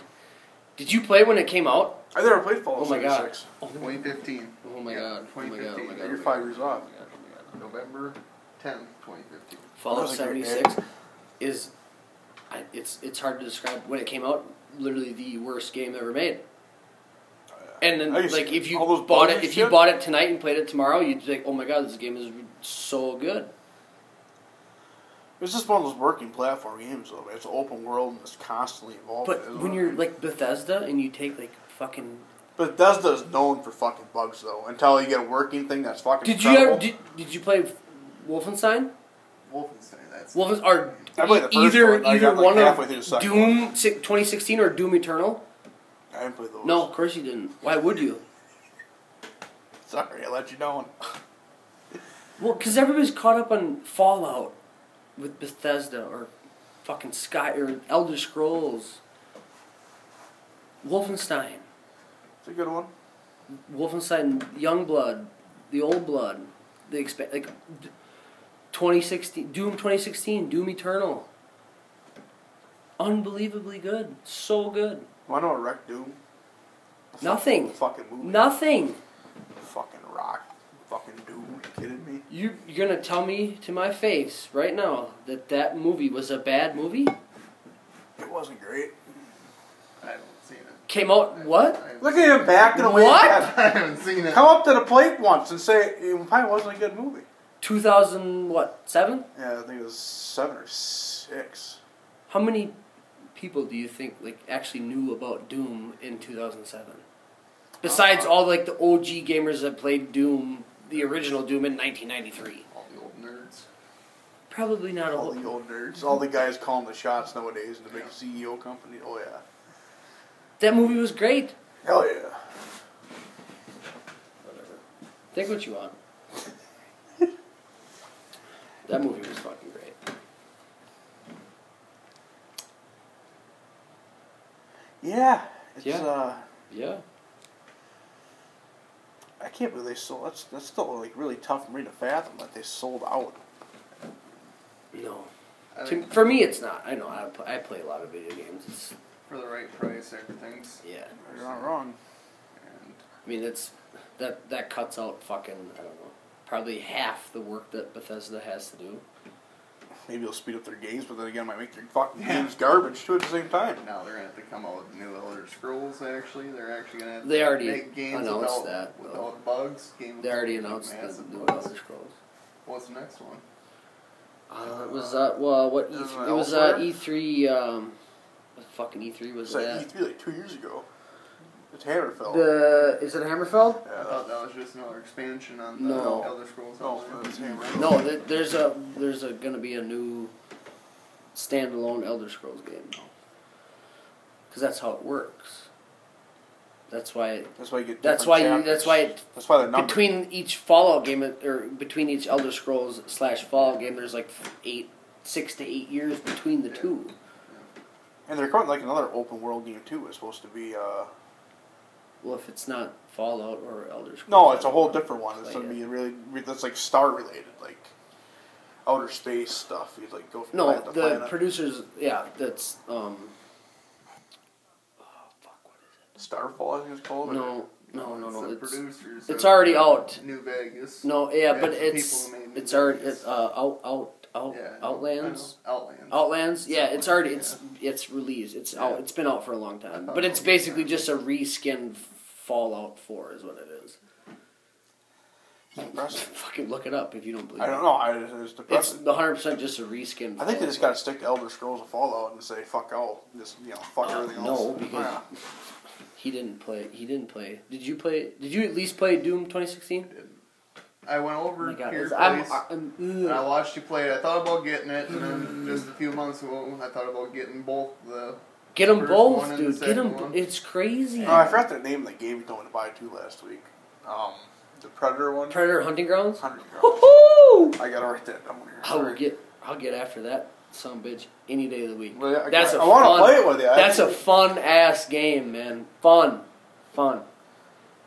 Speaker 2: Did you play it when it came out?
Speaker 1: I never played Fallout
Speaker 2: Oh my god!
Speaker 1: 76.
Speaker 3: Twenty fifteen.
Speaker 2: Oh my god! Oh my god! Oh my god!
Speaker 1: You're five years off.
Speaker 2: Oh my God, oh my God.
Speaker 3: November 10th, 2015.
Speaker 2: Fallout
Speaker 1: That was a great
Speaker 2: seventy six is I, it's it's hard to describe when it came out. Literally the worst game ever made. And then
Speaker 1: Oh, I used to-
Speaker 2: like if you
Speaker 1: all those
Speaker 2: bought
Speaker 1: bugs
Speaker 2: it
Speaker 1: and
Speaker 2: if you
Speaker 1: shit?
Speaker 2: bought it tonight and played it tomorrow, you'd be like, oh my god, this game is so good.
Speaker 1: It's just one of those working platform games, though. man. It's an open world and it's constantly evolving.
Speaker 2: But when you're like Bethesda and you take like fucking
Speaker 1: Bethesda's known for fucking bugs though. Until you get a working thing that's fucking.
Speaker 2: Did you
Speaker 1: incredible.
Speaker 2: ever, did, did you play Wolfenstein?
Speaker 3: Wolfenstein. That's
Speaker 2: Wolfenstein or
Speaker 1: I played the
Speaker 2: e-
Speaker 1: first
Speaker 2: either
Speaker 1: one. I
Speaker 2: either
Speaker 1: got, like,
Speaker 2: one
Speaker 1: halfway through the
Speaker 2: of
Speaker 1: second
Speaker 2: Doom si- 2016 or Doom Eternal?
Speaker 1: I didn't play those.
Speaker 2: No, of course you didn't. Why would you?
Speaker 1: Sorry, I let you down.
Speaker 2: Well, because everybody's caught up on Fallout with Bethesda or fucking Sky or Elder Scrolls. Wolfenstein,
Speaker 1: It's a good one.
Speaker 2: Wolfenstein Youngblood, the Old Blood, the exp- like d- 2016 Doom 2016, Doom Eternal. Unbelievably good, so good.
Speaker 1: Why don't I wreck Doom?
Speaker 2: Nothing.
Speaker 1: Fucking movie.
Speaker 2: Nothing.
Speaker 1: Fucking rock. Fucking Doom. Are you kidding me?
Speaker 2: You, you're gonna tell me to my face right now that that movie was a bad movie?
Speaker 1: It wasn't great.
Speaker 3: I haven't seen it.
Speaker 2: Came out what?
Speaker 3: I haven't
Speaker 1: Look
Speaker 3: seen
Speaker 1: at him backing away. again.
Speaker 2: What?
Speaker 3: I haven't seen it.
Speaker 1: Come up to the plate once and say it probably wasn't a good movie.
Speaker 2: 2000 what seven
Speaker 1: Yeah, I think it was seven or six.
Speaker 2: how many people do you think like actually knew about doom in 2007 besides all like the og gamers that played doom the original doom in 1993
Speaker 3: All the old nerds.
Speaker 2: probably not a
Speaker 1: All
Speaker 2: whole
Speaker 1: the old nerds, all the guys calling the shots nowadays in the big CEO company. Oh yeah,
Speaker 2: that movie was great
Speaker 1: hell yeah.
Speaker 2: whatever think what you want that movie was fucking great
Speaker 1: Yeah, it's
Speaker 2: Yeah.
Speaker 1: uh,
Speaker 2: yeah
Speaker 1: I can't believe they sold. That's that's still like really tough for me to fathom that they sold out.
Speaker 2: no
Speaker 3: I
Speaker 2: to,
Speaker 3: think
Speaker 2: for me it's not i know I play, I play a lot of video games it's,
Speaker 3: for the right price, everything's.
Speaker 2: yeah
Speaker 1: You're not wrong.
Speaker 3: And
Speaker 2: I mean, that's that that cuts out fucking I don't know, probably half the work that Bethesda has to do.
Speaker 1: Maybe they'll speed up their games, but then again, it might make their fucking games garbage too at the same time.
Speaker 3: now they're gonna have to come out with new Elder Scrolls. Actually, they're actually gonna. Have to
Speaker 2: They already
Speaker 3: make games
Speaker 2: announced
Speaker 3: without,
Speaker 2: that, though.
Speaker 3: without bugs. Games
Speaker 2: They already
Speaker 3: without
Speaker 2: announced the
Speaker 3: massive
Speaker 2: new
Speaker 3: bugs.
Speaker 2: Elder Scrolls.
Speaker 3: What's the next one?
Speaker 2: Uh, it was uh well what E
Speaker 1: Isn't it
Speaker 2: three it was uh
Speaker 1: elsewhere?
Speaker 2: E three um, what fucking E three was
Speaker 1: It's like
Speaker 2: that?
Speaker 1: E3 like two years ago. It's Hammerfell.
Speaker 2: The is it Hammerfell?
Speaker 1: yeah,
Speaker 3: I thought that was just another expansion on the
Speaker 2: No.
Speaker 3: Elder Scrolls.
Speaker 1: No,
Speaker 3: out there.
Speaker 1: it's Hammerfell.
Speaker 2: No, there, there's a there's a gonna be a new standalone Elder Scrolls game. Because that's how it works. That's why.
Speaker 1: that's why you get.
Speaker 2: That's
Speaker 1: different
Speaker 2: why. You,
Speaker 1: chapters.
Speaker 2: that's why it
Speaker 1: That's why they're numbered.
Speaker 2: between each Fallout game or between each Elder Scrolls slash Fallout game, there's like eight, six to eight years between the two.
Speaker 1: and they're coming like another open world game too. It's supposed to be. uh
Speaker 2: Well, if it's not Fallout or Elder Scrolls,
Speaker 1: No, it's a whole different one. It's
Speaker 2: Like
Speaker 1: gonna
Speaker 2: it.
Speaker 1: be really that's like star related, like outer space stuff. You'd like go from
Speaker 2: No,
Speaker 1: planet to
Speaker 2: the
Speaker 1: planet.
Speaker 2: producers, yeah, that's um. oh, fuck, what
Speaker 1: Starfall, I think it's called.
Speaker 2: is it?
Speaker 1: or-
Speaker 2: No, no, no,
Speaker 3: It's
Speaker 2: no.
Speaker 3: the
Speaker 2: It's,
Speaker 3: producers.
Speaker 2: it's
Speaker 3: of uh,
Speaker 2: already out.
Speaker 3: New Vegas.
Speaker 2: no, yeah,
Speaker 3: Yeah,
Speaker 2: but
Speaker 3: it's the
Speaker 2: it's
Speaker 3: people who made
Speaker 2: it's
Speaker 3: the
Speaker 2: already
Speaker 3: movies.
Speaker 2: it's, uh, out out out
Speaker 3: Yeah,
Speaker 2: Outlands.
Speaker 3: I know. Outlands.
Speaker 2: Outlands, yeah,
Speaker 3: Something,
Speaker 2: it's already it's it's released. It's out. It's been out for a long time, but it's basically just a reskinned Fallout Four, is what it is.
Speaker 1: It's depressing.
Speaker 2: Fucking look it up if you don't believe.
Speaker 1: I don't
Speaker 2: It.
Speaker 1: know. I, it's
Speaker 2: It's
Speaker 1: depressing.
Speaker 2: one hundred percent just a reskin.
Speaker 1: I think they just got to stick to Elder Scrolls and Fallout and say fuck all, just you know fuck
Speaker 2: Uh,
Speaker 1: everything
Speaker 2: no,
Speaker 1: else.
Speaker 2: because- He didn't play. He didn't play. Did you play? Did you at least play Doom twenty sixteen?
Speaker 3: I went
Speaker 2: Oh
Speaker 3: over
Speaker 2: my god,
Speaker 3: to your
Speaker 2: it's- I'm,
Speaker 3: place.
Speaker 2: I'm,
Speaker 3: and I
Speaker 2: ugh.
Speaker 3: watched you play it. I thought about getting it, and then just a few months ago, I thought about getting both the.
Speaker 2: Get them
Speaker 3: First one
Speaker 2: both,
Speaker 3: and the
Speaker 2: dude. Get
Speaker 3: second
Speaker 2: them.
Speaker 3: one.
Speaker 2: It's crazy.
Speaker 1: yeah. uh, I forgot the name of the game you told me to buy too last week. Um, the Predator one.
Speaker 2: Predator hunting grounds.
Speaker 1: Hundred Yards.
Speaker 2: Woohoo!
Speaker 1: I gotta write that down here.
Speaker 2: I will
Speaker 1: Sorry.
Speaker 2: get. I'll get after that some bitch any day of the week.
Speaker 1: Well, yeah, I
Speaker 2: that's
Speaker 1: got-
Speaker 2: a
Speaker 1: I wanna
Speaker 2: fun,
Speaker 1: play it with you,
Speaker 2: That's a
Speaker 1: actually.
Speaker 2: fun ass game, man. Fun, fun.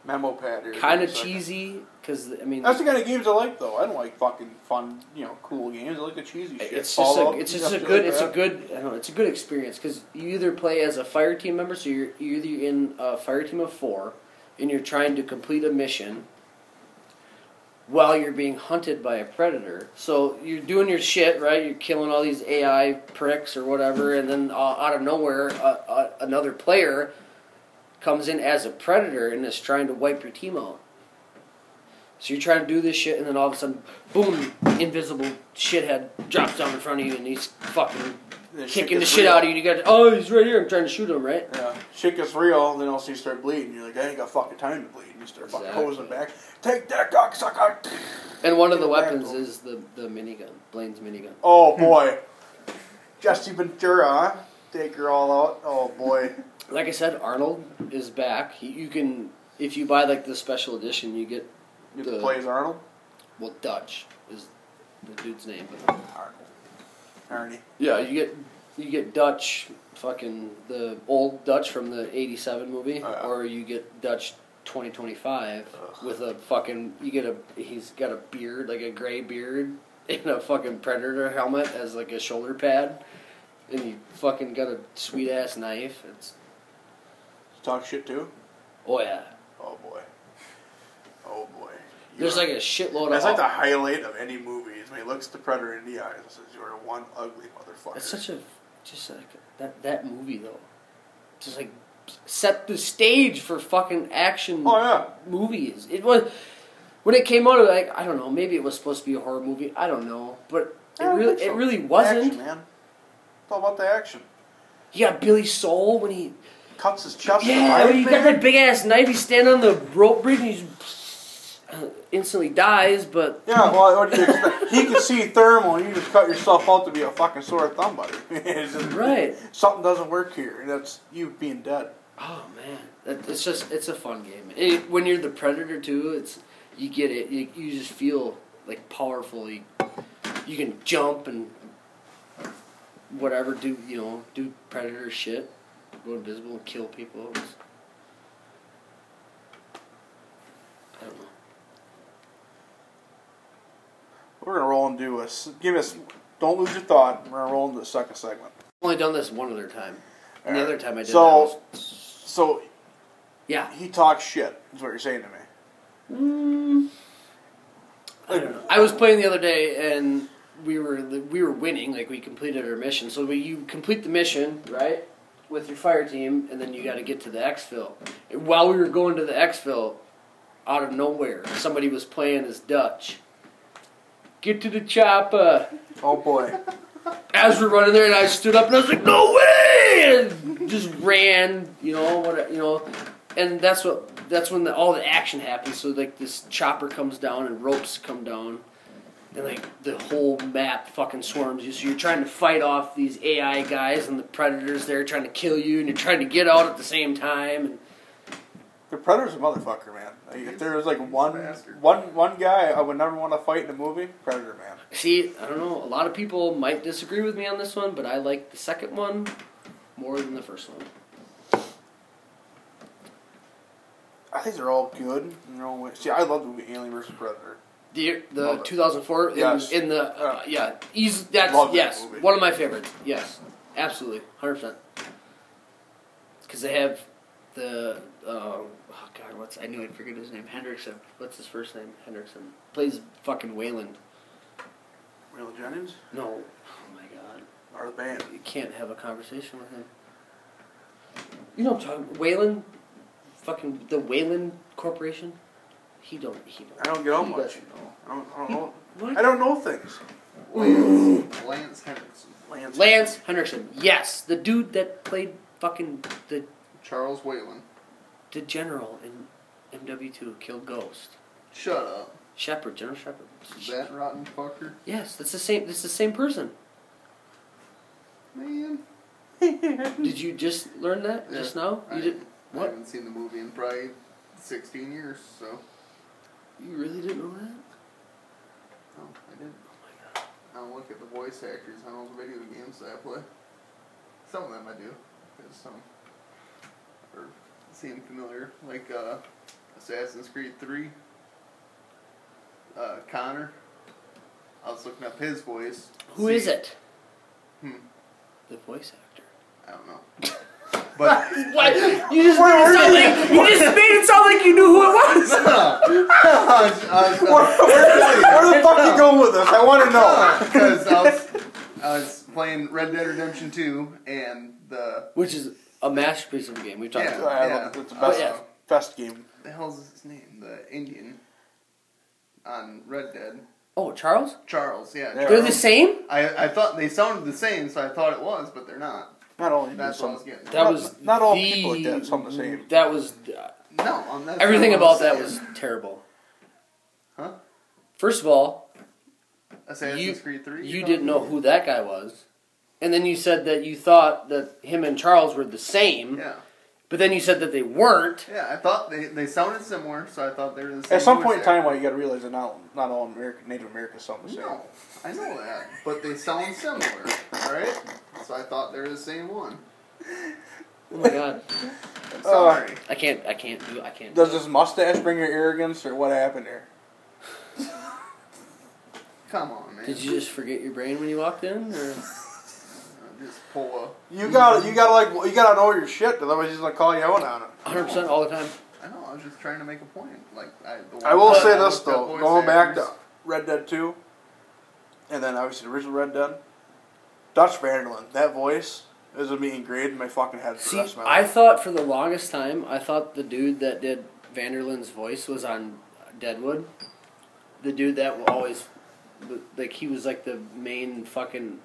Speaker 1: memo pad here.
Speaker 2: Kind of
Speaker 1: Give me a second.
Speaker 2: cheesy because I mean,
Speaker 1: That's the kind of games I like though. I don't like fucking fun, you know, cool games. I like the cheesy shit.
Speaker 2: it's just
Speaker 1: Fallout,
Speaker 2: a, it's
Speaker 1: stuff
Speaker 2: just a
Speaker 1: like
Speaker 2: good, it's a
Speaker 1: that.
Speaker 2: good, I don't know, it's a good experience because you either play as a fire team member, so you're, you're either in a fire team of four, and you're trying to complete a mission. While you're being hunted by a predator, so you're doing your shit right. You're killing all these AI pricks or whatever, and then uh, out of nowhere, uh, uh, another player comes in as a predator and is trying to wipe your team out. So you're trying to do this shit, and then all of a sudden, boom! Invisible shithead drops down in front of you, and he's fucking kicking the shit out of you. You got oh, he's right here. I'm trying to shoot him, right?
Speaker 1: Yeah, shit gets real, then also you start bleeding. You're like, I ain't got fucking time to bleed. And you start fucking
Speaker 5: Exactly.
Speaker 1: posing back. Take that cocksucker!
Speaker 2: And one of the
Speaker 1: Yeah,
Speaker 2: weapons
Speaker 1: radical.
Speaker 2: is the the minigun, Blaine's minigun.
Speaker 1: Oh boy, Jesse Ventura, huh? Take her all out. Oh boy,
Speaker 2: Like I said, Arnold is back. He, you can if you buy like the special edition, you get
Speaker 1: you
Speaker 2: The-
Speaker 1: plays Arnold.
Speaker 2: well Dutch is the dude's name, but
Speaker 1: Arnold. Arnie.
Speaker 2: yeah, you get you get Dutch fucking the old Dutch from the '87 movie,
Speaker 1: Oh, yeah.
Speaker 2: or you get Dutch. 2025 with a fucking you get a he's got a beard like a gray beard and a fucking predator helmet as like a shoulder pad and you fucking got a sweet ass knife it's
Speaker 1: Talk shit too.
Speaker 2: oh yeah
Speaker 1: Oh boy. Oh boy. You
Speaker 2: There's
Speaker 1: are-
Speaker 2: like a shitload
Speaker 1: That's
Speaker 2: of.
Speaker 1: like the highlight of any movie is when he looks the predator in the eyes and says, "You're one ugly motherfucker."
Speaker 2: That's such a just like that that movie though, just like set the stage for fucking action
Speaker 1: oh yeah.
Speaker 2: movies. It was when it came out. it was Like I don't know, maybe it was supposed to be a horror movie. I don't know, but it
Speaker 1: I don't
Speaker 2: really
Speaker 1: think so.
Speaker 2: it really wasn't.
Speaker 1: Action, man. It's all about the action.
Speaker 2: You got Billy Soul when he
Speaker 1: Cuts his chest.
Speaker 2: yeah
Speaker 1: with a
Speaker 2: when you
Speaker 1: knife,
Speaker 2: got
Speaker 1: man.
Speaker 2: that big ass knife. He's standing on the rope bridge and he uh, instantly dies. But
Speaker 1: Yeah, well, what do you expect? he can see thermal, and you just cut yourself out to be a fucking sore thumb, buddy. It's just-
Speaker 2: right.
Speaker 1: Something doesn't work here, and that's you being dead.
Speaker 2: Oh man, That- it's just it's a fun game. It, when you're the predator too, it's you get it. You, you just feel like powerful. You, you can jump and whatever do you know do predator shit, go invisible and kill people. It's- I don't know.
Speaker 1: We're gonna roll and do a s- give us. Don't lose your thought. We're gonna roll into the second segment.
Speaker 2: I've only done this one other time. And the other time I did
Speaker 1: So-
Speaker 2: that was-
Speaker 1: So
Speaker 2: yeah.
Speaker 1: he talks shit. Is what you're saying to me?
Speaker 2: I don't know. I was playing the other day and we were we were winning. Like we completed our mission. So we, you complete the mission right with your fire team, and then you got to get to the exfil. And while we were going to the exfil, out of nowhere, somebody was playing as Dutch. Get to the chopper.
Speaker 1: Oh boy.
Speaker 2: As we're running there, and I stood up and I was like, "No way!" and just ran, you know what, you know, and that's what that's when the, all the action happens. So like this chopper comes down and ropes come down, and like the whole map fucking swarms you. So you're trying to fight off these AI guys and the predators there trying to kill you, and you're trying to get out at the same time. And
Speaker 1: The Predator's a motherfucker, man. Like, if there was like one,
Speaker 3: Bastard.
Speaker 1: one, one guy I would never want to fight in a movie, Predator, man.
Speaker 2: see, I don't know. A lot of people might disagree with me on this one, but I like the second one more than the first one.
Speaker 1: I think they're all good in their own way. See, I love the movie Alien vs. Predator.
Speaker 2: The, the
Speaker 1: Love it.
Speaker 2: 2004 in,
Speaker 1: Yes.
Speaker 2: in the uh, yeah easy that's
Speaker 1: Love that
Speaker 2: yes
Speaker 1: movie.
Speaker 2: one of my favorites yes absolutely 100 percent because they have the um, oh god what's I knew I'd forget his name Hendrickson what's his first name Hendrickson plays fucking Wayland
Speaker 1: Will Jennings
Speaker 2: no oh my god
Speaker 1: or the band?
Speaker 2: you can't have a conversation with him you know what I'm talking Wayland fucking the Wayland Corporation he don't he don't
Speaker 1: I don't get on
Speaker 2: he
Speaker 1: much.
Speaker 2: doesn't know.
Speaker 1: I don't, I don't know.
Speaker 2: What?
Speaker 1: I don't know things.
Speaker 3: Lance, Lance Henriksen.
Speaker 1: Lance.
Speaker 2: Lance Henriksen. Yes, the dude that played fucking the
Speaker 3: Charles Whalen.
Speaker 2: the general in MW2 killed Ghost.
Speaker 3: Shut up.
Speaker 2: Shepard, General Shepard.
Speaker 3: That rotten fucker.
Speaker 2: Yes, that's the same. That's the same person.
Speaker 3: Man.
Speaker 2: Did you just learn that
Speaker 3: Yeah.
Speaker 2: just now?
Speaker 3: I-
Speaker 2: You did.
Speaker 3: I
Speaker 2: What?
Speaker 3: haven't seen the movie in probably 16 years, so.
Speaker 2: You really didn't know that?
Speaker 3: No, oh, I didn't.
Speaker 2: Oh
Speaker 3: I don't look at the voice actors on all the video games that I play. Some of them I do, because some are seem familiar, like uh, Assassin's Creed 3. Uh, Connor. I was looking up his voice.
Speaker 2: Who is
Speaker 3: See-
Speaker 2: it?
Speaker 3: Hmm,
Speaker 2: The voice actor.
Speaker 3: I don't know. But
Speaker 2: What? You just,
Speaker 1: Where
Speaker 2: made it
Speaker 1: were
Speaker 2: sound
Speaker 1: you?
Speaker 2: like, you just made it sound like you knew who it was.
Speaker 3: I was- I was-
Speaker 1: Where, where, where the fuck you going with this? I want to know.
Speaker 3: Because I was, I was playing Red Dead Redemption 2, and the.
Speaker 2: Which is a masterpiece of a game. We've talked
Speaker 3: Yeah.
Speaker 2: about.
Speaker 1: I love it. It's the
Speaker 2: Oh,
Speaker 1: best,
Speaker 2: yeah.
Speaker 1: best game.
Speaker 3: The hell's his name? The Indian. on Red Dead.
Speaker 2: Oh, Charles?
Speaker 3: Charles, yeah.
Speaker 1: They're
Speaker 2: They're
Speaker 3: Charles.
Speaker 2: the same?
Speaker 3: I, I thought they sounded the same, so I thought it was, but they're not.
Speaker 1: Not only
Speaker 3: That's what I was
Speaker 1: some,
Speaker 3: getting. at.
Speaker 6: That
Speaker 1: Not-
Speaker 6: was
Speaker 1: not all
Speaker 6: the-
Speaker 1: people are dead, some the same.
Speaker 6: That was uh,
Speaker 3: no, um, that's
Speaker 2: Everything
Speaker 3: not what I
Speaker 2: about that
Speaker 3: saying.
Speaker 2: was terrible.
Speaker 3: Huh?
Speaker 2: First of all,
Speaker 3: Assassin's
Speaker 2: You-
Speaker 3: Creed Three.
Speaker 2: you
Speaker 3: thought?
Speaker 2: didn't know who that guy was. And then you said that you thought that him and Charles were the same,
Speaker 3: Yeah,
Speaker 2: but then you said that they weren't.
Speaker 3: yeah. I thought they, they sounded similar, so I thought they were the same.
Speaker 1: At some
Speaker 3: voice
Speaker 1: point in time,
Speaker 3: actor.
Speaker 1: well, you got to realize that not not all American Native Americans sound the same.
Speaker 3: No, I know that, but they sound similar, all right? So I thought they were the same one.
Speaker 2: Oh my god.
Speaker 1: Uh,
Speaker 3: I'm sorry.
Speaker 2: I can't I can't do I can't do
Speaker 1: Does
Speaker 2: it.
Speaker 1: this mustache bring your arrogance, or what happened there?
Speaker 3: Come on, man.
Speaker 2: Did you just forget your brain when you walked in? Or?
Speaker 3: Just pull
Speaker 1: You got to you got to like you got to know your shit, otherwise he's gonna call you out on it.
Speaker 2: 100% all the time.
Speaker 3: a. I know. I was just trying to make a point. Like I. The one
Speaker 1: I will
Speaker 3: time
Speaker 1: say
Speaker 3: I
Speaker 1: this
Speaker 3: looked up
Speaker 1: though,
Speaker 3: voice
Speaker 1: going back to
Speaker 3: actors-
Speaker 1: Red Dead Two, and then obviously the original Red Dead, Dutch Vanderland, that voice is gonna be engraved in my fucking head for the
Speaker 2: See,
Speaker 1: rest of my
Speaker 2: I
Speaker 1: life.
Speaker 2: thought for the longest time, I thought the dude that did Vanderland's voice was on Deadwood. The dude that will always, like, he was like the main fucking,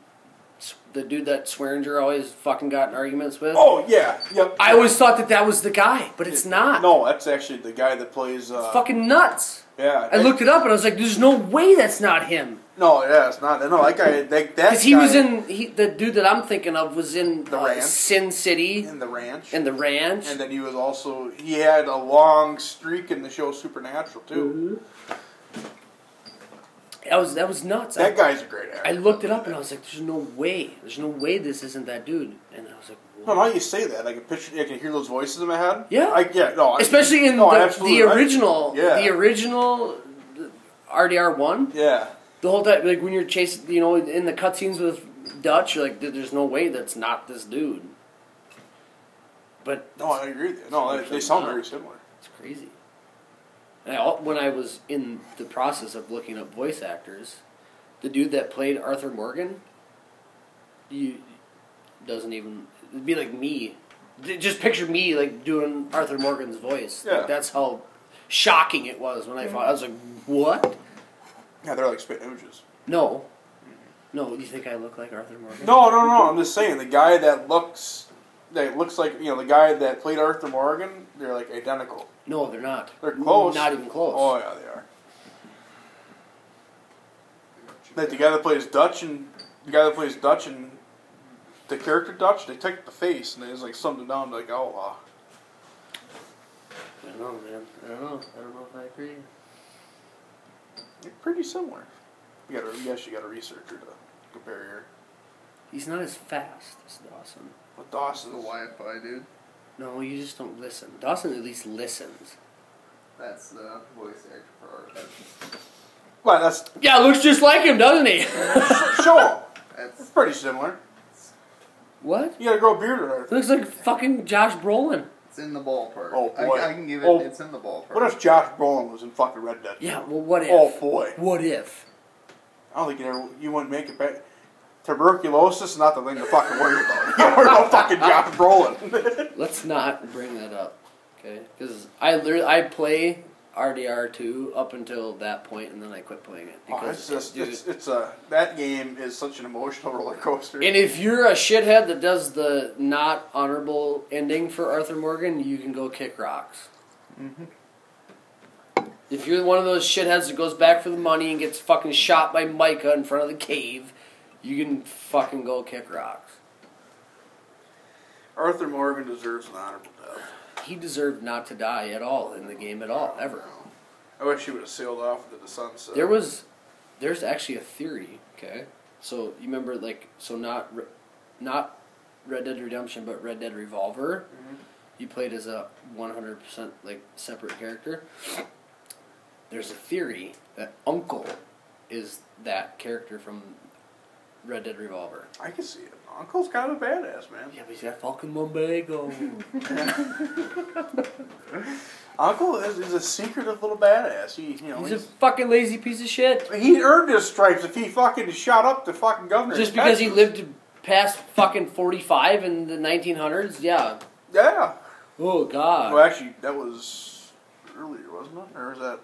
Speaker 2: the dude that Swearinger always fucking got in arguments with.
Speaker 1: oh yeah, yep.
Speaker 2: I always thought that that was the guy, but it's not.
Speaker 1: No, that's actually the guy that plays. Uh,
Speaker 2: Fucking nuts.
Speaker 1: yeah,
Speaker 2: I looked it up and I was like, there's no way that's not him.
Speaker 1: No, yeah, it's not. No, that guy. That, that
Speaker 2: Because he
Speaker 1: guy
Speaker 2: was in, he, the dude that I'm thinking of was in
Speaker 1: The
Speaker 2: uh,
Speaker 1: Ranch.
Speaker 2: Sin City
Speaker 1: in the ranch,
Speaker 2: and The Ranch.
Speaker 1: And then he was also he had a long streak in the show Supernatural too.
Speaker 2: Mm-hmm. that, was, that was nuts. I-
Speaker 1: That guy's a great actor.
Speaker 2: I looked it up and I was like, "There's no way. There's no way this isn't that dude." And I was like,
Speaker 1: No,
Speaker 2: "Whoa."
Speaker 1: now you say that, I can picture, I can hear those voices in my head.
Speaker 2: Yeah.
Speaker 1: I, yeah, no, I-
Speaker 2: especially in
Speaker 1: no,
Speaker 2: the,
Speaker 1: absolutely
Speaker 2: the
Speaker 1: right.
Speaker 2: original,
Speaker 1: Yeah.
Speaker 2: the original RDR one.
Speaker 1: Yeah,
Speaker 2: The whole time, like when you're chasing, you know, in the cutscenes with Dutch, you're like, "There- "There's no way that's not this dude." But
Speaker 1: no, I agree with you. No, they, they sound very similar.
Speaker 2: it's crazy. And I, al- when I was in the process of looking up voice actors, the dude that played Arthur Morgan, you doesn't even it'd be like me. D- Just picture me like doing Arthur Morgan's voice. Like,
Speaker 1: Yeah.
Speaker 2: that's how shocking it was when I found. I was like, "What?
Speaker 1: Yeah, they're like spit images.
Speaker 2: No, no. You think I look like Arthur Morgan?
Speaker 1: No, no, no. I'm just saying the guy that looks that looks like you know the guy that played Arthur Morgan. They're like identical.
Speaker 2: no, they're not.
Speaker 1: They're close.
Speaker 2: Not even close.
Speaker 1: Oh yeah, they are. Like the guy that plays Dutch and the guy that plays Dutch and the character Dutch, they take the face and it's like something down to like outlaw.
Speaker 2: I don't know, man. I don't know. I don't know if I agree.
Speaker 1: They're pretty similar. You gotta, you actually got a researcher to compare here.
Speaker 2: He's not as fast as Dawson.
Speaker 1: But
Speaker 3: The
Speaker 1: Dawson's
Speaker 3: Wi-Fi, dude.
Speaker 2: No, you just don't listen. Dawson at least listens.
Speaker 3: That's the voice actor for our.
Speaker 1: well, that's
Speaker 2: Yeah, looks just like him, doesn't he?
Speaker 1: show 'em. It's
Speaker 3: That's
Speaker 1: pretty similar.
Speaker 2: what?
Speaker 1: You gotta grow a beard or
Speaker 2: He looks like fucking Josh Brolin.
Speaker 3: it's in the ballpark.
Speaker 1: Oh, boy.
Speaker 3: I, I can give it.
Speaker 1: Oh.
Speaker 3: It's in the ballpark.
Speaker 1: What if Josh Brolin was in fucking Red Dead?
Speaker 2: Yeah, well, what if?
Speaker 1: Oh boy,
Speaker 2: What if?
Speaker 1: I don't think you ever, you wouldn't make it back. Tuberculosis is not the thing to fucking worry about. You worry about fucking Josh Brolin.
Speaker 2: Let's not bring that up, okay? Because I lir- I play RDR two up until that point, and then I quit playing it
Speaker 1: Oh,
Speaker 2: because
Speaker 1: it's just
Speaker 2: dude,
Speaker 1: it's, it's a that game is such an emotional roller coaster.
Speaker 2: And if you're a shithead that does the not honorable ending for Arthur Morgan, you can go kick rocks. If you're one of those shitheads that goes back for the money and gets fucking shot by Micah in front of the cave, you can fucking go kick rocks.
Speaker 1: Arthur Morgan deserves an honorable death.
Speaker 2: He deserved not to die at all in the game at all, ever.
Speaker 1: I wish he would have sailed off into the sunset.
Speaker 2: There was, there's actually a theory. Okay, so you remember like so not, Re- not Red Dead Redemption, but Red Dead Revolver. You played as a one hundred percent like separate character. There's a theory that Uncle is that character from Red Dead Revolver.
Speaker 1: I can see it. Uncle's kind of a badass man.
Speaker 2: Yeah, but he's got fucking lumbago.
Speaker 1: Uncle is, is a secretive little badass. He you know
Speaker 2: he's
Speaker 1: he's
Speaker 2: a fucking lazy piece of shit.
Speaker 1: he earned his stripes if he fucking shot up the fucking governor.
Speaker 2: Just because he lived past fucking forty five in the nineteen hundreds, yeah.
Speaker 1: Yeah.
Speaker 2: Oh god.
Speaker 1: Well, actually, that was earlier, wasn't it? Or was that?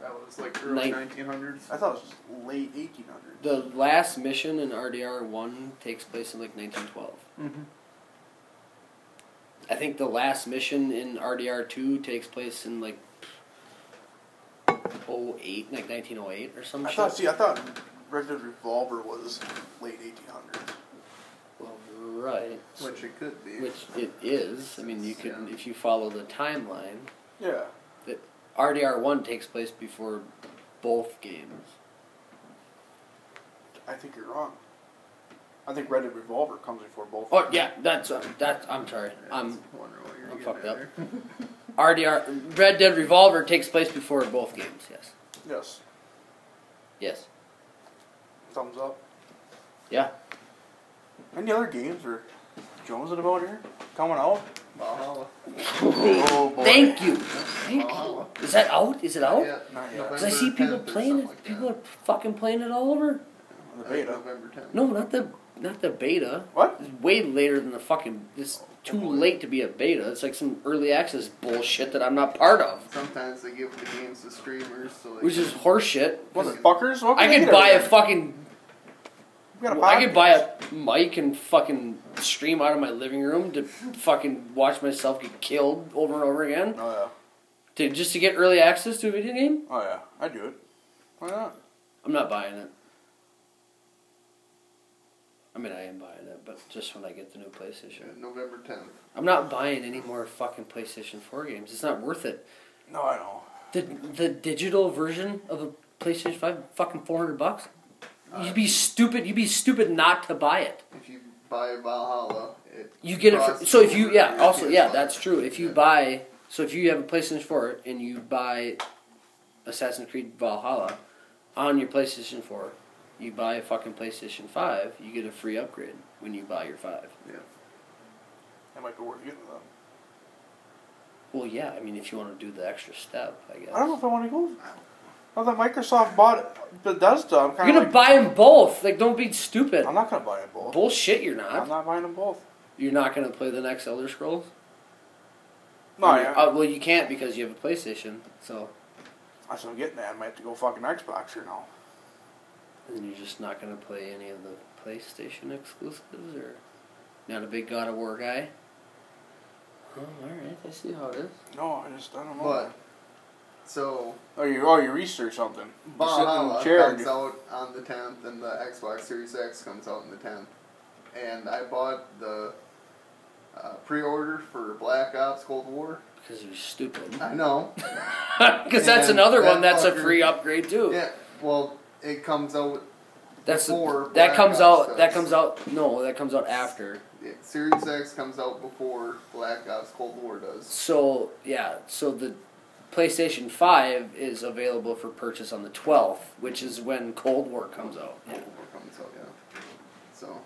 Speaker 3: That was like early
Speaker 2: Night-
Speaker 3: 1900s.
Speaker 1: I thought it was late 1800s.
Speaker 2: The last mission in RDR one takes place in like 1912.
Speaker 3: Mm-hmm.
Speaker 2: I think the last mission in RDR two takes place in like 08, like 1908 or some
Speaker 1: I
Speaker 2: shit.
Speaker 1: thought. See, I thought Red Dead Revolver was late 1800s.
Speaker 2: well, right.
Speaker 3: Which it could be.
Speaker 2: Which it is. I mean, you can
Speaker 3: Yeah.
Speaker 2: if you follow the timeline.
Speaker 1: Yeah.
Speaker 2: RDR one takes place before both games.
Speaker 1: I think you're wrong. I think Red Dead Revolver comes before both.
Speaker 2: Oh yeah, that's uh, that's. I'm sorry. Um,
Speaker 3: wondering what you're
Speaker 2: I'm
Speaker 3: getting
Speaker 2: fucked
Speaker 3: at
Speaker 2: up.
Speaker 3: there.
Speaker 2: RDR Red Dead Revolver takes place before both games. Yes.
Speaker 1: Yes.
Speaker 2: Yes.
Speaker 1: Thumbs up.
Speaker 2: Yeah.
Speaker 1: Any other games or Jones it about here coming out?
Speaker 3: Valhalla.
Speaker 1: Oh boy.
Speaker 2: Thank you. Thank you.
Speaker 3: Valhalla.
Speaker 2: Is that out? Is it out?
Speaker 3: Yeah,
Speaker 1: Not yet.
Speaker 3: November
Speaker 2: Cause Oh, I see
Speaker 3: 10th
Speaker 2: people
Speaker 3: or
Speaker 2: playing
Speaker 3: something
Speaker 2: it.
Speaker 3: like
Speaker 2: people
Speaker 3: that.
Speaker 2: are fucking playing it all over.
Speaker 1: The
Speaker 3: I think
Speaker 1: beta.
Speaker 3: November 10th.
Speaker 2: No, not the not the beta.
Speaker 1: What?
Speaker 2: It's way later than the fucking. It's
Speaker 1: Oh,
Speaker 2: too late to be a beta. It's like some early access bullshit that I'm not part of,
Speaker 3: Sometimes they give the games to streamers, so like,
Speaker 2: which is horseshit.
Speaker 1: Motherfuckers. What
Speaker 2: I could
Speaker 1: beta?
Speaker 2: buy a fucking
Speaker 1: We got a
Speaker 2: I could
Speaker 1: podcast.
Speaker 2: buy a mic and fucking stream out of my living room to fucking watch myself get killed over and over again
Speaker 1: Oh yeah.
Speaker 2: to just to get early access to a video game.
Speaker 1: Oh yeah. I do it. Why not?
Speaker 2: I'm not buying it. I mean, I am buying it, but just when I get the new
Speaker 3: Yeah,
Speaker 2: PlayStation,
Speaker 3: uh, November 10th.
Speaker 2: I'm not buying any more fucking PlayStation Four games. It's not worth it.
Speaker 1: No, I know.
Speaker 2: The the digital version of a PlayStation Five, fucking four hundred bucks. You'd be stupid. You'd be stupid not to buy it.
Speaker 3: If you buy Valhalla, it
Speaker 2: You get it. For,
Speaker 3: costs
Speaker 2: so if you,
Speaker 3: more
Speaker 2: yeah,
Speaker 3: than
Speaker 2: also,
Speaker 3: your
Speaker 2: yeah,
Speaker 3: PS5.
Speaker 2: that's true. If you
Speaker 3: Yeah.
Speaker 2: buy, so if you have a PlayStation 4 and you buy Assassin's Creed Valhalla on your PlayStation 4, you buy a fucking PlayStation 5, you get a free upgrade when you buy your 5.
Speaker 1: That might be worth getting though.
Speaker 2: Well, yeah, I mean, if you want to do the extra step, I guess.
Speaker 1: I don't know if I want to go. Now that Microsoft bought Bethesda, I'm
Speaker 2: You're
Speaker 1: kind
Speaker 2: gonna
Speaker 1: of like,
Speaker 2: buy them both. Like, don't be stupid.
Speaker 1: I'm not gonna buy them both.
Speaker 2: Bullshit, you're
Speaker 1: I'm
Speaker 2: not.
Speaker 1: not buying them both.
Speaker 2: You're not gonna play the next Elder Scrolls.
Speaker 1: No, I,
Speaker 2: Uh, well, you can't because you have a PlayStation. So
Speaker 1: I said I'm getting that. I might have to go fucking Xbox here now.
Speaker 2: And you're just not gonna play any of the PlayStation exclusives, or not a big God of War guy. Oh, all right, I see how it is.
Speaker 1: No, I just I don't know.
Speaker 3: But so
Speaker 1: Oh, you oh you research something. You sit in the
Speaker 3: Valhalla
Speaker 1: chair. and
Speaker 3: comes
Speaker 1: you-
Speaker 3: out on the 10th, and the Xbox Series X comes out on the 10th. And I bought the uh, pre-order for Black Ops Cold War.
Speaker 2: Because you're stupid.
Speaker 3: I know.
Speaker 2: Because that's
Speaker 3: And
Speaker 2: another
Speaker 3: that
Speaker 2: one. That's a
Speaker 3: fucker-
Speaker 2: free upgrade too.
Speaker 3: Yeah. Well, it comes out.
Speaker 2: that's
Speaker 3: before
Speaker 2: that
Speaker 3: Black
Speaker 2: comes out.
Speaker 3: Ops
Speaker 2: That
Speaker 3: does.
Speaker 2: comes out. No, that comes out after.
Speaker 3: Yeah, Series X comes out before Black Ops Cold War does.
Speaker 2: So yeah, so the PlayStation Five is available for purchase on the twelfth, which is when Cold War comes out.
Speaker 3: Cold War comes out, yeah. So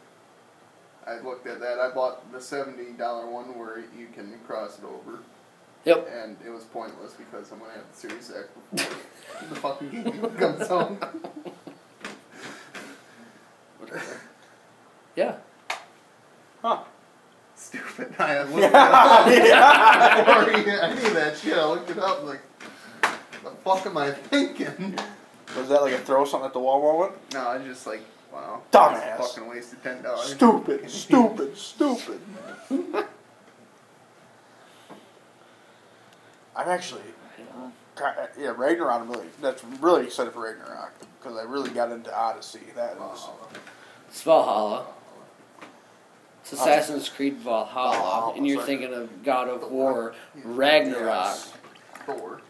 Speaker 3: I looked at that. I bought the seventy dollar one where you can cross it over,
Speaker 2: Yep.
Speaker 3: and it was pointless because I'm gonna have the Series X before the fucking game even comes out.
Speaker 2: Yeah.
Speaker 1: Huh.
Speaker 3: Stupid. I looked it up.
Speaker 1: Yeah, yeah.
Speaker 3: I knew that shit. I looked it up. Like, the fuck am I thinking?
Speaker 1: Was that like a throw something at the wall moment?
Speaker 3: No, I just like, wow.
Speaker 1: Dumbass.
Speaker 3: Fucking wasted ten dollars.
Speaker 1: Stupid, stupid, stupid. I'm actually, ki- yeah, Ragnarok. I'm really, that's I'm really excited for Ragnarok because I really got into Odyssey. That was
Speaker 2: It's Valhalla. It's Assassin's Creed Valhalla,
Speaker 1: Uh, Valhalla,
Speaker 2: and you're
Speaker 1: sorry.
Speaker 2: thinking of God of War, Ragnarok,
Speaker 1: Yes.
Speaker 3: Thor.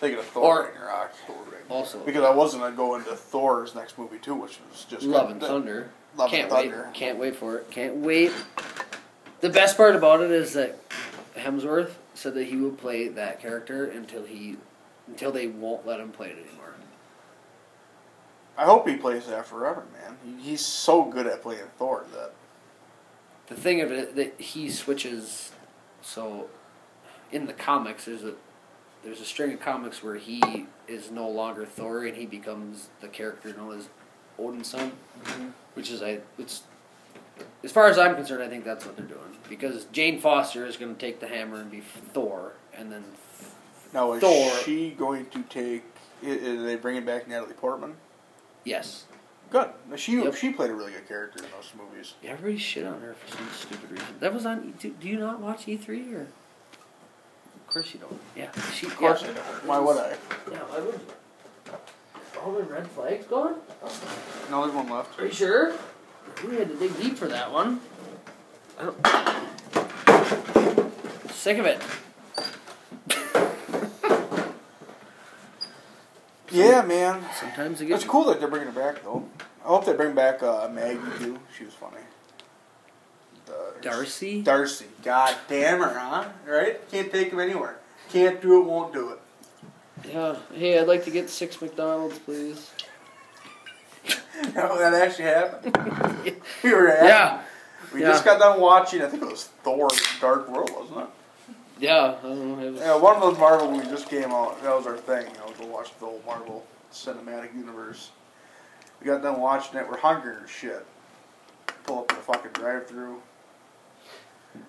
Speaker 1: thinking of Thor
Speaker 2: Or-
Speaker 1: Ragnarok
Speaker 3: Thor Ragnarok.
Speaker 2: also
Speaker 1: because I was gonna go into Thor's next movie too, which was just
Speaker 2: Love and
Speaker 1: the-
Speaker 2: Thunder.
Speaker 1: Love
Speaker 2: can't
Speaker 1: and Thunder.
Speaker 2: wait, can't wait for it. Can't wait. The best part about it is that Hemsworth said that he would play that character until he, until they won't let him play it anymore.
Speaker 1: I hope he plays that forever, man. He- He's so good at playing Thor that
Speaker 2: The thing of it that he switches, so in the comics there's a there's a string of comics where he is no longer Thor and he becomes the character known as Odin's son,
Speaker 1: Mm-hmm.
Speaker 2: which is I it's as far as I'm concerned I think that's what they're doing because Jane Foster is going to take the hammer and be Thor and then
Speaker 1: Now is
Speaker 2: Thor.
Speaker 1: she going to take I- Are they bringing back Natalie Portman?
Speaker 2: Yes.
Speaker 1: Good. She
Speaker 2: Yep.
Speaker 1: she played a really good character in those movies.
Speaker 2: Everybody shit on her for some stupid reason. That was on. E Do, do you not watch E3 or? Of course you don't. Yeah. She,
Speaker 1: Of course,
Speaker 2: yeah.
Speaker 1: I don't. why would I?
Speaker 2: Yeah, why would you? All the red flags gone?
Speaker 1: No, there's one left.
Speaker 2: Are you sure? We had to dig deep for that one. I don't... Sick of it.
Speaker 1: Yeah, man.
Speaker 2: Sometimes it
Speaker 1: It's
Speaker 2: gets
Speaker 1: cool that they're bringing her back though. I hope they bring back uh, Maggie too. She was funny. Dar-
Speaker 2: Darcy.
Speaker 1: Darcy. God damn her, huh? Right? Can't take him anywhere. Can't do it. Won't do it.
Speaker 2: Yeah. Hey, I'd like to get six McDonald's, please.
Speaker 1: No, that actually happened. we were at.
Speaker 2: Yeah.
Speaker 1: We
Speaker 2: yeah.
Speaker 1: just got done watching. I think it was Thor: Dark World, wasn't it?
Speaker 2: Yeah. I don't know. It was...
Speaker 1: Yeah, one of those Marvel movies just came out. That was our thing. You know, to watch the whole Marvel cinematic universe. We got done watching it. We're hungry as shit. Pull up to the fucking drive-through.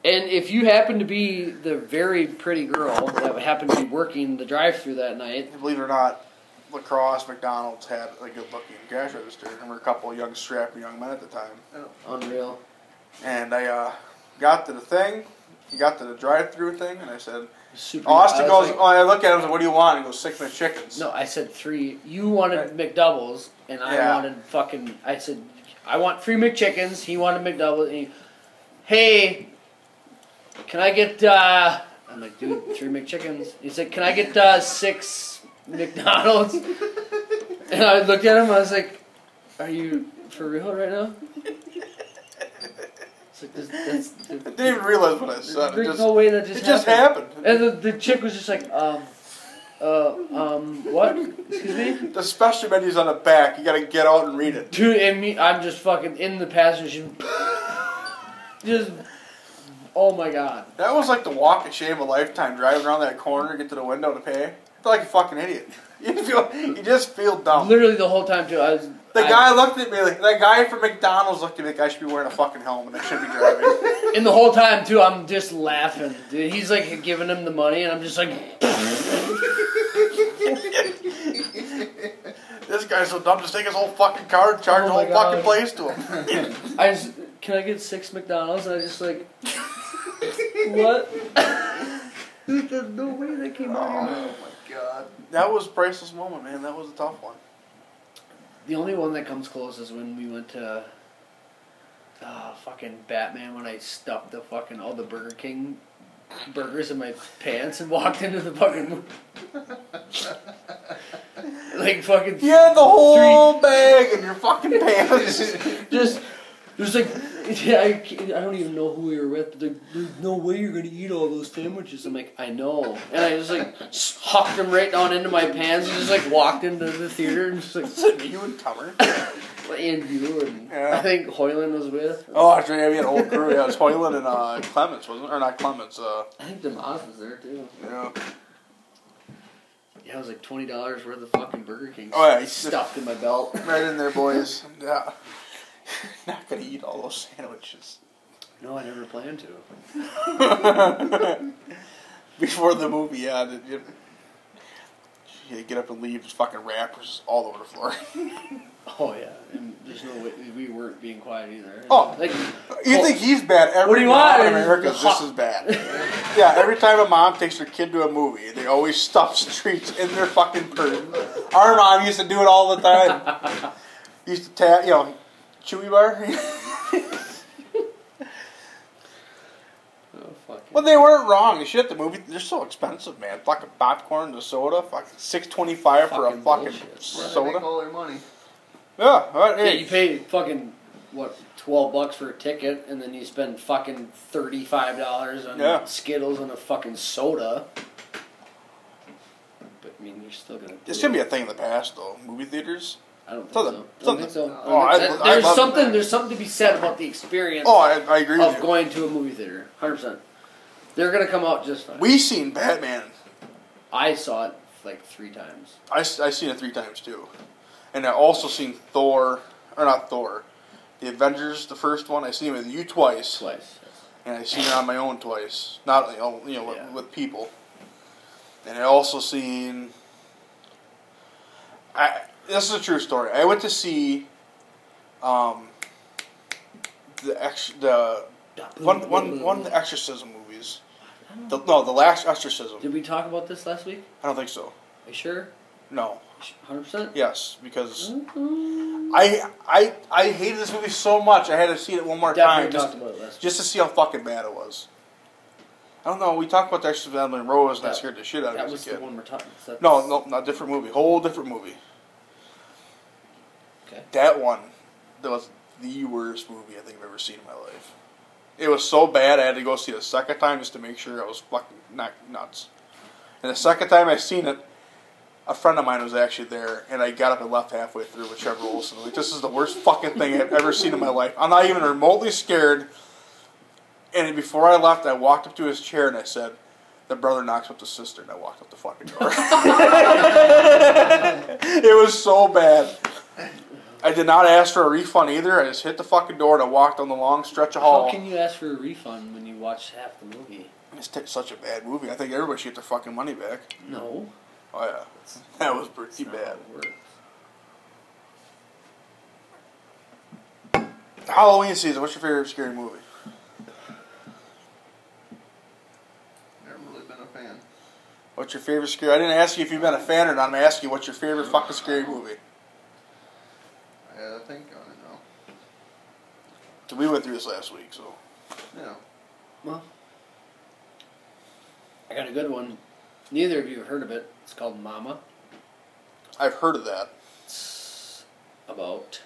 Speaker 2: And if you happen to be the very pretty girl that happened to be working the drive-through that night,
Speaker 1: Believe it or not, lacrosse McDonald's had a good-looking cash register, and we're a couple of young, strapping young men at the time.
Speaker 2: unreal.
Speaker 1: And I uh, got to the thing. Got to the drive-through thing, and I said,
Speaker 2: Super.
Speaker 1: Austin
Speaker 2: I
Speaker 1: goes.
Speaker 2: was like-
Speaker 1: oh, I look at him. and said, What do you want? He goes, six McChickens.
Speaker 2: No, I said three. You wanted McDoubles, and I
Speaker 1: Yeah.
Speaker 2: wanted fucking. I said, I want three McChickens. He wanted McDoubles. And he, hey, can I get? uh I'm like, dude, three McChickens. He said, can I get uh six McDonald's? and I looked at him. I was like, are you for real right now? It's like, this, that's,
Speaker 1: I didn't even realize what I said. It
Speaker 2: there's
Speaker 1: just,
Speaker 2: no way that
Speaker 1: it
Speaker 2: just
Speaker 1: just
Speaker 2: happened.
Speaker 1: happened.
Speaker 2: And the, the chick was just like, um, uh, um, what? Excuse me?
Speaker 1: The special menu's on the back. You gotta get out and read it.
Speaker 2: Dude, and me, I'm just fucking in the passenger. Just, oh my god.
Speaker 1: That was like the walk of shame of a lifetime. Driving around that corner, get to the window to pay. Feel like a fucking idiot. You feel, you just feel dumb.
Speaker 2: Literally the whole time too. I was.
Speaker 1: The
Speaker 2: I-
Speaker 1: guy looked at me like that guy from McDonald's looked at me like I should be wearing a fucking helmet. I should be driving.
Speaker 2: and the whole time too, I'm just laughing. Dude, he's like giving him the money, and I'm just like,
Speaker 1: this guy's so dumb. Just take his whole fucking car and charge
Speaker 2: Oh
Speaker 1: the
Speaker 2: my
Speaker 1: whole fucking
Speaker 2: God.
Speaker 1: place to him.
Speaker 2: I just, can I get six McDonald's? And I just like, what? There's no way that came out. of your mouth.
Speaker 3: Oh my god.
Speaker 1: That was a priceless moment, man. That was a tough one.
Speaker 2: The only one that comes close is when we went to uh, fucking Batman when I stuffed the fucking all the Burger King burgers in my pants and walked into the fucking mo- like fucking
Speaker 1: You had the whole bag in your fucking pants.
Speaker 2: just there's like yeah, I, can't- I don't even know who we were with, but there- there's no way you're gonna eat all those sandwiches. I'm like, I know, and I just like s- hucked them right down into my pants and just like walked into the theater and just like
Speaker 1: you and Tummer.
Speaker 2: and you and
Speaker 1: Yeah.
Speaker 2: I think Hoyland was with.
Speaker 1: Oh, that's right. yeah, we had a whole crew. Yeah, it was Hoyland and uh, Clements, wasn't it? Or not Clements. Uh,
Speaker 2: I think Demas was there too.
Speaker 1: yeah.
Speaker 2: Yeah, it was like twenty dollars worth of fucking Burger King
Speaker 1: Oh, yeah, he's
Speaker 2: stuffed in my belt.
Speaker 1: Right in there, boys. Yeah. Not gonna eat all those sandwiches.
Speaker 2: No, I never planned to.
Speaker 1: Before the movie, yeah. Did you, you get up and leave, there's fucking wrappers all over the floor.
Speaker 2: Oh yeah, and there's no way we weren't being quiet either.
Speaker 1: Oh.
Speaker 2: like
Speaker 1: You think he's bad? Every
Speaker 2: What do you
Speaker 1: mom
Speaker 2: want?
Speaker 1: in America is just as bad. yeah, every time a mom takes her kid to a movie, they always stuff treats in their fucking purse. Our mom used to do it all the time. used to tap, you know, Chewy bar.
Speaker 2: oh fuck.
Speaker 1: well, they weren't wrong. Shit, the movie they're so expensive, man. Fucking popcorn, the soda, fucking six twenty five for a
Speaker 2: Fucking
Speaker 1: fucking
Speaker 2: bullshit.
Speaker 3: Where do they make
Speaker 1: soda.
Speaker 3: all their money?
Speaker 1: Yeah, all right,
Speaker 2: yeah,
Speaker 1: hey.
Speaker 2: you pay fucking what twelve bucks for a ticket, and then you spend fucking thirty five dollars on
Speaker 1: Yeah.
Speaker 2: Skittles and a fucking soda. But I mean, you're still gonna.
Speaker 1: It's gonna be a thing in the past, though. Movie theaters.
Speaker 2: I don't think
Speaker 1: Something-
Speaker 2: so. I don't think so.
Speaker 1: something-
Speaker 2: I don't
Speaker 1: Oh,
Speaker 2: think
Speaker 1: I-
Speaker 2: so.
Speaker 1: I
Speaker 2: there's
Speaker 1: love-
Speaker 2: something. There's something to be said about the experience.
Speaker 1: Oh, I, I agree with
Speaker 2: of
Speaker 1: you.
Speaker 2: going to a movie theater. Hundred percent. They're gonna come out just fine.
Speaker 1: we seen Batman
Speaker 2: I saw it like three times.
Speaker 1: I, s- I seen it three times too, and I also seen Thor or not Thor, the Avengers the first one. I seen it with you twice,
Speaker 2: Twice.
Speaker 1: and I seen it on my own twice, not you know, you know,
Speaker 2: Yeah.
Speaker 1: with, with people. And I also seen I, this is a true story. I went to see um, the ex, the one one one of the exorcism movies. The, no, the last exorcism.
Speaker 2: Did we talk about this last week?
Speaker 1: I don't think so.
Speaker 2: Are you sure?
Speaker 1: No.
Speaker 2: 100%?
Speaker 1: Yes, because
Speaker 2: Mhm.
Speaker 1: I I I hated this movie so much. I had to see it one more time
Speaker 2: Definitely
Speaker 1: just
Speaker 2: talked about it last week.
Speaker 1: just to see how fucking bad it was. I don't know. We talked about the exorcism of Emily Rose, and I
Speaker 2: That-
Speaker 1: scared the shit out of
Speaker 2: That
Speaker 1: me
Speaker 2: was
Speaker 1: as a
Speaker 2: the
Speaker 1: kid.
Speaker 2: one we're talking about.
Speaker 1: No, no, not different movie. Whole different movie.
Speaker 2: Okay.
Speaker 1: That one, that was the worst movie I think I've ever seen in my life. It was so bad I had to go see it a second time just to make sure I was fucking not nuts. And the second time I seen it, a friend of mine was actually there, and I got up and left halfway through with Trevor Olson. Like this is the worst fucking thing I've ever seen in my life. I'm not even remotely scared. And before I left, I walked up to his chair and I said, "The brother knocks up the sister," and I walked up the fucking door. it was so bad. I did not ask for a refund either. I just hit the fucking door and I walked on the long stretch of hall.
Speaker 2: How can you ask for a refund when you watched half the movie?
Speaker 1: It's t- such a bad movie. I think everybody should get their fucking money back.
Speaker 2: No.
Speaker 1: Oh yeah, that was pretty bad. Halloween season. What's your favorite scary movie?
Speaker 3: Never really been a fan.
Speaker 1: What's your favorite scary? I didn't ask you if you've been a fan or not. I'm asking you what's your favorite fucking scary movie.
Speaker 3: I had to think on it now.
Speaker 1: So we went through this last week, so
Speaker 3: Yeah.
Speaker 2: I got a good one. Neither of you have heard of it. It's called Mama.
Speaker 1: I've heard of that.
Speaker 2: It's about.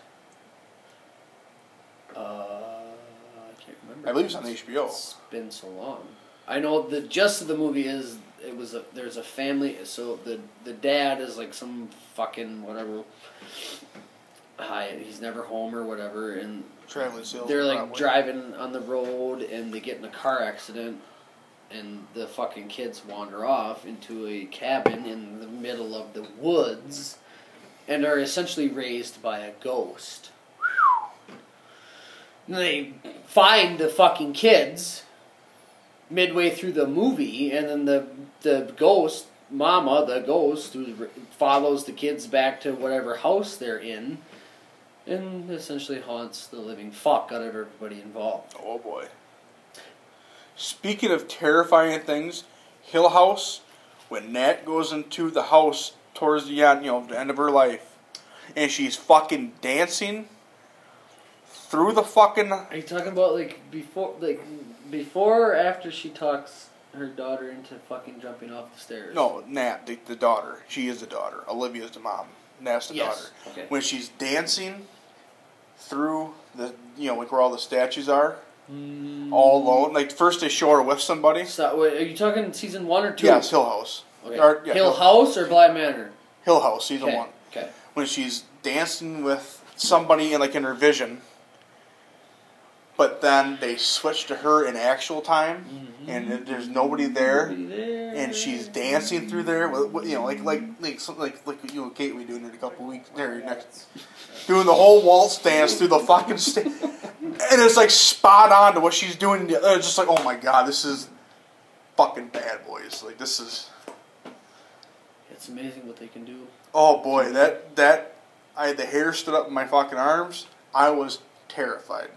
Speaker 2: Uh, I can't remember.
Speaker 1: I believe it's on HBO.
Speaker 2: It's been so long. I know the gist of the movie is it was a, there's a family so the the dad is like some fucking whatever. Hi, he's never home or whatever, and
Speaker 1: Traveling Salesman.
Speaker 2: they're like
Speaker 1: probably.
Speaker 2: driving on the road and they get in a car accident and the fucking kids wander off into a cabin in the middle of the woods and are essentially raised by a ghost. And they find the fucking kids midway through the movie and then the the ghost mama the ghost who r- follows the kids back to whatever house they're in and essentially haunts the living fuck out of everybody involved.
Speaker 1: Oh boy. Speaking of terrifying things, Hill House, when Nat goes into the house towards the end, you know, the end of her life, and she's fucking dancing through the fucking.
Speaker 2: Are you talking about like before, like before or after she talks her daughter into fucking jumping off the stairs?
Speaker 1: No, Nat, the, the daughter. She is the daughter. Olivia's the mom. Nat's the
Speaker 2: Yes.
Speaker 1: daughter.
Speaker 2: Okay.
Speaker 1: When she's dancing through the, you know, like where all the statues are,
Speaker 2: Mm.
Speaker 1: all
Speaker 2: Mm-hmm.
Speaker 1: alone. Like first they show her with somebody.
Speaker 2: So, wait, are you talking season one or two?
Speaker 1: Yes, Hill House.
Speaker 2: Okay.
Speaker 1: Or, yeah,
Speaker 2: Hill
Speaker 1: Hill-
Speaker 2: House or Bly Manor?
Speaker 1: Hill House, season
Speaker 2: okay.
Speaker 1: one.
Speaker 2: Okay.
Speaker 1: when she's dancing with somebody in like in her vision. But then they switch to her in actual time,
Speaker 2: Mm-hmm.
Speaker 1: and there- there's nobody there,
Speaker 2: Be there.
Speaker 1: and she's dancing through there. With, with, you know, like like like some, like like you know, Kate we doing it in a couple weeks there next, doing the whole waltz dance through the fucking sta and it's like spot on to what she's doing. It's just like, oh my god, this is fucking bad boys. Like this is.
Speaker 2: It's amazing what they can do.
Speaker 1: Oh boy, that that I had the hair stood up in my fucking arms. I was terrified.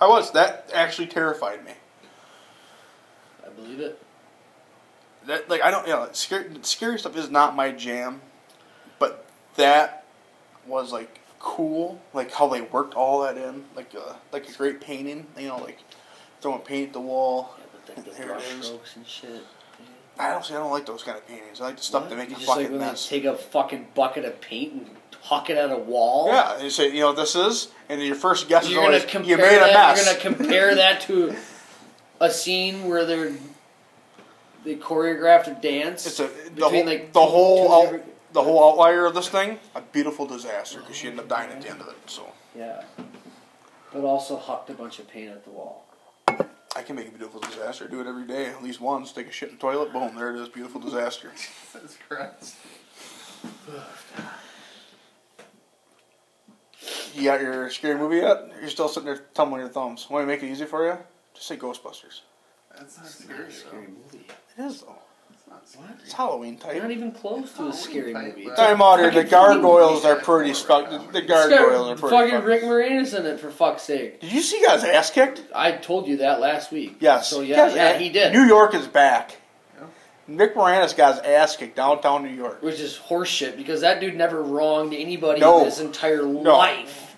Speaker 1: I was that actually terrified me.
Speaker 2: I believe it.
Speaker 1: That like I don't you know scary scary stuff is not my jam, but that was like cool. Like how they worked all that in, like a, like a great painting. You know, like throwing paint at the wall.
Speaker 2: Yeah, but like the
Speaker 1: There it
Speaker 2: brush
Speaker 1: is.
Speaker 2: strokes and shit.
Speaker 1: I don't see. I don't like those kind of paintings. I like the stuff that
Speaker 2: What?
Speaker 1: make
Speaker 2: you
Speaker 1: a
Speaker 2: just
Speaker 1: fucking
Speaker 2: like when
Speaker 1: mess.
Speaker 2: They take a fucking bucket of paint and huck it at a wall.
Speaker 1: yeah, and you say you know what this is, and your first guess
Speaker 2: you're
Speaker 1: is
Speaker 2: gonna
Speaker 1: always you
Speaker 2: compare
Speaker 1: made a
Speaker 2: that,
Speaker 1: mess.
Speaker 2: You're gonna compare that to a scene where they're they choreographed a dance.
Speaker 1: It's a the
Speaker 2: between,
Speaker 1: whole,
Speaker 2: like,
Speaker 1: the
Speaker 2: two-
Speaker 1: whole
Speaker 2: two
Speaker 1: out,
Speaker 2: different-
Speaker 1: the whole outlier of this thing a beautiful disaster because she ended up dying at the end of it. So
Speaker 2: yeah, but also hucked a bunch of paint at the wall.
Speaker 1: I can make a beautiful disaster. Do it every day, at least once. Take a shit in the toilet. Boom, there it is. Beautiful disaster.
Speaker 3: Jesus Christ.
Speaker 1: You got your scary movie yet? You're still sitting there tumbling your thumbs. Want me to make it easy for you? Just say Ghostbusters.
Speaker 3: That's not
Speaker 2: Not
Speaker 3: scary.
Speaker 2: a
Speaker 3: though.
Speaker 2: scary movie.
Speaker 1: It is though.
Speaker 3: It's not scary.
Speaker 2: What?
Speaker 1: It's Halloween type.
Speaker 2: Not even close to a scary
Speaker 3: Halloween type,
Speaker 2: movie.
Speaker 3: but-
Speaker 1: Time Otter, the
Speaker 2: Fucking Halloween.
Speaker 1: gargoyles are pretty stuck. The
Speaker 2: It's got
Speaker 1: gargoyles are pretty
Speaker 2: fucking
Speaker 1: fucked.
Speaker 2: Rick Moranis in it for fuck's sake.
Speaker 1: Did you see guys ass kicked?
Speaker 2: I told you that last week.
Speaker 1: Yes.
Speaker 2: So yeah,
Speaker 1: Guys,
Speaker 2: yeah,
Speaker 1: a-
Speaker 2: he did.
Speaker 1: New York is back.
Speaker 3: Yeah.
Speaker 1: Nick Moranis got his ass kicked downtown New York.
Speaker 2: Which is horseshit because that dude never wronged anybody
Speaker 1: No.
Speaker 2: in his entire life.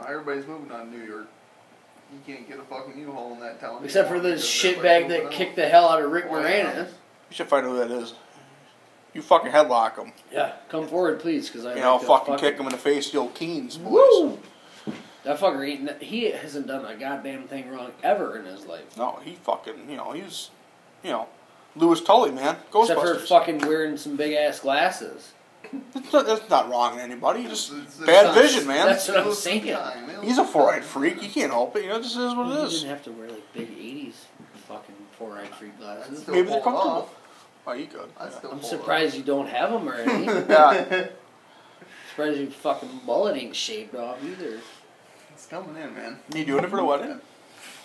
Speaker 3: No, everybody's moving on New York. You can't get a fucking U-Haul in that town.
Speaker 2: Except for the
Speaker 3: Because everybody's
Speaker 2: shitbag that
Speaker 3: moving
Speaker 2: kicked
Speaker 3: out.
Speaker 2: the hell out of Rick
Speaker 3: Well,
Speaker 2: Moranis.
Speaker 1: You should find out who that is. You fucking headlock him.
Speaker 2: Yeah, come forward, please, because I
Speaker 1: You
Speaker 2: like
Speaker 1: know,
Speaker 2: that
Speaker 1: fucking kick him in the face, you old Keens boys.
Speaker 2: Woo! That fucker, ain't, he hasn't done a goddamn thing wrong ever in his life.
Speaker 1: No, he fucking, you know, he's, you know, Lewis Tully, man.
Speaker 2: Except for
Speaker 1: Ghostbusters.
Speaker 2: fucking wearing some big ass glasses.
Speaker 1: That's not, that's not wrong to anybody. He's just
Speaker 3: It's- it's-
Speaker 1: bad
Speaker 3: it's-
Speaker 1: vision, man.
Speaker 2: that's- what I'm
Speaker 3: Most of the
Speaker 2: saying.
Speaker 3: time, it'll-
Speaker 1: he's a four-eyed freak. He can't help it. You know, this is what
Speaker 2: You
Speaker 1: it is.
Speaker 2: didn't have to wear like big '80s fucking four-eyed freak
Speaker 3: I'd
Speaker 2: glasses.
Speaker 3: still
Speaker 1: Maybe they're
Speaker 3: pull it
Speaker 1: comfortable.
Speaker 3: off.
Speaker 1: Oh, you good.
Speaker 3: I'd still
Speaker 2: I'm
Speaker 3: pull it
Speaker 2: surprised you don't have them already.
Speaker 1: Yeah. Yeah.
Speaker 2: surprised your fucking mullet ain't shaved off either.
Speaker 3: off. It's coming in, man.
Speaker 1: You doing it for the wedding?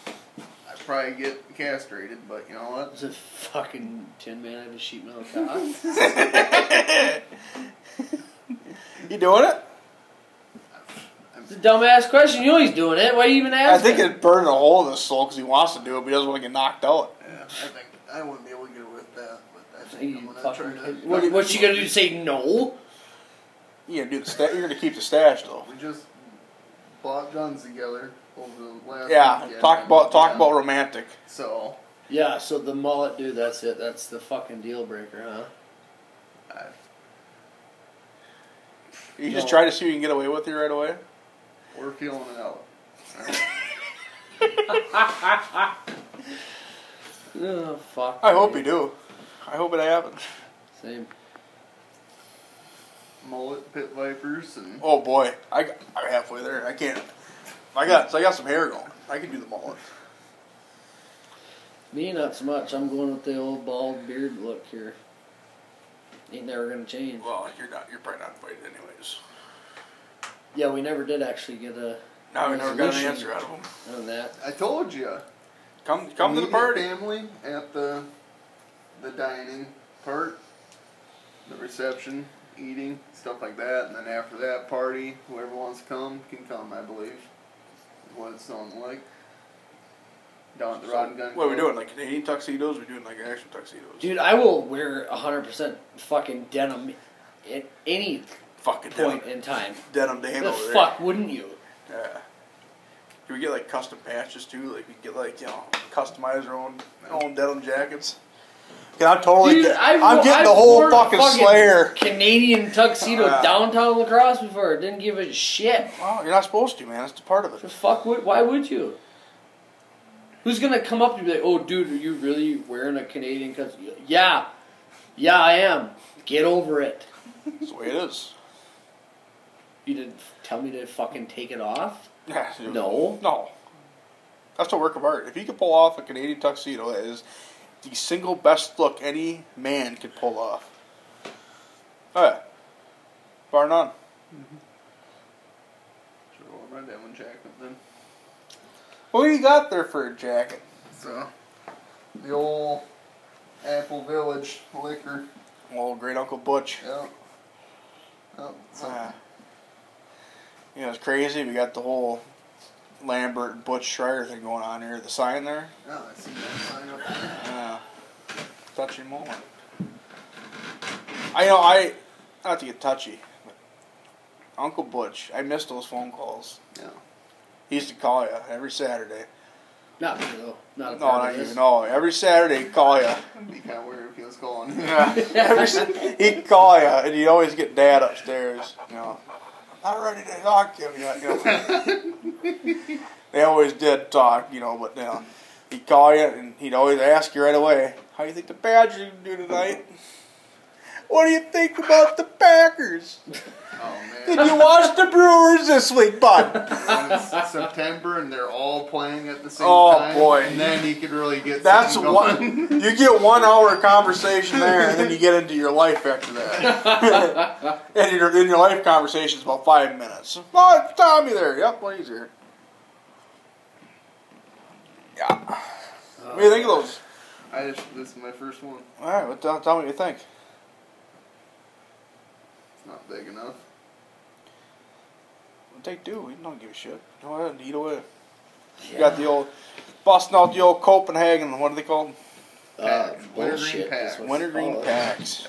Speaker 3: I probably get castrated, but you know what?
Speaker 2: Does a fucking tin man have a sheet metal cock?
Speaker 1: You doing it?
Speaker 2: it's a dumbass question. You know he's doing it. Why you even
Speaker 1: I
Speaker 2: ask?
Speaker 1: think it burned a hole in his soul because he wants to do it, but he doesn't want to get knocked out.
Speaker 3: Yeah, I think I wouldn't be able to get away with that, but I think
Speaker 2: You
Speaker 3: I'm gonna
Speaker 2: fucking
Speaker 3: try to.
Speaker 2: kid. What, what's she gonna do? Say no?
Speaker 1: You're gonna do the sta- You're gonna keep the stash though.
Speaker 3: We just bought guns together over the last.
Speaker 1: Yeah.
Speaker 3: weekend.
Speaker 1: Talk about talk
Speaker 3: Yeah.
Speaker 1: about romantic.
Speaker 3: So
Speaker 2: Yeah. So the mullet, dude. That's it. That's the fucking deal breaker, huh?
Speaker 3: I,
Speaker 1: You just
Speaker 2: No.
Speaker 1: try to see what you can get away with it right away.
Speaker 3: we're feeling it out.
Speaker 2: Oh fuck.
Speaker 1: I hope
Speaker 2: dude.
Speaker 1: you do. I hope it happens.
Speaker 2: Same.
Speaker 3: Mullet pit vipers and
Speaker 1: Oh boy, I got- I'm halfway there. I can't. I got so I got some hair going. I can do the mullet.
Speaker 2: Me, not so much. I'm going with the old bald beard look here. Ain't never gonna change.
Speaker 1: Well, you're not. You're probably not invited anyways.
Speaker 2: Yeah, we never did actually get a
Speaker 1: No, we never got an
Speaker 2: Resolution.
Speaker 1: answer out of him.
Speaker 2: on that.
Speaker 3: I told you.
Speaker 1: Come come to the party.
Speaker 3: Family at the the dining part, the reception, eating stuff like that, and then after that party, whoever wants to come can come. I believe. Is what it sounds like. Down at the Rod and Gun.
Speaker 1: What are we
Speaker 3: Club.
Speaker 1: doing? Like Canadian tuxedos? We're doing like actual tuxedos.
Speaker 2: Dude, I will wear 100% fucking denim at any
Speaker 1: Fucking denim,
Speaker 2: point in time.
Speaker 1: denim Dan
Speaker 2: The
Speaker 1: over there.
Speaker 2: fuck wouldn't you?
Speaker 1: Yeah. Can we get like custom patches too? Like we get like you know customize our own our own denim jackets. Yeah, I'm totally.
Speaker 2: Dude,
Speaker 1: get-
Speaker 2: I've-
Speaker 1: I'm getting
Speaker 2: I've
Speaker 1: the whole
Speaker 2: worn a
Speaker 1: fucking,
Speaker 2: fucking-
Speaker 1: Slayer.
Speaker 2: Canadian tuxedo
Speaker 1: Uh.
Speaker 2: downtown lacrosse before. Didn't give a shit.
Speaker 1: Well, you're not supposed to, man. That's part of
Speaker 2: The
Speaker 1: it.
Speaker 2: fuck would? Why would you? Who's gonna come up to you and be like, "Oh, dude, are you really wearing a Canadian tuxedo?" Yeah, yeah, I am. Get over it.
Speaker 1: That's the way it is.
Speaker 2: You didn't tell me to fucking take it off.
Speaker 1: Yeah, dude.
Speaker 2: No.
Speaker 1: No. That's a work of art. If you could pull off a Canadian tuxedo, that is the single best look any man could pull off. Oh, yeah. Bar none.
Speaker 3: Should have worn my denim jacket then.
Speaker 1: What do you got there for a jacket?
Speaker 3: So the old Apple Village liquor.
Speaker 1: Well, great Uncle Butch.
Speaker 3: Yep. Yep. So,
Speaker 1: Uh, you know, it's crazy. We got the whole Lambert and Butch Schreier thing going on here. The sign there,
Speaker 3: yeah, I see that sign up there.
Speaker 1: uh, touching moment. I know. I not to get touchy, but Uncle Butch. I miss those phone calls.
Speaker 3: Yeah.
Speaker 1: He used to call you every Saturday.
Speaker 2: Not me though. Not a
Speaker 1: No,
Speaker 2: part
Speaker 1: not
Speaker 2: of this.
Speaker 1: even. No, every Saturday he'd call you.
Speaker 3: It'd be kind of weird if he was calling.
Speaker 1: Every s- he'd call you, and you'd always get Dad upstairs. You know, not ready to talk to him yet. You know. they always did talk, you know, but you know, he'd call you, and he'd always ask you right away, "How you think the Badgers are gonna do tonight? What do you think about the Packers?
Speaker 3: oh man.
Speaker 1: Did you watch the Brewers this week, bud?"
Speaker 3: And it's September and they're all playing at the same
Speaker 1: Oh,
Speaker 3: time.
Speaker 1: boy.
Speaker 3: And then you could really get
Speaker 1: That's
Speaker 3: something
Speaker 1: one.
Speaker 3: going.
Speaker 1: You get one hour of conversation there, and then you get into your life after that. and your in your life conversation is about five minutes. Oh, it's Tommy there. Yep, well, he's here. Yeah. What do you think of those
Speaker 3: I just this is my first one.
Speaker 1: All right, well, tell, tell me what you think.
Speaker 3: It's not big enough.
Speaker 1: Well, take two. We don't give a shit. Go ahead, eat away.
Speaker 2: Yeah.
Speaker 1: You got the old busting out the old Copenhagen. What are they called?
Speaker 2: uh,
Speaker 3: Wintergreen
Speaker 2: bullshit.
Speaker 3: pack.
Speaker 2: is what it's
Speaker 1: Wintergreen
Speaker 2: called.
Speaker 1: packs.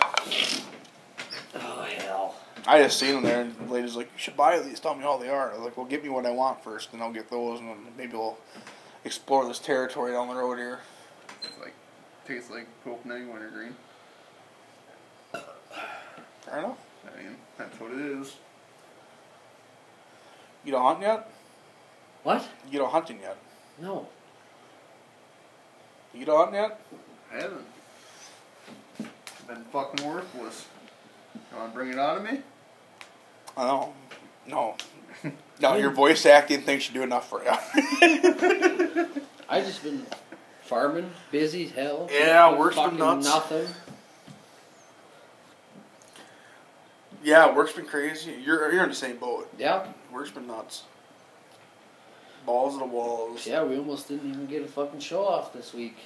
Speaker 2: Oh hell.
Speaker 1: I just seen them there, and the lady's like, "You should buy these. Tell me how they are." I was like, "Well, get me what I want first, and I'll get those, and then maybe we'll explore this territory down the road here."
Speaker 3: It's like tastes like Copenhagen wintergreen.
Speaker 1: Fair enough.
Speaker 3: I mean, that's what it is.
Speaker 1: You don't hunt yet?
Speaker 2: What?
Speaker 1: You don't hunting yet?
Speaker 2: No.
Speaker 1: You don't hunt yet?
Speaker 3: I haven't. I've been fucking worthless. You wanna bring it out of me?
Speaker 1: I don't. No. No, your voice acting thinks you do enough for you.
Speaker 2: I just been farming, busy as hell.
Speaker 1: Yeah, work's been
Speaker 2: Fucking
Speaker 1: nuts.
Speaker 2: Nothing.
Speaker 1: yeah, work's been crazy. You're you're in the same boat.
Speaker 2: Yeah,
Speaker 1: Work's been nuts. Balls to the walls.
Speaker 2: yeah. We almost didn't even get a fucking show off this week.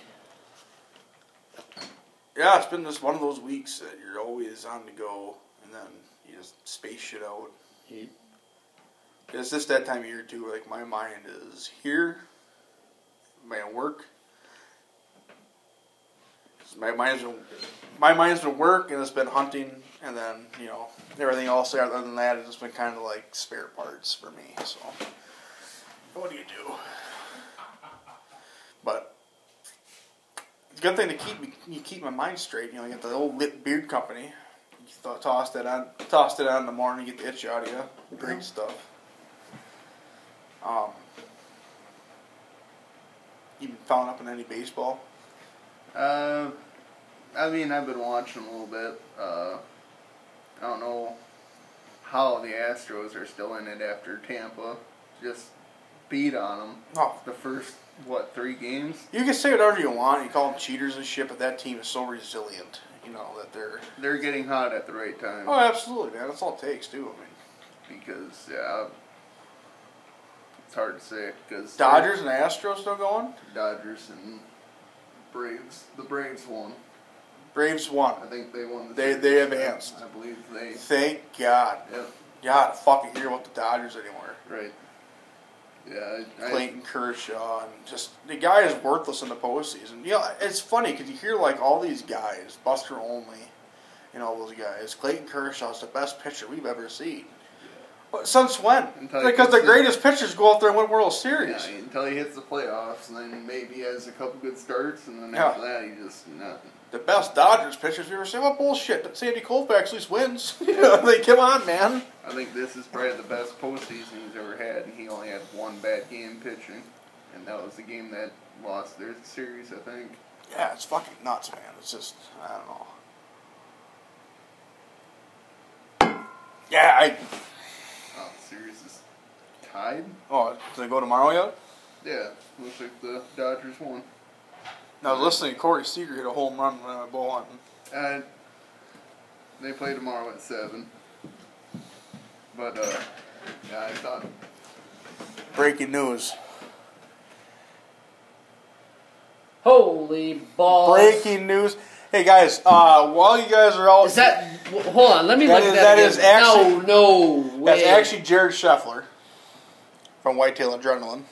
Speaker 1: Yeah, it's been just one of those weeks that you're always on the go, and then you just space shit out.
Speaker 2: Yep.
Speaker 1: It's just that time of year too. Like my mind is here, my work. 'Cause My mind's been, my mind's been work, and it's been hunting, and then you know everything else. there Other than that, it's just been kind of like spare parts for me. So, what do you do? But it's a good thing to keep me, you keep my mind straight. You know, you got the old Lip Beard Company. You th- toss that on, toss it on in the morning, get the itch out of you. Great stuff. Um, you been found up in any baseball?
Speaker 3: Uh, I mean, I've been watching a little bit. Uh, I don't know how the Astros are still in it after Tampa just beat on them
Speaker 1: No.
Speaker 3: the first what three games.
Speaker 1: You can say whatever you want. You call them cheaters and shit, but that team is so resilient. You know that they're.
Speaker 3: They're getting hot at the right time
Speaker 1: Oh, absolutely, man. That's all it takes, too. I mean,
Speaker 3: because yeah, it's hard to say because
Speaker 1: Dodgers and Astros still going.
Speaker 3: Dodgers, and Braves. The Braves won.
Speaker 1: Braves
Speaker 3: I
Speaker 1: won.
Speaker 3: think they won. The
Speaker 1: They-
Speaker 3: series.
Speaker 1: they advanced.
Speaker 3: I believe they.
Speaker 1: Thank God.
Speaker 3: Yep.
Speaker 1: God, fucking hear about the Dodgers anymore.
Speaker 3: Right. Yeah. I, I,
Speaker 1: Clayton Kershaw, and just the guy is worthless in the postseason. You know, it's funny because you hear like all these guys, Buster Only, and all those guys. Clayton Kershaw is the best pitcher we've ever seen. But since when?
Speaker 3: Until you
Speaker 1: Because the
Speaker 3: consider-
Speaker 1: greatest pitchers go out there and win World
Speaker 3: Yeah,
Speaker 1: Series.
Speaker 3: until he hits the playoffs, and then maybe he has a couple good starts, and then
Speaker 1: Yeah.
Speaker 3: after that, he just nothing.
Speaker 1: The best Dodgers pitchers we ever seen. What bullshit? Sandy Koufax at least wins. You know, like, come on, man.
Speaker 3: I think this is probably the best postseason he's ever had, and he only had one bad game pitching, and that was the game that lost their series, I think.
Speaker 1: Yeah, it's fucking nuts, man. It's just I don't know. Yeah, I.
Speaker 3: Oh, the series is tied.
Speaker 1: Oh, did I go tomorrow yet?
Speaker 3: Yeah, looks like the Dodgers won.
Speaker 1: I was listening to Corey Seager hit a home run when I ball hunting.
Speaker 3: And they play tomorrow at seven. But uh, yeah, I thought uh,
Speaker 1: Breaking news.
Speaker 2: Holy balls!
Speaker 1: Breaking news. Hey guys, uh, while you guys are out,
Speaker 2: Is that? w- Hold on. Let me
Speaker 1: That
Speaker 2: look
Speaker 1: is-
Speaker 2: at that.
Speaker 1: that is
Speaker 2: again.
Speaker 1: actually-
Speaker 2: no, no way.
Speaker 1: that's actually Jared Scheffler from Whitetail Adrenaline.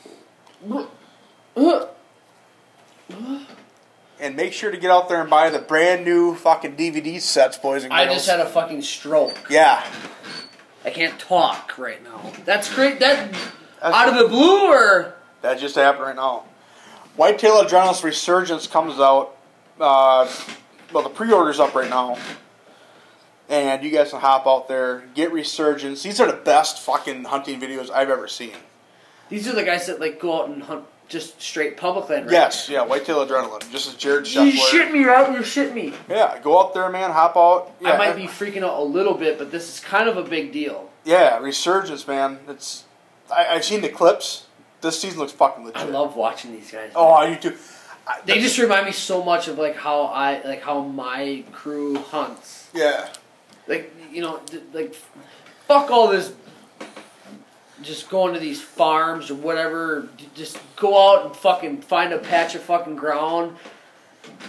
Speaker 2: Uh,
Speaker 1: And make sure to get out there and buy the brand new fucking DVD sets, boys and
Speaker 2: I
Speaker 1: girls.
Speaker 2: just had a fucking stroke.
Speaker 1: yeah.
Speaker 2: I can't talk right now. That's great. That out of the blue or
Speaker 1: That just happened right now. Whitetail Adrenaline's Resurgence comes out. Uh, well, the pre-order's up right now, and you guys can hop out there, get Resurgence. These are the best fucking hunting videos I've ever seen.
Speaker 2: these are the guys that like go out and hunt just straight public land. Right?
Speaker 1: Yes, yeah, Whitetail Adrenaline. Just as Jared
Speaker 2: You
Speaker 1: Scheffler.
Speaker 2: shit me out. You shit me.
Speaker 1: Yeah, go out there, man. Hop out. Yeah,
Speaker 2: I might be freaking out a little bit, but this is kind of a big deal.
Speaker 1: Yeah, Resurgence, man. It's I, I've seen the clips. This season looks fucking legit.
Speaker 2: I love watching these guys.
Speaker 1: Oh, you too. I-
Speaker 2: they just remind me so much of like how I like how my crew hunts.
Speaker 1: Yeah.
Speaker 2: Like you know, d- like fuck all this. Just going to these farms or whatever. d- Just go out and fucking find a patch of fucking ground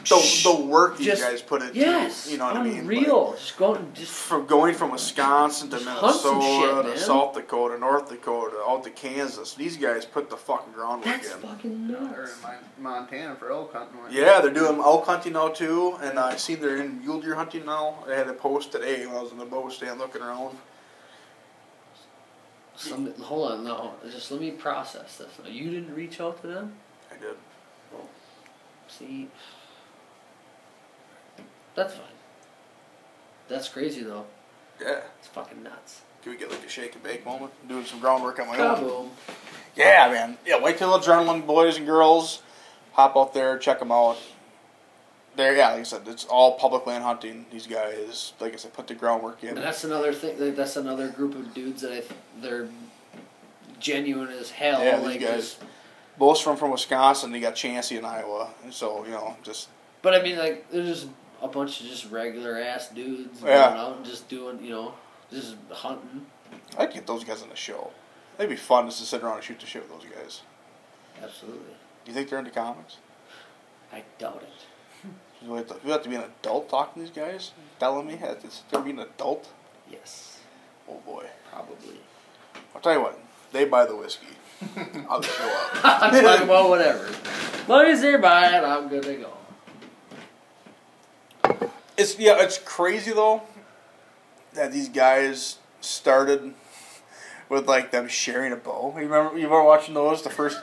Speaker 1: the the work you
Speaker 2: Just-
Speaker 1: guys put it.
Speaker 2: Yes,
Speaker 1: to, you know what I mean.
Speaker 2: unreal.
Speaker 1: Like,
Speaker 2: just go and just
Speaker 1: from going from Wisconsin to
Speaker 2: Just hunt some
Speaker 1: Minnesota
Speaker 2: shit, man.
Speaker 1: to South Dakota, North Dakota, out to Kansas, these guys put the fucking groundwork
Speaker 2: that's
Speaker 1: in.
Speaker 2: fucking
Speaker 3: Or
Speaker 2: nuts.
Speaker 3: in Mon- Montana for elk hunting. right?
Speaker 1: Yeah, they're doing elk hunting now too, and I see they're in mule deer hunting now. I had a post today when I was in the bow stand looking around.
Speaker 2: Some, hold on, no, just let me process this. You didn't reach out to them.
Speaker 1: I did.
Speaker 2: See, that's fine. That's crazy though.
Speaker 1: Yeah.
Speaker 2: It's fucking nuts.
Speaker 1: Can we get like a shake and bake moment? Doing some groundwork on my own.
Speaker 2: Kaboom.
Speaker 1: Yeah, man. Yeah, wait till adrenaline, boys and girls. Hop out there, check them out. There, yeah, like I said, it's all public land hunting. These guys, like I said, put the groundwork in.
Speaker 2: And that's another thing. Like, that's another group of dudes that I th- they're genuine as hell.
Speaker 1: Yeah, these
Speaker 2: like
Speaker 1: guys.
Speaker 2: just-
Speaker 1: Both from from Wisconsin, they got Chansey in Iowa, and so you know, just
Speaker 2: but I mean, like there's just a bunch of just regular ass dudes
Speaker 1: Yeah.
Speaker 2: going out and just doing, you know, just hunting.
Speaker 1: I'd get those guys on the show. It'd be fun just to sit around and shoot the shit with those guys.
Speaker 2: Absolutely,
Speaker 1: Do you think they're into comics?
Speaker 2: I doubt it.
Speaker 1: Do we have to, do we have to be an adult talking to these guys? Telling me that it's they're being an adult?
Speaker 2: Yes,
Speaker 1: Oh boy.
Speaker 2: probably.
Speaker 1: I'll tell you what, they buy the whiskey. I'll show up.
Speaker 2: I'm talking about whatever. As long as they're buying, I'm good to go.
Speaker 1: It's yeah, it's crazy though that these guys started with like them sharing a bow. You remember you remember watching those the first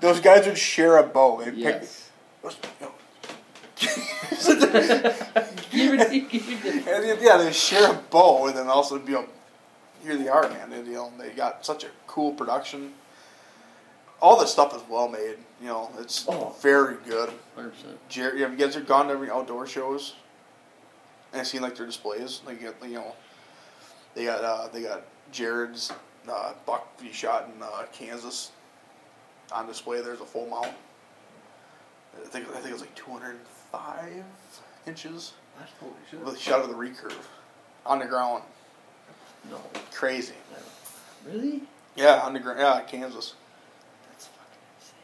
Speaker 1: those guys would share a bow. They
Speaker 2: Yes.
Speaker 1: pick
Speaker 2: Give it- give it-
Speaker 1: And then, yeah, they share a bow, and then also be a, here they are, man. They, you know, they got such a cool production. All this stuff is well made. You know, it's
Speaker 2: Oh.
Speaker 1: very good.
Speaker 2: 100%.
Speaker 1: Jerry, have you guys ever gone to every outdoor shows and seen like their displays? Like you got- you know, they got uh, they got Jared's uh, buck he shot in uh, Kansas on display. There's a full mount. I think I think it was like 205 inches
Speaker 3: Holy shit.
Speaker 1: with a shot of the recurve on the ground.
Speaker 2: No.
Speaker 1: Crazy.
Speaker 2: Really?
Speaker 1: Yeah, on the ground. Yeah, Kansas.
Speaker 2: That's fucking insane.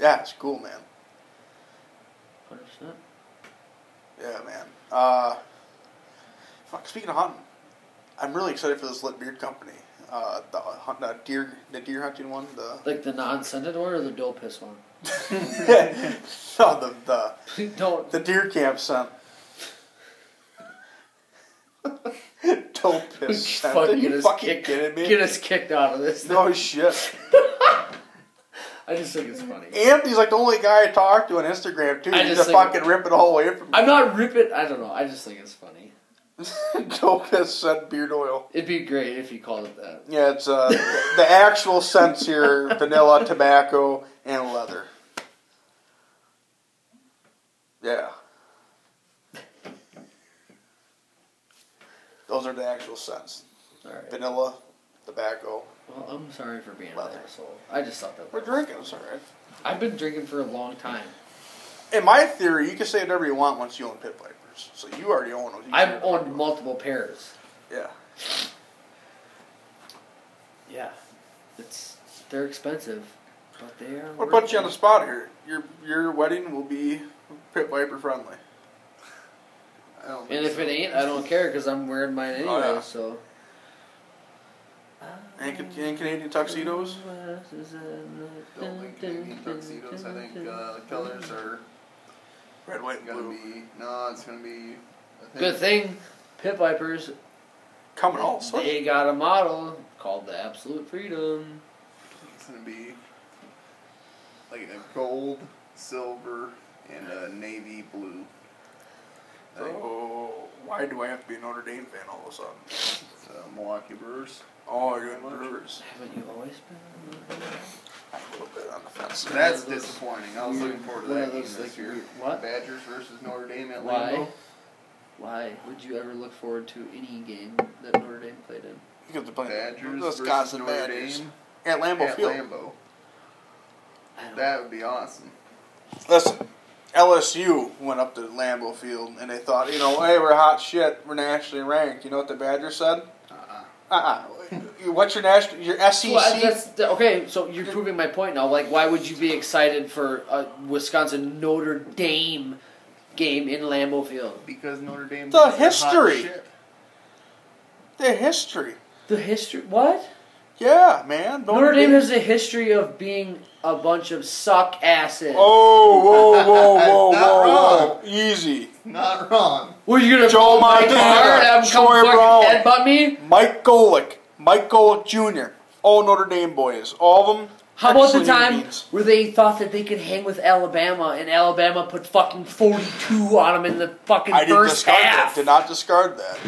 Speaker 1: Yeah, it's cool, man.
Speaker 2: 100%.
Speaker 1: Yeah, man. Uh, fuck. Speaking of hunting, I'm really excited for this lit beard company. Uh, the, hunt, the deer, the deer hunting one. The
Speaker 2: Like the non scented one or the dope piss one?
Speaker 1: no, the the
Speaker 2: Please don't.
Speaker 1: the deer camp scent. Dope piss scent. Are
Speaker 2: fucking get
Speaker 1: you
Speaker 2: us
Speaker 1: fucking
Speaker 2: kicked,
Speaker 1: kidding me?
Speaker 2: Get us kicked out of this.
Speaker 1: no shit.
Speaker 2: I just think it's funny.
Speaker 1: And he's like the only guy I talked to on Instagram too.
Speaker 2: I
Speaker 1: He's a
Speaker 2: just think-
Speaker 1: fucking rip it all away from me.
Speaker 2: I'm not ripping. I don't know. I just think it's funny.
Speaker 1: Dope has scent beard oil.
Speaker 2: It'd be great if you called it that.
Speaker 1: Yeah, it's uh, the actual scents here: vanilla, tobacco, and leather. Yeah, those are the actual scents:
Speaker 2: Alright.
Speaker 1: vanilla, tobacco.
Speaker 2: Well, I'm sorry for being an
Speaker 1: Leather.
Speaker 2: asshole. I just thought that.
Speaker 1: We're drinking, it's all right.
Speaker 2: I've been drinking for a long time.
Speaker 1: In my theory, you can say whatever you want once you own pit vipers. So you already own them. You
Speaker 2: I've
Speaker 1: can-
Speaker 2: owned multiple pairs.
Speaker 1: Yeah.
Speaker 2: Yeah. It's they're expensive, but they are.
Speaker 1: We'll
Speaker 2: worth
Speaker 1: put you on
Speaker 2: it.
Speaker 1: the spot here. Your your wedding will be pit viper friendly.
Speaker 3: I don't think
Speaker 2: And if
Speaker 3: so.
Speaker 2: it ain't, I don't care because I'm wearing mine anyway.
Speaker 1: Oh, yeah.
Speaker 2: So.
Speaker 1: And, Ca- and Canadian tuxedos.
Speaker 3: Don't think they need tuxedos. I think uh, the colors are
Speaker 1: Red, white, and
Speaker 3: gonna
Speaker 1: blue.
Speaker 3: be no. It's gonna be. I think,
Speaker 2: Good thing, Pit Vipers.
Speaker 1: Coming all sorts.
Speaker 2: They got a model called the Absolute Freedom.
Speaker 3: It's gonna be like a gold, silver, and a navy blue. Like,
Speaker 1: Oh, why do I have to be a Notre Dame fan all of a sudden?
Speaker 3: it's, uh, Milwaukee Brewers.
Speaker 1: Oh, you're in Brewers.
Speaker 2: Haven't you always been?
Speaker 1: I'm a little bit on the fence.
Speaker 3: So that's disappointing. I was
Speaker 2: Weird-
Speaker 3: looking forward to
Speaker 2: one
Speaker 3: that
Speaker 2: of
Speaker 3: game
Speaker 2: those,
Speaker 3: this
Speaker 2: like,
Speaker 3: year.
Speaker 2: weird- what?
Speaker 3: Badgers versus Notre Dame at
Speaker 2: Why?
Speaker 3: Lambeau.
Speaker 2: Why would you ever look forward to any game that Notre Dame played in?
Speaker 1: Because they're playing
Speaker 3: Badgers versus
Speaker 1: Wisconsin
Speaker 3: Notre
Speaker 1: Badgers
Speaker 3: Dame
Speaker 1: at Lambeau
Speaker 3: at
Speaker 1: Field.
Speaker 3: Lambeau.
Speaker 2: I don't
Speaker 3: That would be awesome.
Speaker 1: Listen, LSU went up to Lambeau Field and they thought, you know, hey, we're hot shit. We're nationally ranked. You know what the Badgers said?
Speaker 3: Uh-uh.
Speaker 1: Uh-uh. you- what's your national your E SEC?
Speaker 2: Well, I- that's- th- okay, so you're proving my point now. Like, why would you be excited for a Wisconsin Notre Dame game in Lambeau Field?
Speaker 3: Because Notre Dame.
Speaker 1: The
Speaker 3: is hot
Speaker 1: history.
Speaker 3: shit.
Speaker 1: the history.
Speaker 2: The history. What?
Speaker 1: Yeah, man.
Speaker 2: Notre Dame has a history of being a bunch of suck asses.
Speaker 1: Oh, whoa, whoa, whoa,
Speaker 3: Not
Speaker 1: whoa,
Speaker 3: wrong.
Speaker 1: whoa! Easy.
Speaker 3: Not wrong.
Speaker 2: Were you gonna
Speaker 1: Joe
Speaker 2: pull my
Speaker 1: Montana,
Speaker 2: card and have him
Speaker 1: Troy
Speaker 2: come fucking
Speaker 1: Brown.
Speaker 2: headbutt me?
Speaker 1: Mike Golick, Mike Golick Jr. All Notre Dame boys, all of them.
Speaker 2: How about the
Speaker 1: excellent
Speaker 2: time
Speaker 1: Indians.
Speaker 2: where they thought that they could hang with Alabama and Alabama put fucking 42 on them in the fucking
Speaker 1: I didn't
Speaker 2: first
Speaker 1: discard
Speaker 2: half?
Speaker 1: that. Did not discard that.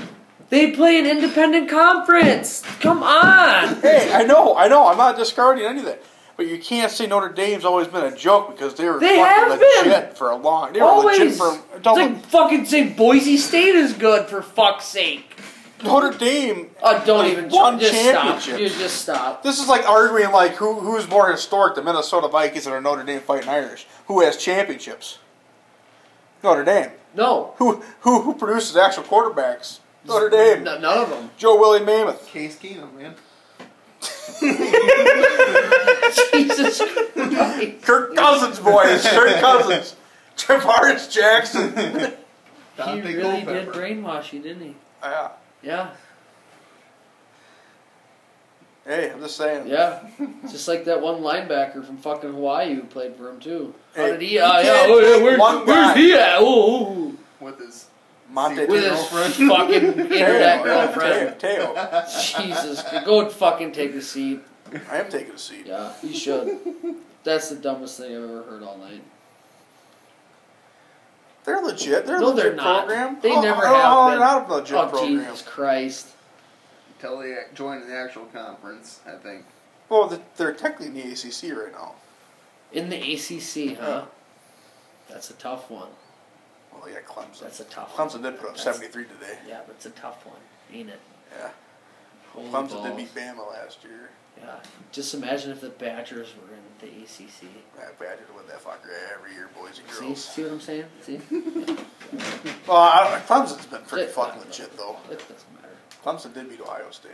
Speaker 2: They play an independent conference. Come on.
Speaker 1: Hey, I know, I know. I'm not discarding anything. But you can't say Notre Dame's always been a joke because they were
Speaker 2: They
Speaker 1: fucking
Speaker 2: have been.
Speaker 1: legit for a long. They were legit
Speaker 2: Always.
Speaker 1: for.
Speaker 2: it's like fucking say Boise State is good for fuck's sake.
Speaker 1: Notre Dame.
Speaker 2: Uh, don't
Speaker 1: Like
Speaker 2: even
Speaker 1: one
Speaker 2: just stop.
Speaker 1: championship.
Speaker 2: You just stop.
Speaker 1: This is like arguing like who who's more historic, the Minnesota Vikings or the Notre Dame Fighting Irish? Who has championships? Notre Dame.
Speaker 2: No.
Speaker 1: Who who who produces actual quarterbacks? Notre Dame.
Speaker 2: N- none of them.
Speaker 1: Joe Willie Mammoth.
Speaker 3: Case Keenum, man.
Speaker 2: Jesus Christ.
Speaker 1: Kirk Cousins boys. Kirk Cousins. Javaris Jackson.
Speaker 2: He
Speaker 3: Dante
Speaker 2: really did
Speaker 3: Culpepper.
Speaker 2: brainwash you, didn't he?
Speaker 1: Yeah.
Speaker 2: Yeah,
Speaker 1: Hey, I'm just saying.
Speaker 2: yeah. Just like that one linebacker from fucking Hawaii who played for him too. How
Speaker 1: Hey,
Speaker 2: did he? Uh,
Speaker 1: you
Speaker 2: yeah,
Speaker 1: can't
Speaker 2: oh, yeah,
Speaker 1: take
Speaker 2: where-
Speaker 1: one
Speaker 2: where's
Speaker 1: guy.
Speaker 2: he at? Oh,
Speaker 3: With his
Speaker 1: Monte
Speaker 2: with
Speaker 1: Teo.
Speaker 2: his fucking internet girlfriend.
Speaker 1: Teo. Teo.
Speaker 2: Jesus, go and fucking take a seat.
Speaker 1: I am taking a seat.
Speaker 2: Yeah, you should. That's the dumbest thing I've ever heard all night.
Speaker 1: They're legit. They're a
Speaker 2: No,
Speaker 1: legit
Speaker 2: they're not.
Speaker 1: program.
Speaker 2: They
Speaker 1: Oh,
Speaker 2: never
Speaker 1: I don't know
Speaker 2: have
Speaker 1: how they're
Speaker 2: been.
Speaker 1: not a legit
Speaker 2: Oh
Speaker 1: program.
Speaker 2: Jesus Christ!
Speaker 3: until they ac- join an actual conference, I think.
Speaker 1: Well, th- they're technically in the ACC right now.
Speaker 2: In the ACC, huh? That's a tough one.
Speaker 1: Well, yeah, Clemson.
Speaker 2: That's a tough one.
Speaker 1: Clemson did put up
Speaker 2: That's-
Speaker 1: 73 today.
Speaker 2: Yeah, that's a tough one, ain't it?
Speaker 1: Yeah.
Speaker 2: Holy
Speaker 1: Clemson did
Speaker 2: balls.
Speaker 1: beat Bama last year.
Speaker 2: Yeah. Just imagine if the Badgers were in the ACC.
Speaker 1: That Badgers win that fucker every year, boys and
Speaker 2: See,
Speaker 1: girls.
Speaker 2: see what I'm saying? See,
Speaker 1: Well, I don't, Clemson's been pretty
Speaker 2: Yeah.
Speaker 1: fucking legit, though.
Speaker 2: it doesn't matter.
Speaker 1: Clemson did beat Ohio State.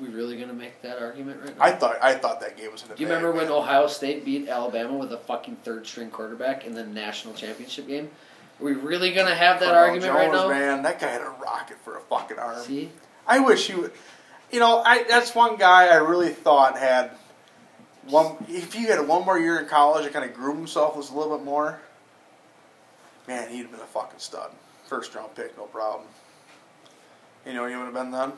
Speaker 2: We really gonna make that argument right now?
Speaker 1: I thought I thought that game was in the
Speaker 2: Do you
Speaker 1: bag,
Speaker 2: remember when
Speaker 1: man.
Speaker 2: Ohio State beat Alabama with a fucking third string quarterback in the national championship game? Are we really gonna have that
Speaker 1: Cardinal
Speaker 2: argument right
Speaker 1: Jones,
Speaker 2: now?
Speaker 1: Man, that guy had a rocket for a fucking arm.
Speaker 2: See,
Speaker 1: I wish he would. You know, I that's one guy I really thought had one. If he had one more year in college and kind of groomed himself was a little bit more, man, he'd have been a fucking stud. First round pick, no problem. You know, what he would have been then.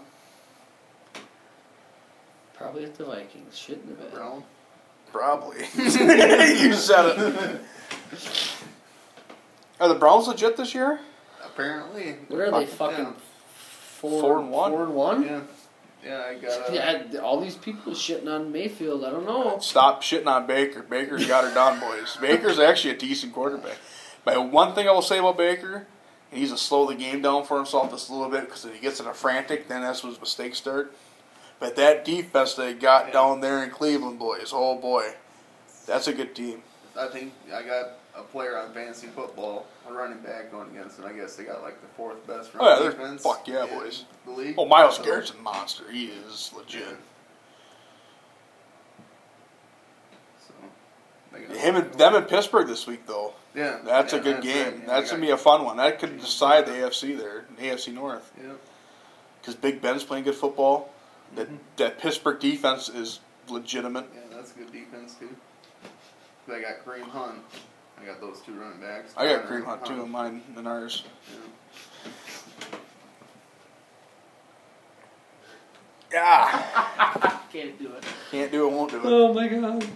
Speaker 2: probably at the Vikings. Shouldn't have been.
Speaker 3: Brown.
Speaker 1: Probably. you said it. Are the Browns legit this year?
Speaker 3: Apparently.
Speaker 2: What are they fucking four,
Speaker 1: Four and one?
Speaker 2: Four and
Speaker 3: down.
Speaker 2: one.
Speaker 3: Yeah. Yeah, I got. Uh,
Speaker 2: Yeah, all these people shitting on Mayfield. I don't know.
Speaker 1: Stop shitting on Baker. Baker's got her done, boys. Baker's actually a decent quarterback. But one thing I will say about Baker, he needs to slow the game down for himself just a little bit because if he gets in a frantic, then that's when his mistakes start. But that defense they got
Speaker 3: Yeah.
Speaker 1: down there in Cleveland, boys, oh boy, that's a good team.
Speaker 3: I think I got a player on fantasy football, a running back going against, and I guess they got like the fourth best
Speaker 1: Oh, yeah,
Speaker 3: running
Speaker 1: they're-
Speaker 3: defense.
Speaker 1: fuck yeah,
Speaker 3: in
Speaker 1: boys.
Speaker 3: The league.
Speaker 1: Oh, Miles
Speaker 3: So,
Speaker 1: Garrett's a monster. He is legit.
Speaker 3: So, they got-
Speaker 1: Him and them in Pittsburgh this week though.
Speaker 3: Yeah,
Speaker 1: That's
Speaker 3: yeah,
Speaker 1: a good
Speaker 3: right.
Speaker 1: game.
Speaker 3: Yeah,
Speaker 1: That's
Speaker 3: they
Speaker 1: gonna
Speaker 3: got-
Speaker 1: be a fun one. That could decide the AFC there, AFC North.
Speaker 3: Yeah.
Speaker 1: because Big Ben's playing good football. That that Pittsburgh defense is legitimate.
Speaker 3: Yeah, that's good defense too. I got Kareem Hunt. I got those two running backs.
Speaker 1: I got
Speaker 3: Connor
Speaker 1: Kareem Hunt
Speaker 3: and
Speaker 1: too in mine and ours. Yeah,
Speaker 2: Can't do it.
Speaker 1: can't do it, won't do it.
Speaker 2: Oh my god.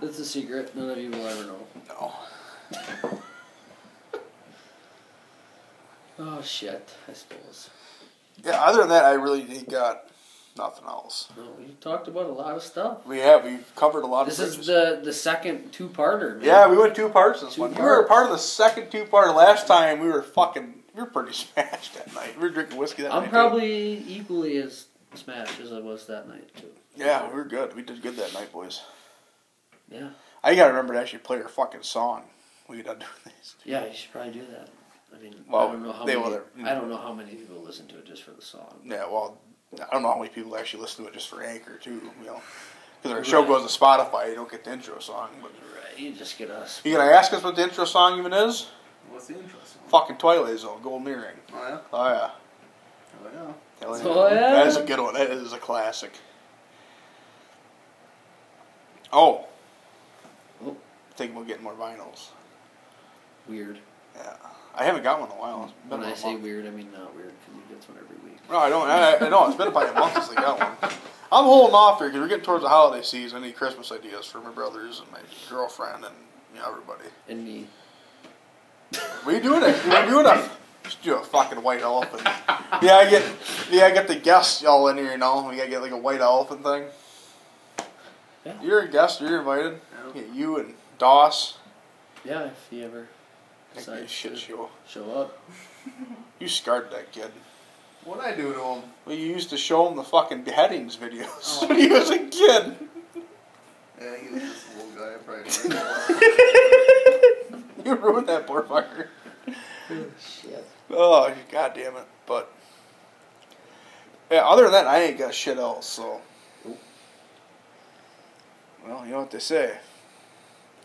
Speaker 2: That's a secret. None of you will ever know.
Speaker 1: No,
Speaker 2: Oh shit, I suppose.
Speaker 1: yeah. Other than that, I really ain't got nothing else.
Speaker 2: No, we talked about a lot of stuff.
Speaker 1: We have we covered a lot
Speaker 2: This
Speaker 1: of.
Speaker 2: is
Speaker 1: bases.
Speaker 2: the the second two parter.
Speaker 1: yeah. We went two parts this
Speaker 2: Two
Speaker 1: one. We were
Speaker 2: parts.
Speaker 1: part of the second two part last time. We were fucking. We were pretty smashed that night. We were drinking whiskey that night.
Speaker 2: I'm
Speaker 1: too.
Speaker 2: probably equally as smashed as I was that night too.
Speaker 1: Yeah, we were good. We did good that night, boys.
Speaker 2: Yeah,
Speaker 1: I gotta remember to actually play your fucking song. We done doing this.
Speaker 2: yeah, you should probably do that. I mean,
Speaker 1: Well,
Speaker 2: I don't know how
Speaker 1: they
Speaker 2: many.
Speaker 1: will-
Speaker 2: I don't know how many people listen to it just for the song.
Speaker 1: Yeah, well, I don't know how many people actually listen to it just for Anchor too. You know, because our
Speaker 2: Right.
Speaker 1: show goes to Spotify, you don't get the intro song. But
Speaker 2: Right, you just get us.
Speaker 1: you gonna ask us what the intro song even is?
Speaker 3: What's the interest? one?
Speaker 1: Fucking Twilight Zone, Golden Earring.
Speaker 3: Oh yeah.
Speaker 1: Oh yeah.
Speaker 3: Oh yeah.
Speaker 1: Hell yeah.
Speaker 2: Oh, yeah.
Speaker 1: That is a good one. That is a classic. Oh.
Speaker 2: Oh.
Speaker 1: Think we'll get more vinyls.
Speaker 2: Weird.
Speaker 1: Yeah. I haven't got one in a while. It's been
Speaker 2: When
Speaker 1: about
Speaker 2: I
Speaker 1: a
Speaker 2: say
Speaker 1: month.
Speaker 2: weird, I mean not weird because you get one every week.
Speaker 1: No, I don't. I, I know. It's been about a month since I got one. I'm holding off here because we're getting towards the holiday season. I need Christmas ideas for my brothers and my girlfriend and you know, everybody.
Speaker 2: And me.
Speaker 1: We doing it. We doing it. Just do a fucking white elephant. Yeah, I get. Yeah, I get the guests all in here. You know, we gotta get like a white elephant thing.
Speaker 2: Yeah.
Speaker 1: You're a guest. You're invited.
Speaker 3: Yeah.
Speaker 1: Yeah, you and Doss.
Speaker 2: Yeah, if he ever
Speaker 1: That'd be a
Speaker 2: decides
Speaker 1: shit
Speaker 2: to
Speaker 1: show.
Speaker 2: show up.
Speaker 1: You scarred that kid.
Speaker 3: What I do to him?
Speaker 1: Well, you used to show him the fucking beheadings videos
Speaker 3: Oh.
Speaker 1: when he was a kid.
Speaker 3: Yeah, he was just a little guy. I probably. didn't know.
Speaker 1: You ruined that poor fucker.
Speaker 2: Shit.
Speaker 1: Oh, god damn it. But yeah, other than that, I ain't got shit else, so. Well, you know what they say.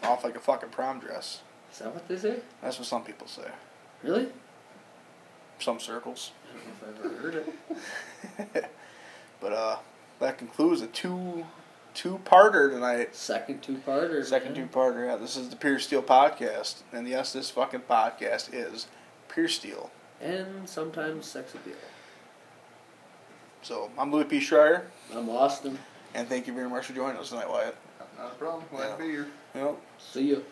Speaker 1: Off like a fucking prom dress.
Speaker 2: Is that what they say?
Speaker 1: That's what some people say.
Speaker 2: Really?
Speaker 1: Some circles.
Speaker 2: I don't know if I've ever heard it.
Speaker 1: But uh that concludes a two two parter tonight.
Speaker 2: Second two parter.
Speaker 1: Second two parter, yeah. This is the Pure Steel Podcast. And yes, this fucking podcast is Pure Steel.
Speaker 2: And sometimes sex appeal.
Speaker 1: So I'm Louis P. Schreier,
Speaker 2: I'm Austin.
Speaker 1: and thank you very much for joining us tonight, Wyatt.
Speaker 3: Not a problem. Glad to be here.
Speaker 1: Yep.
Speaker 2: See you.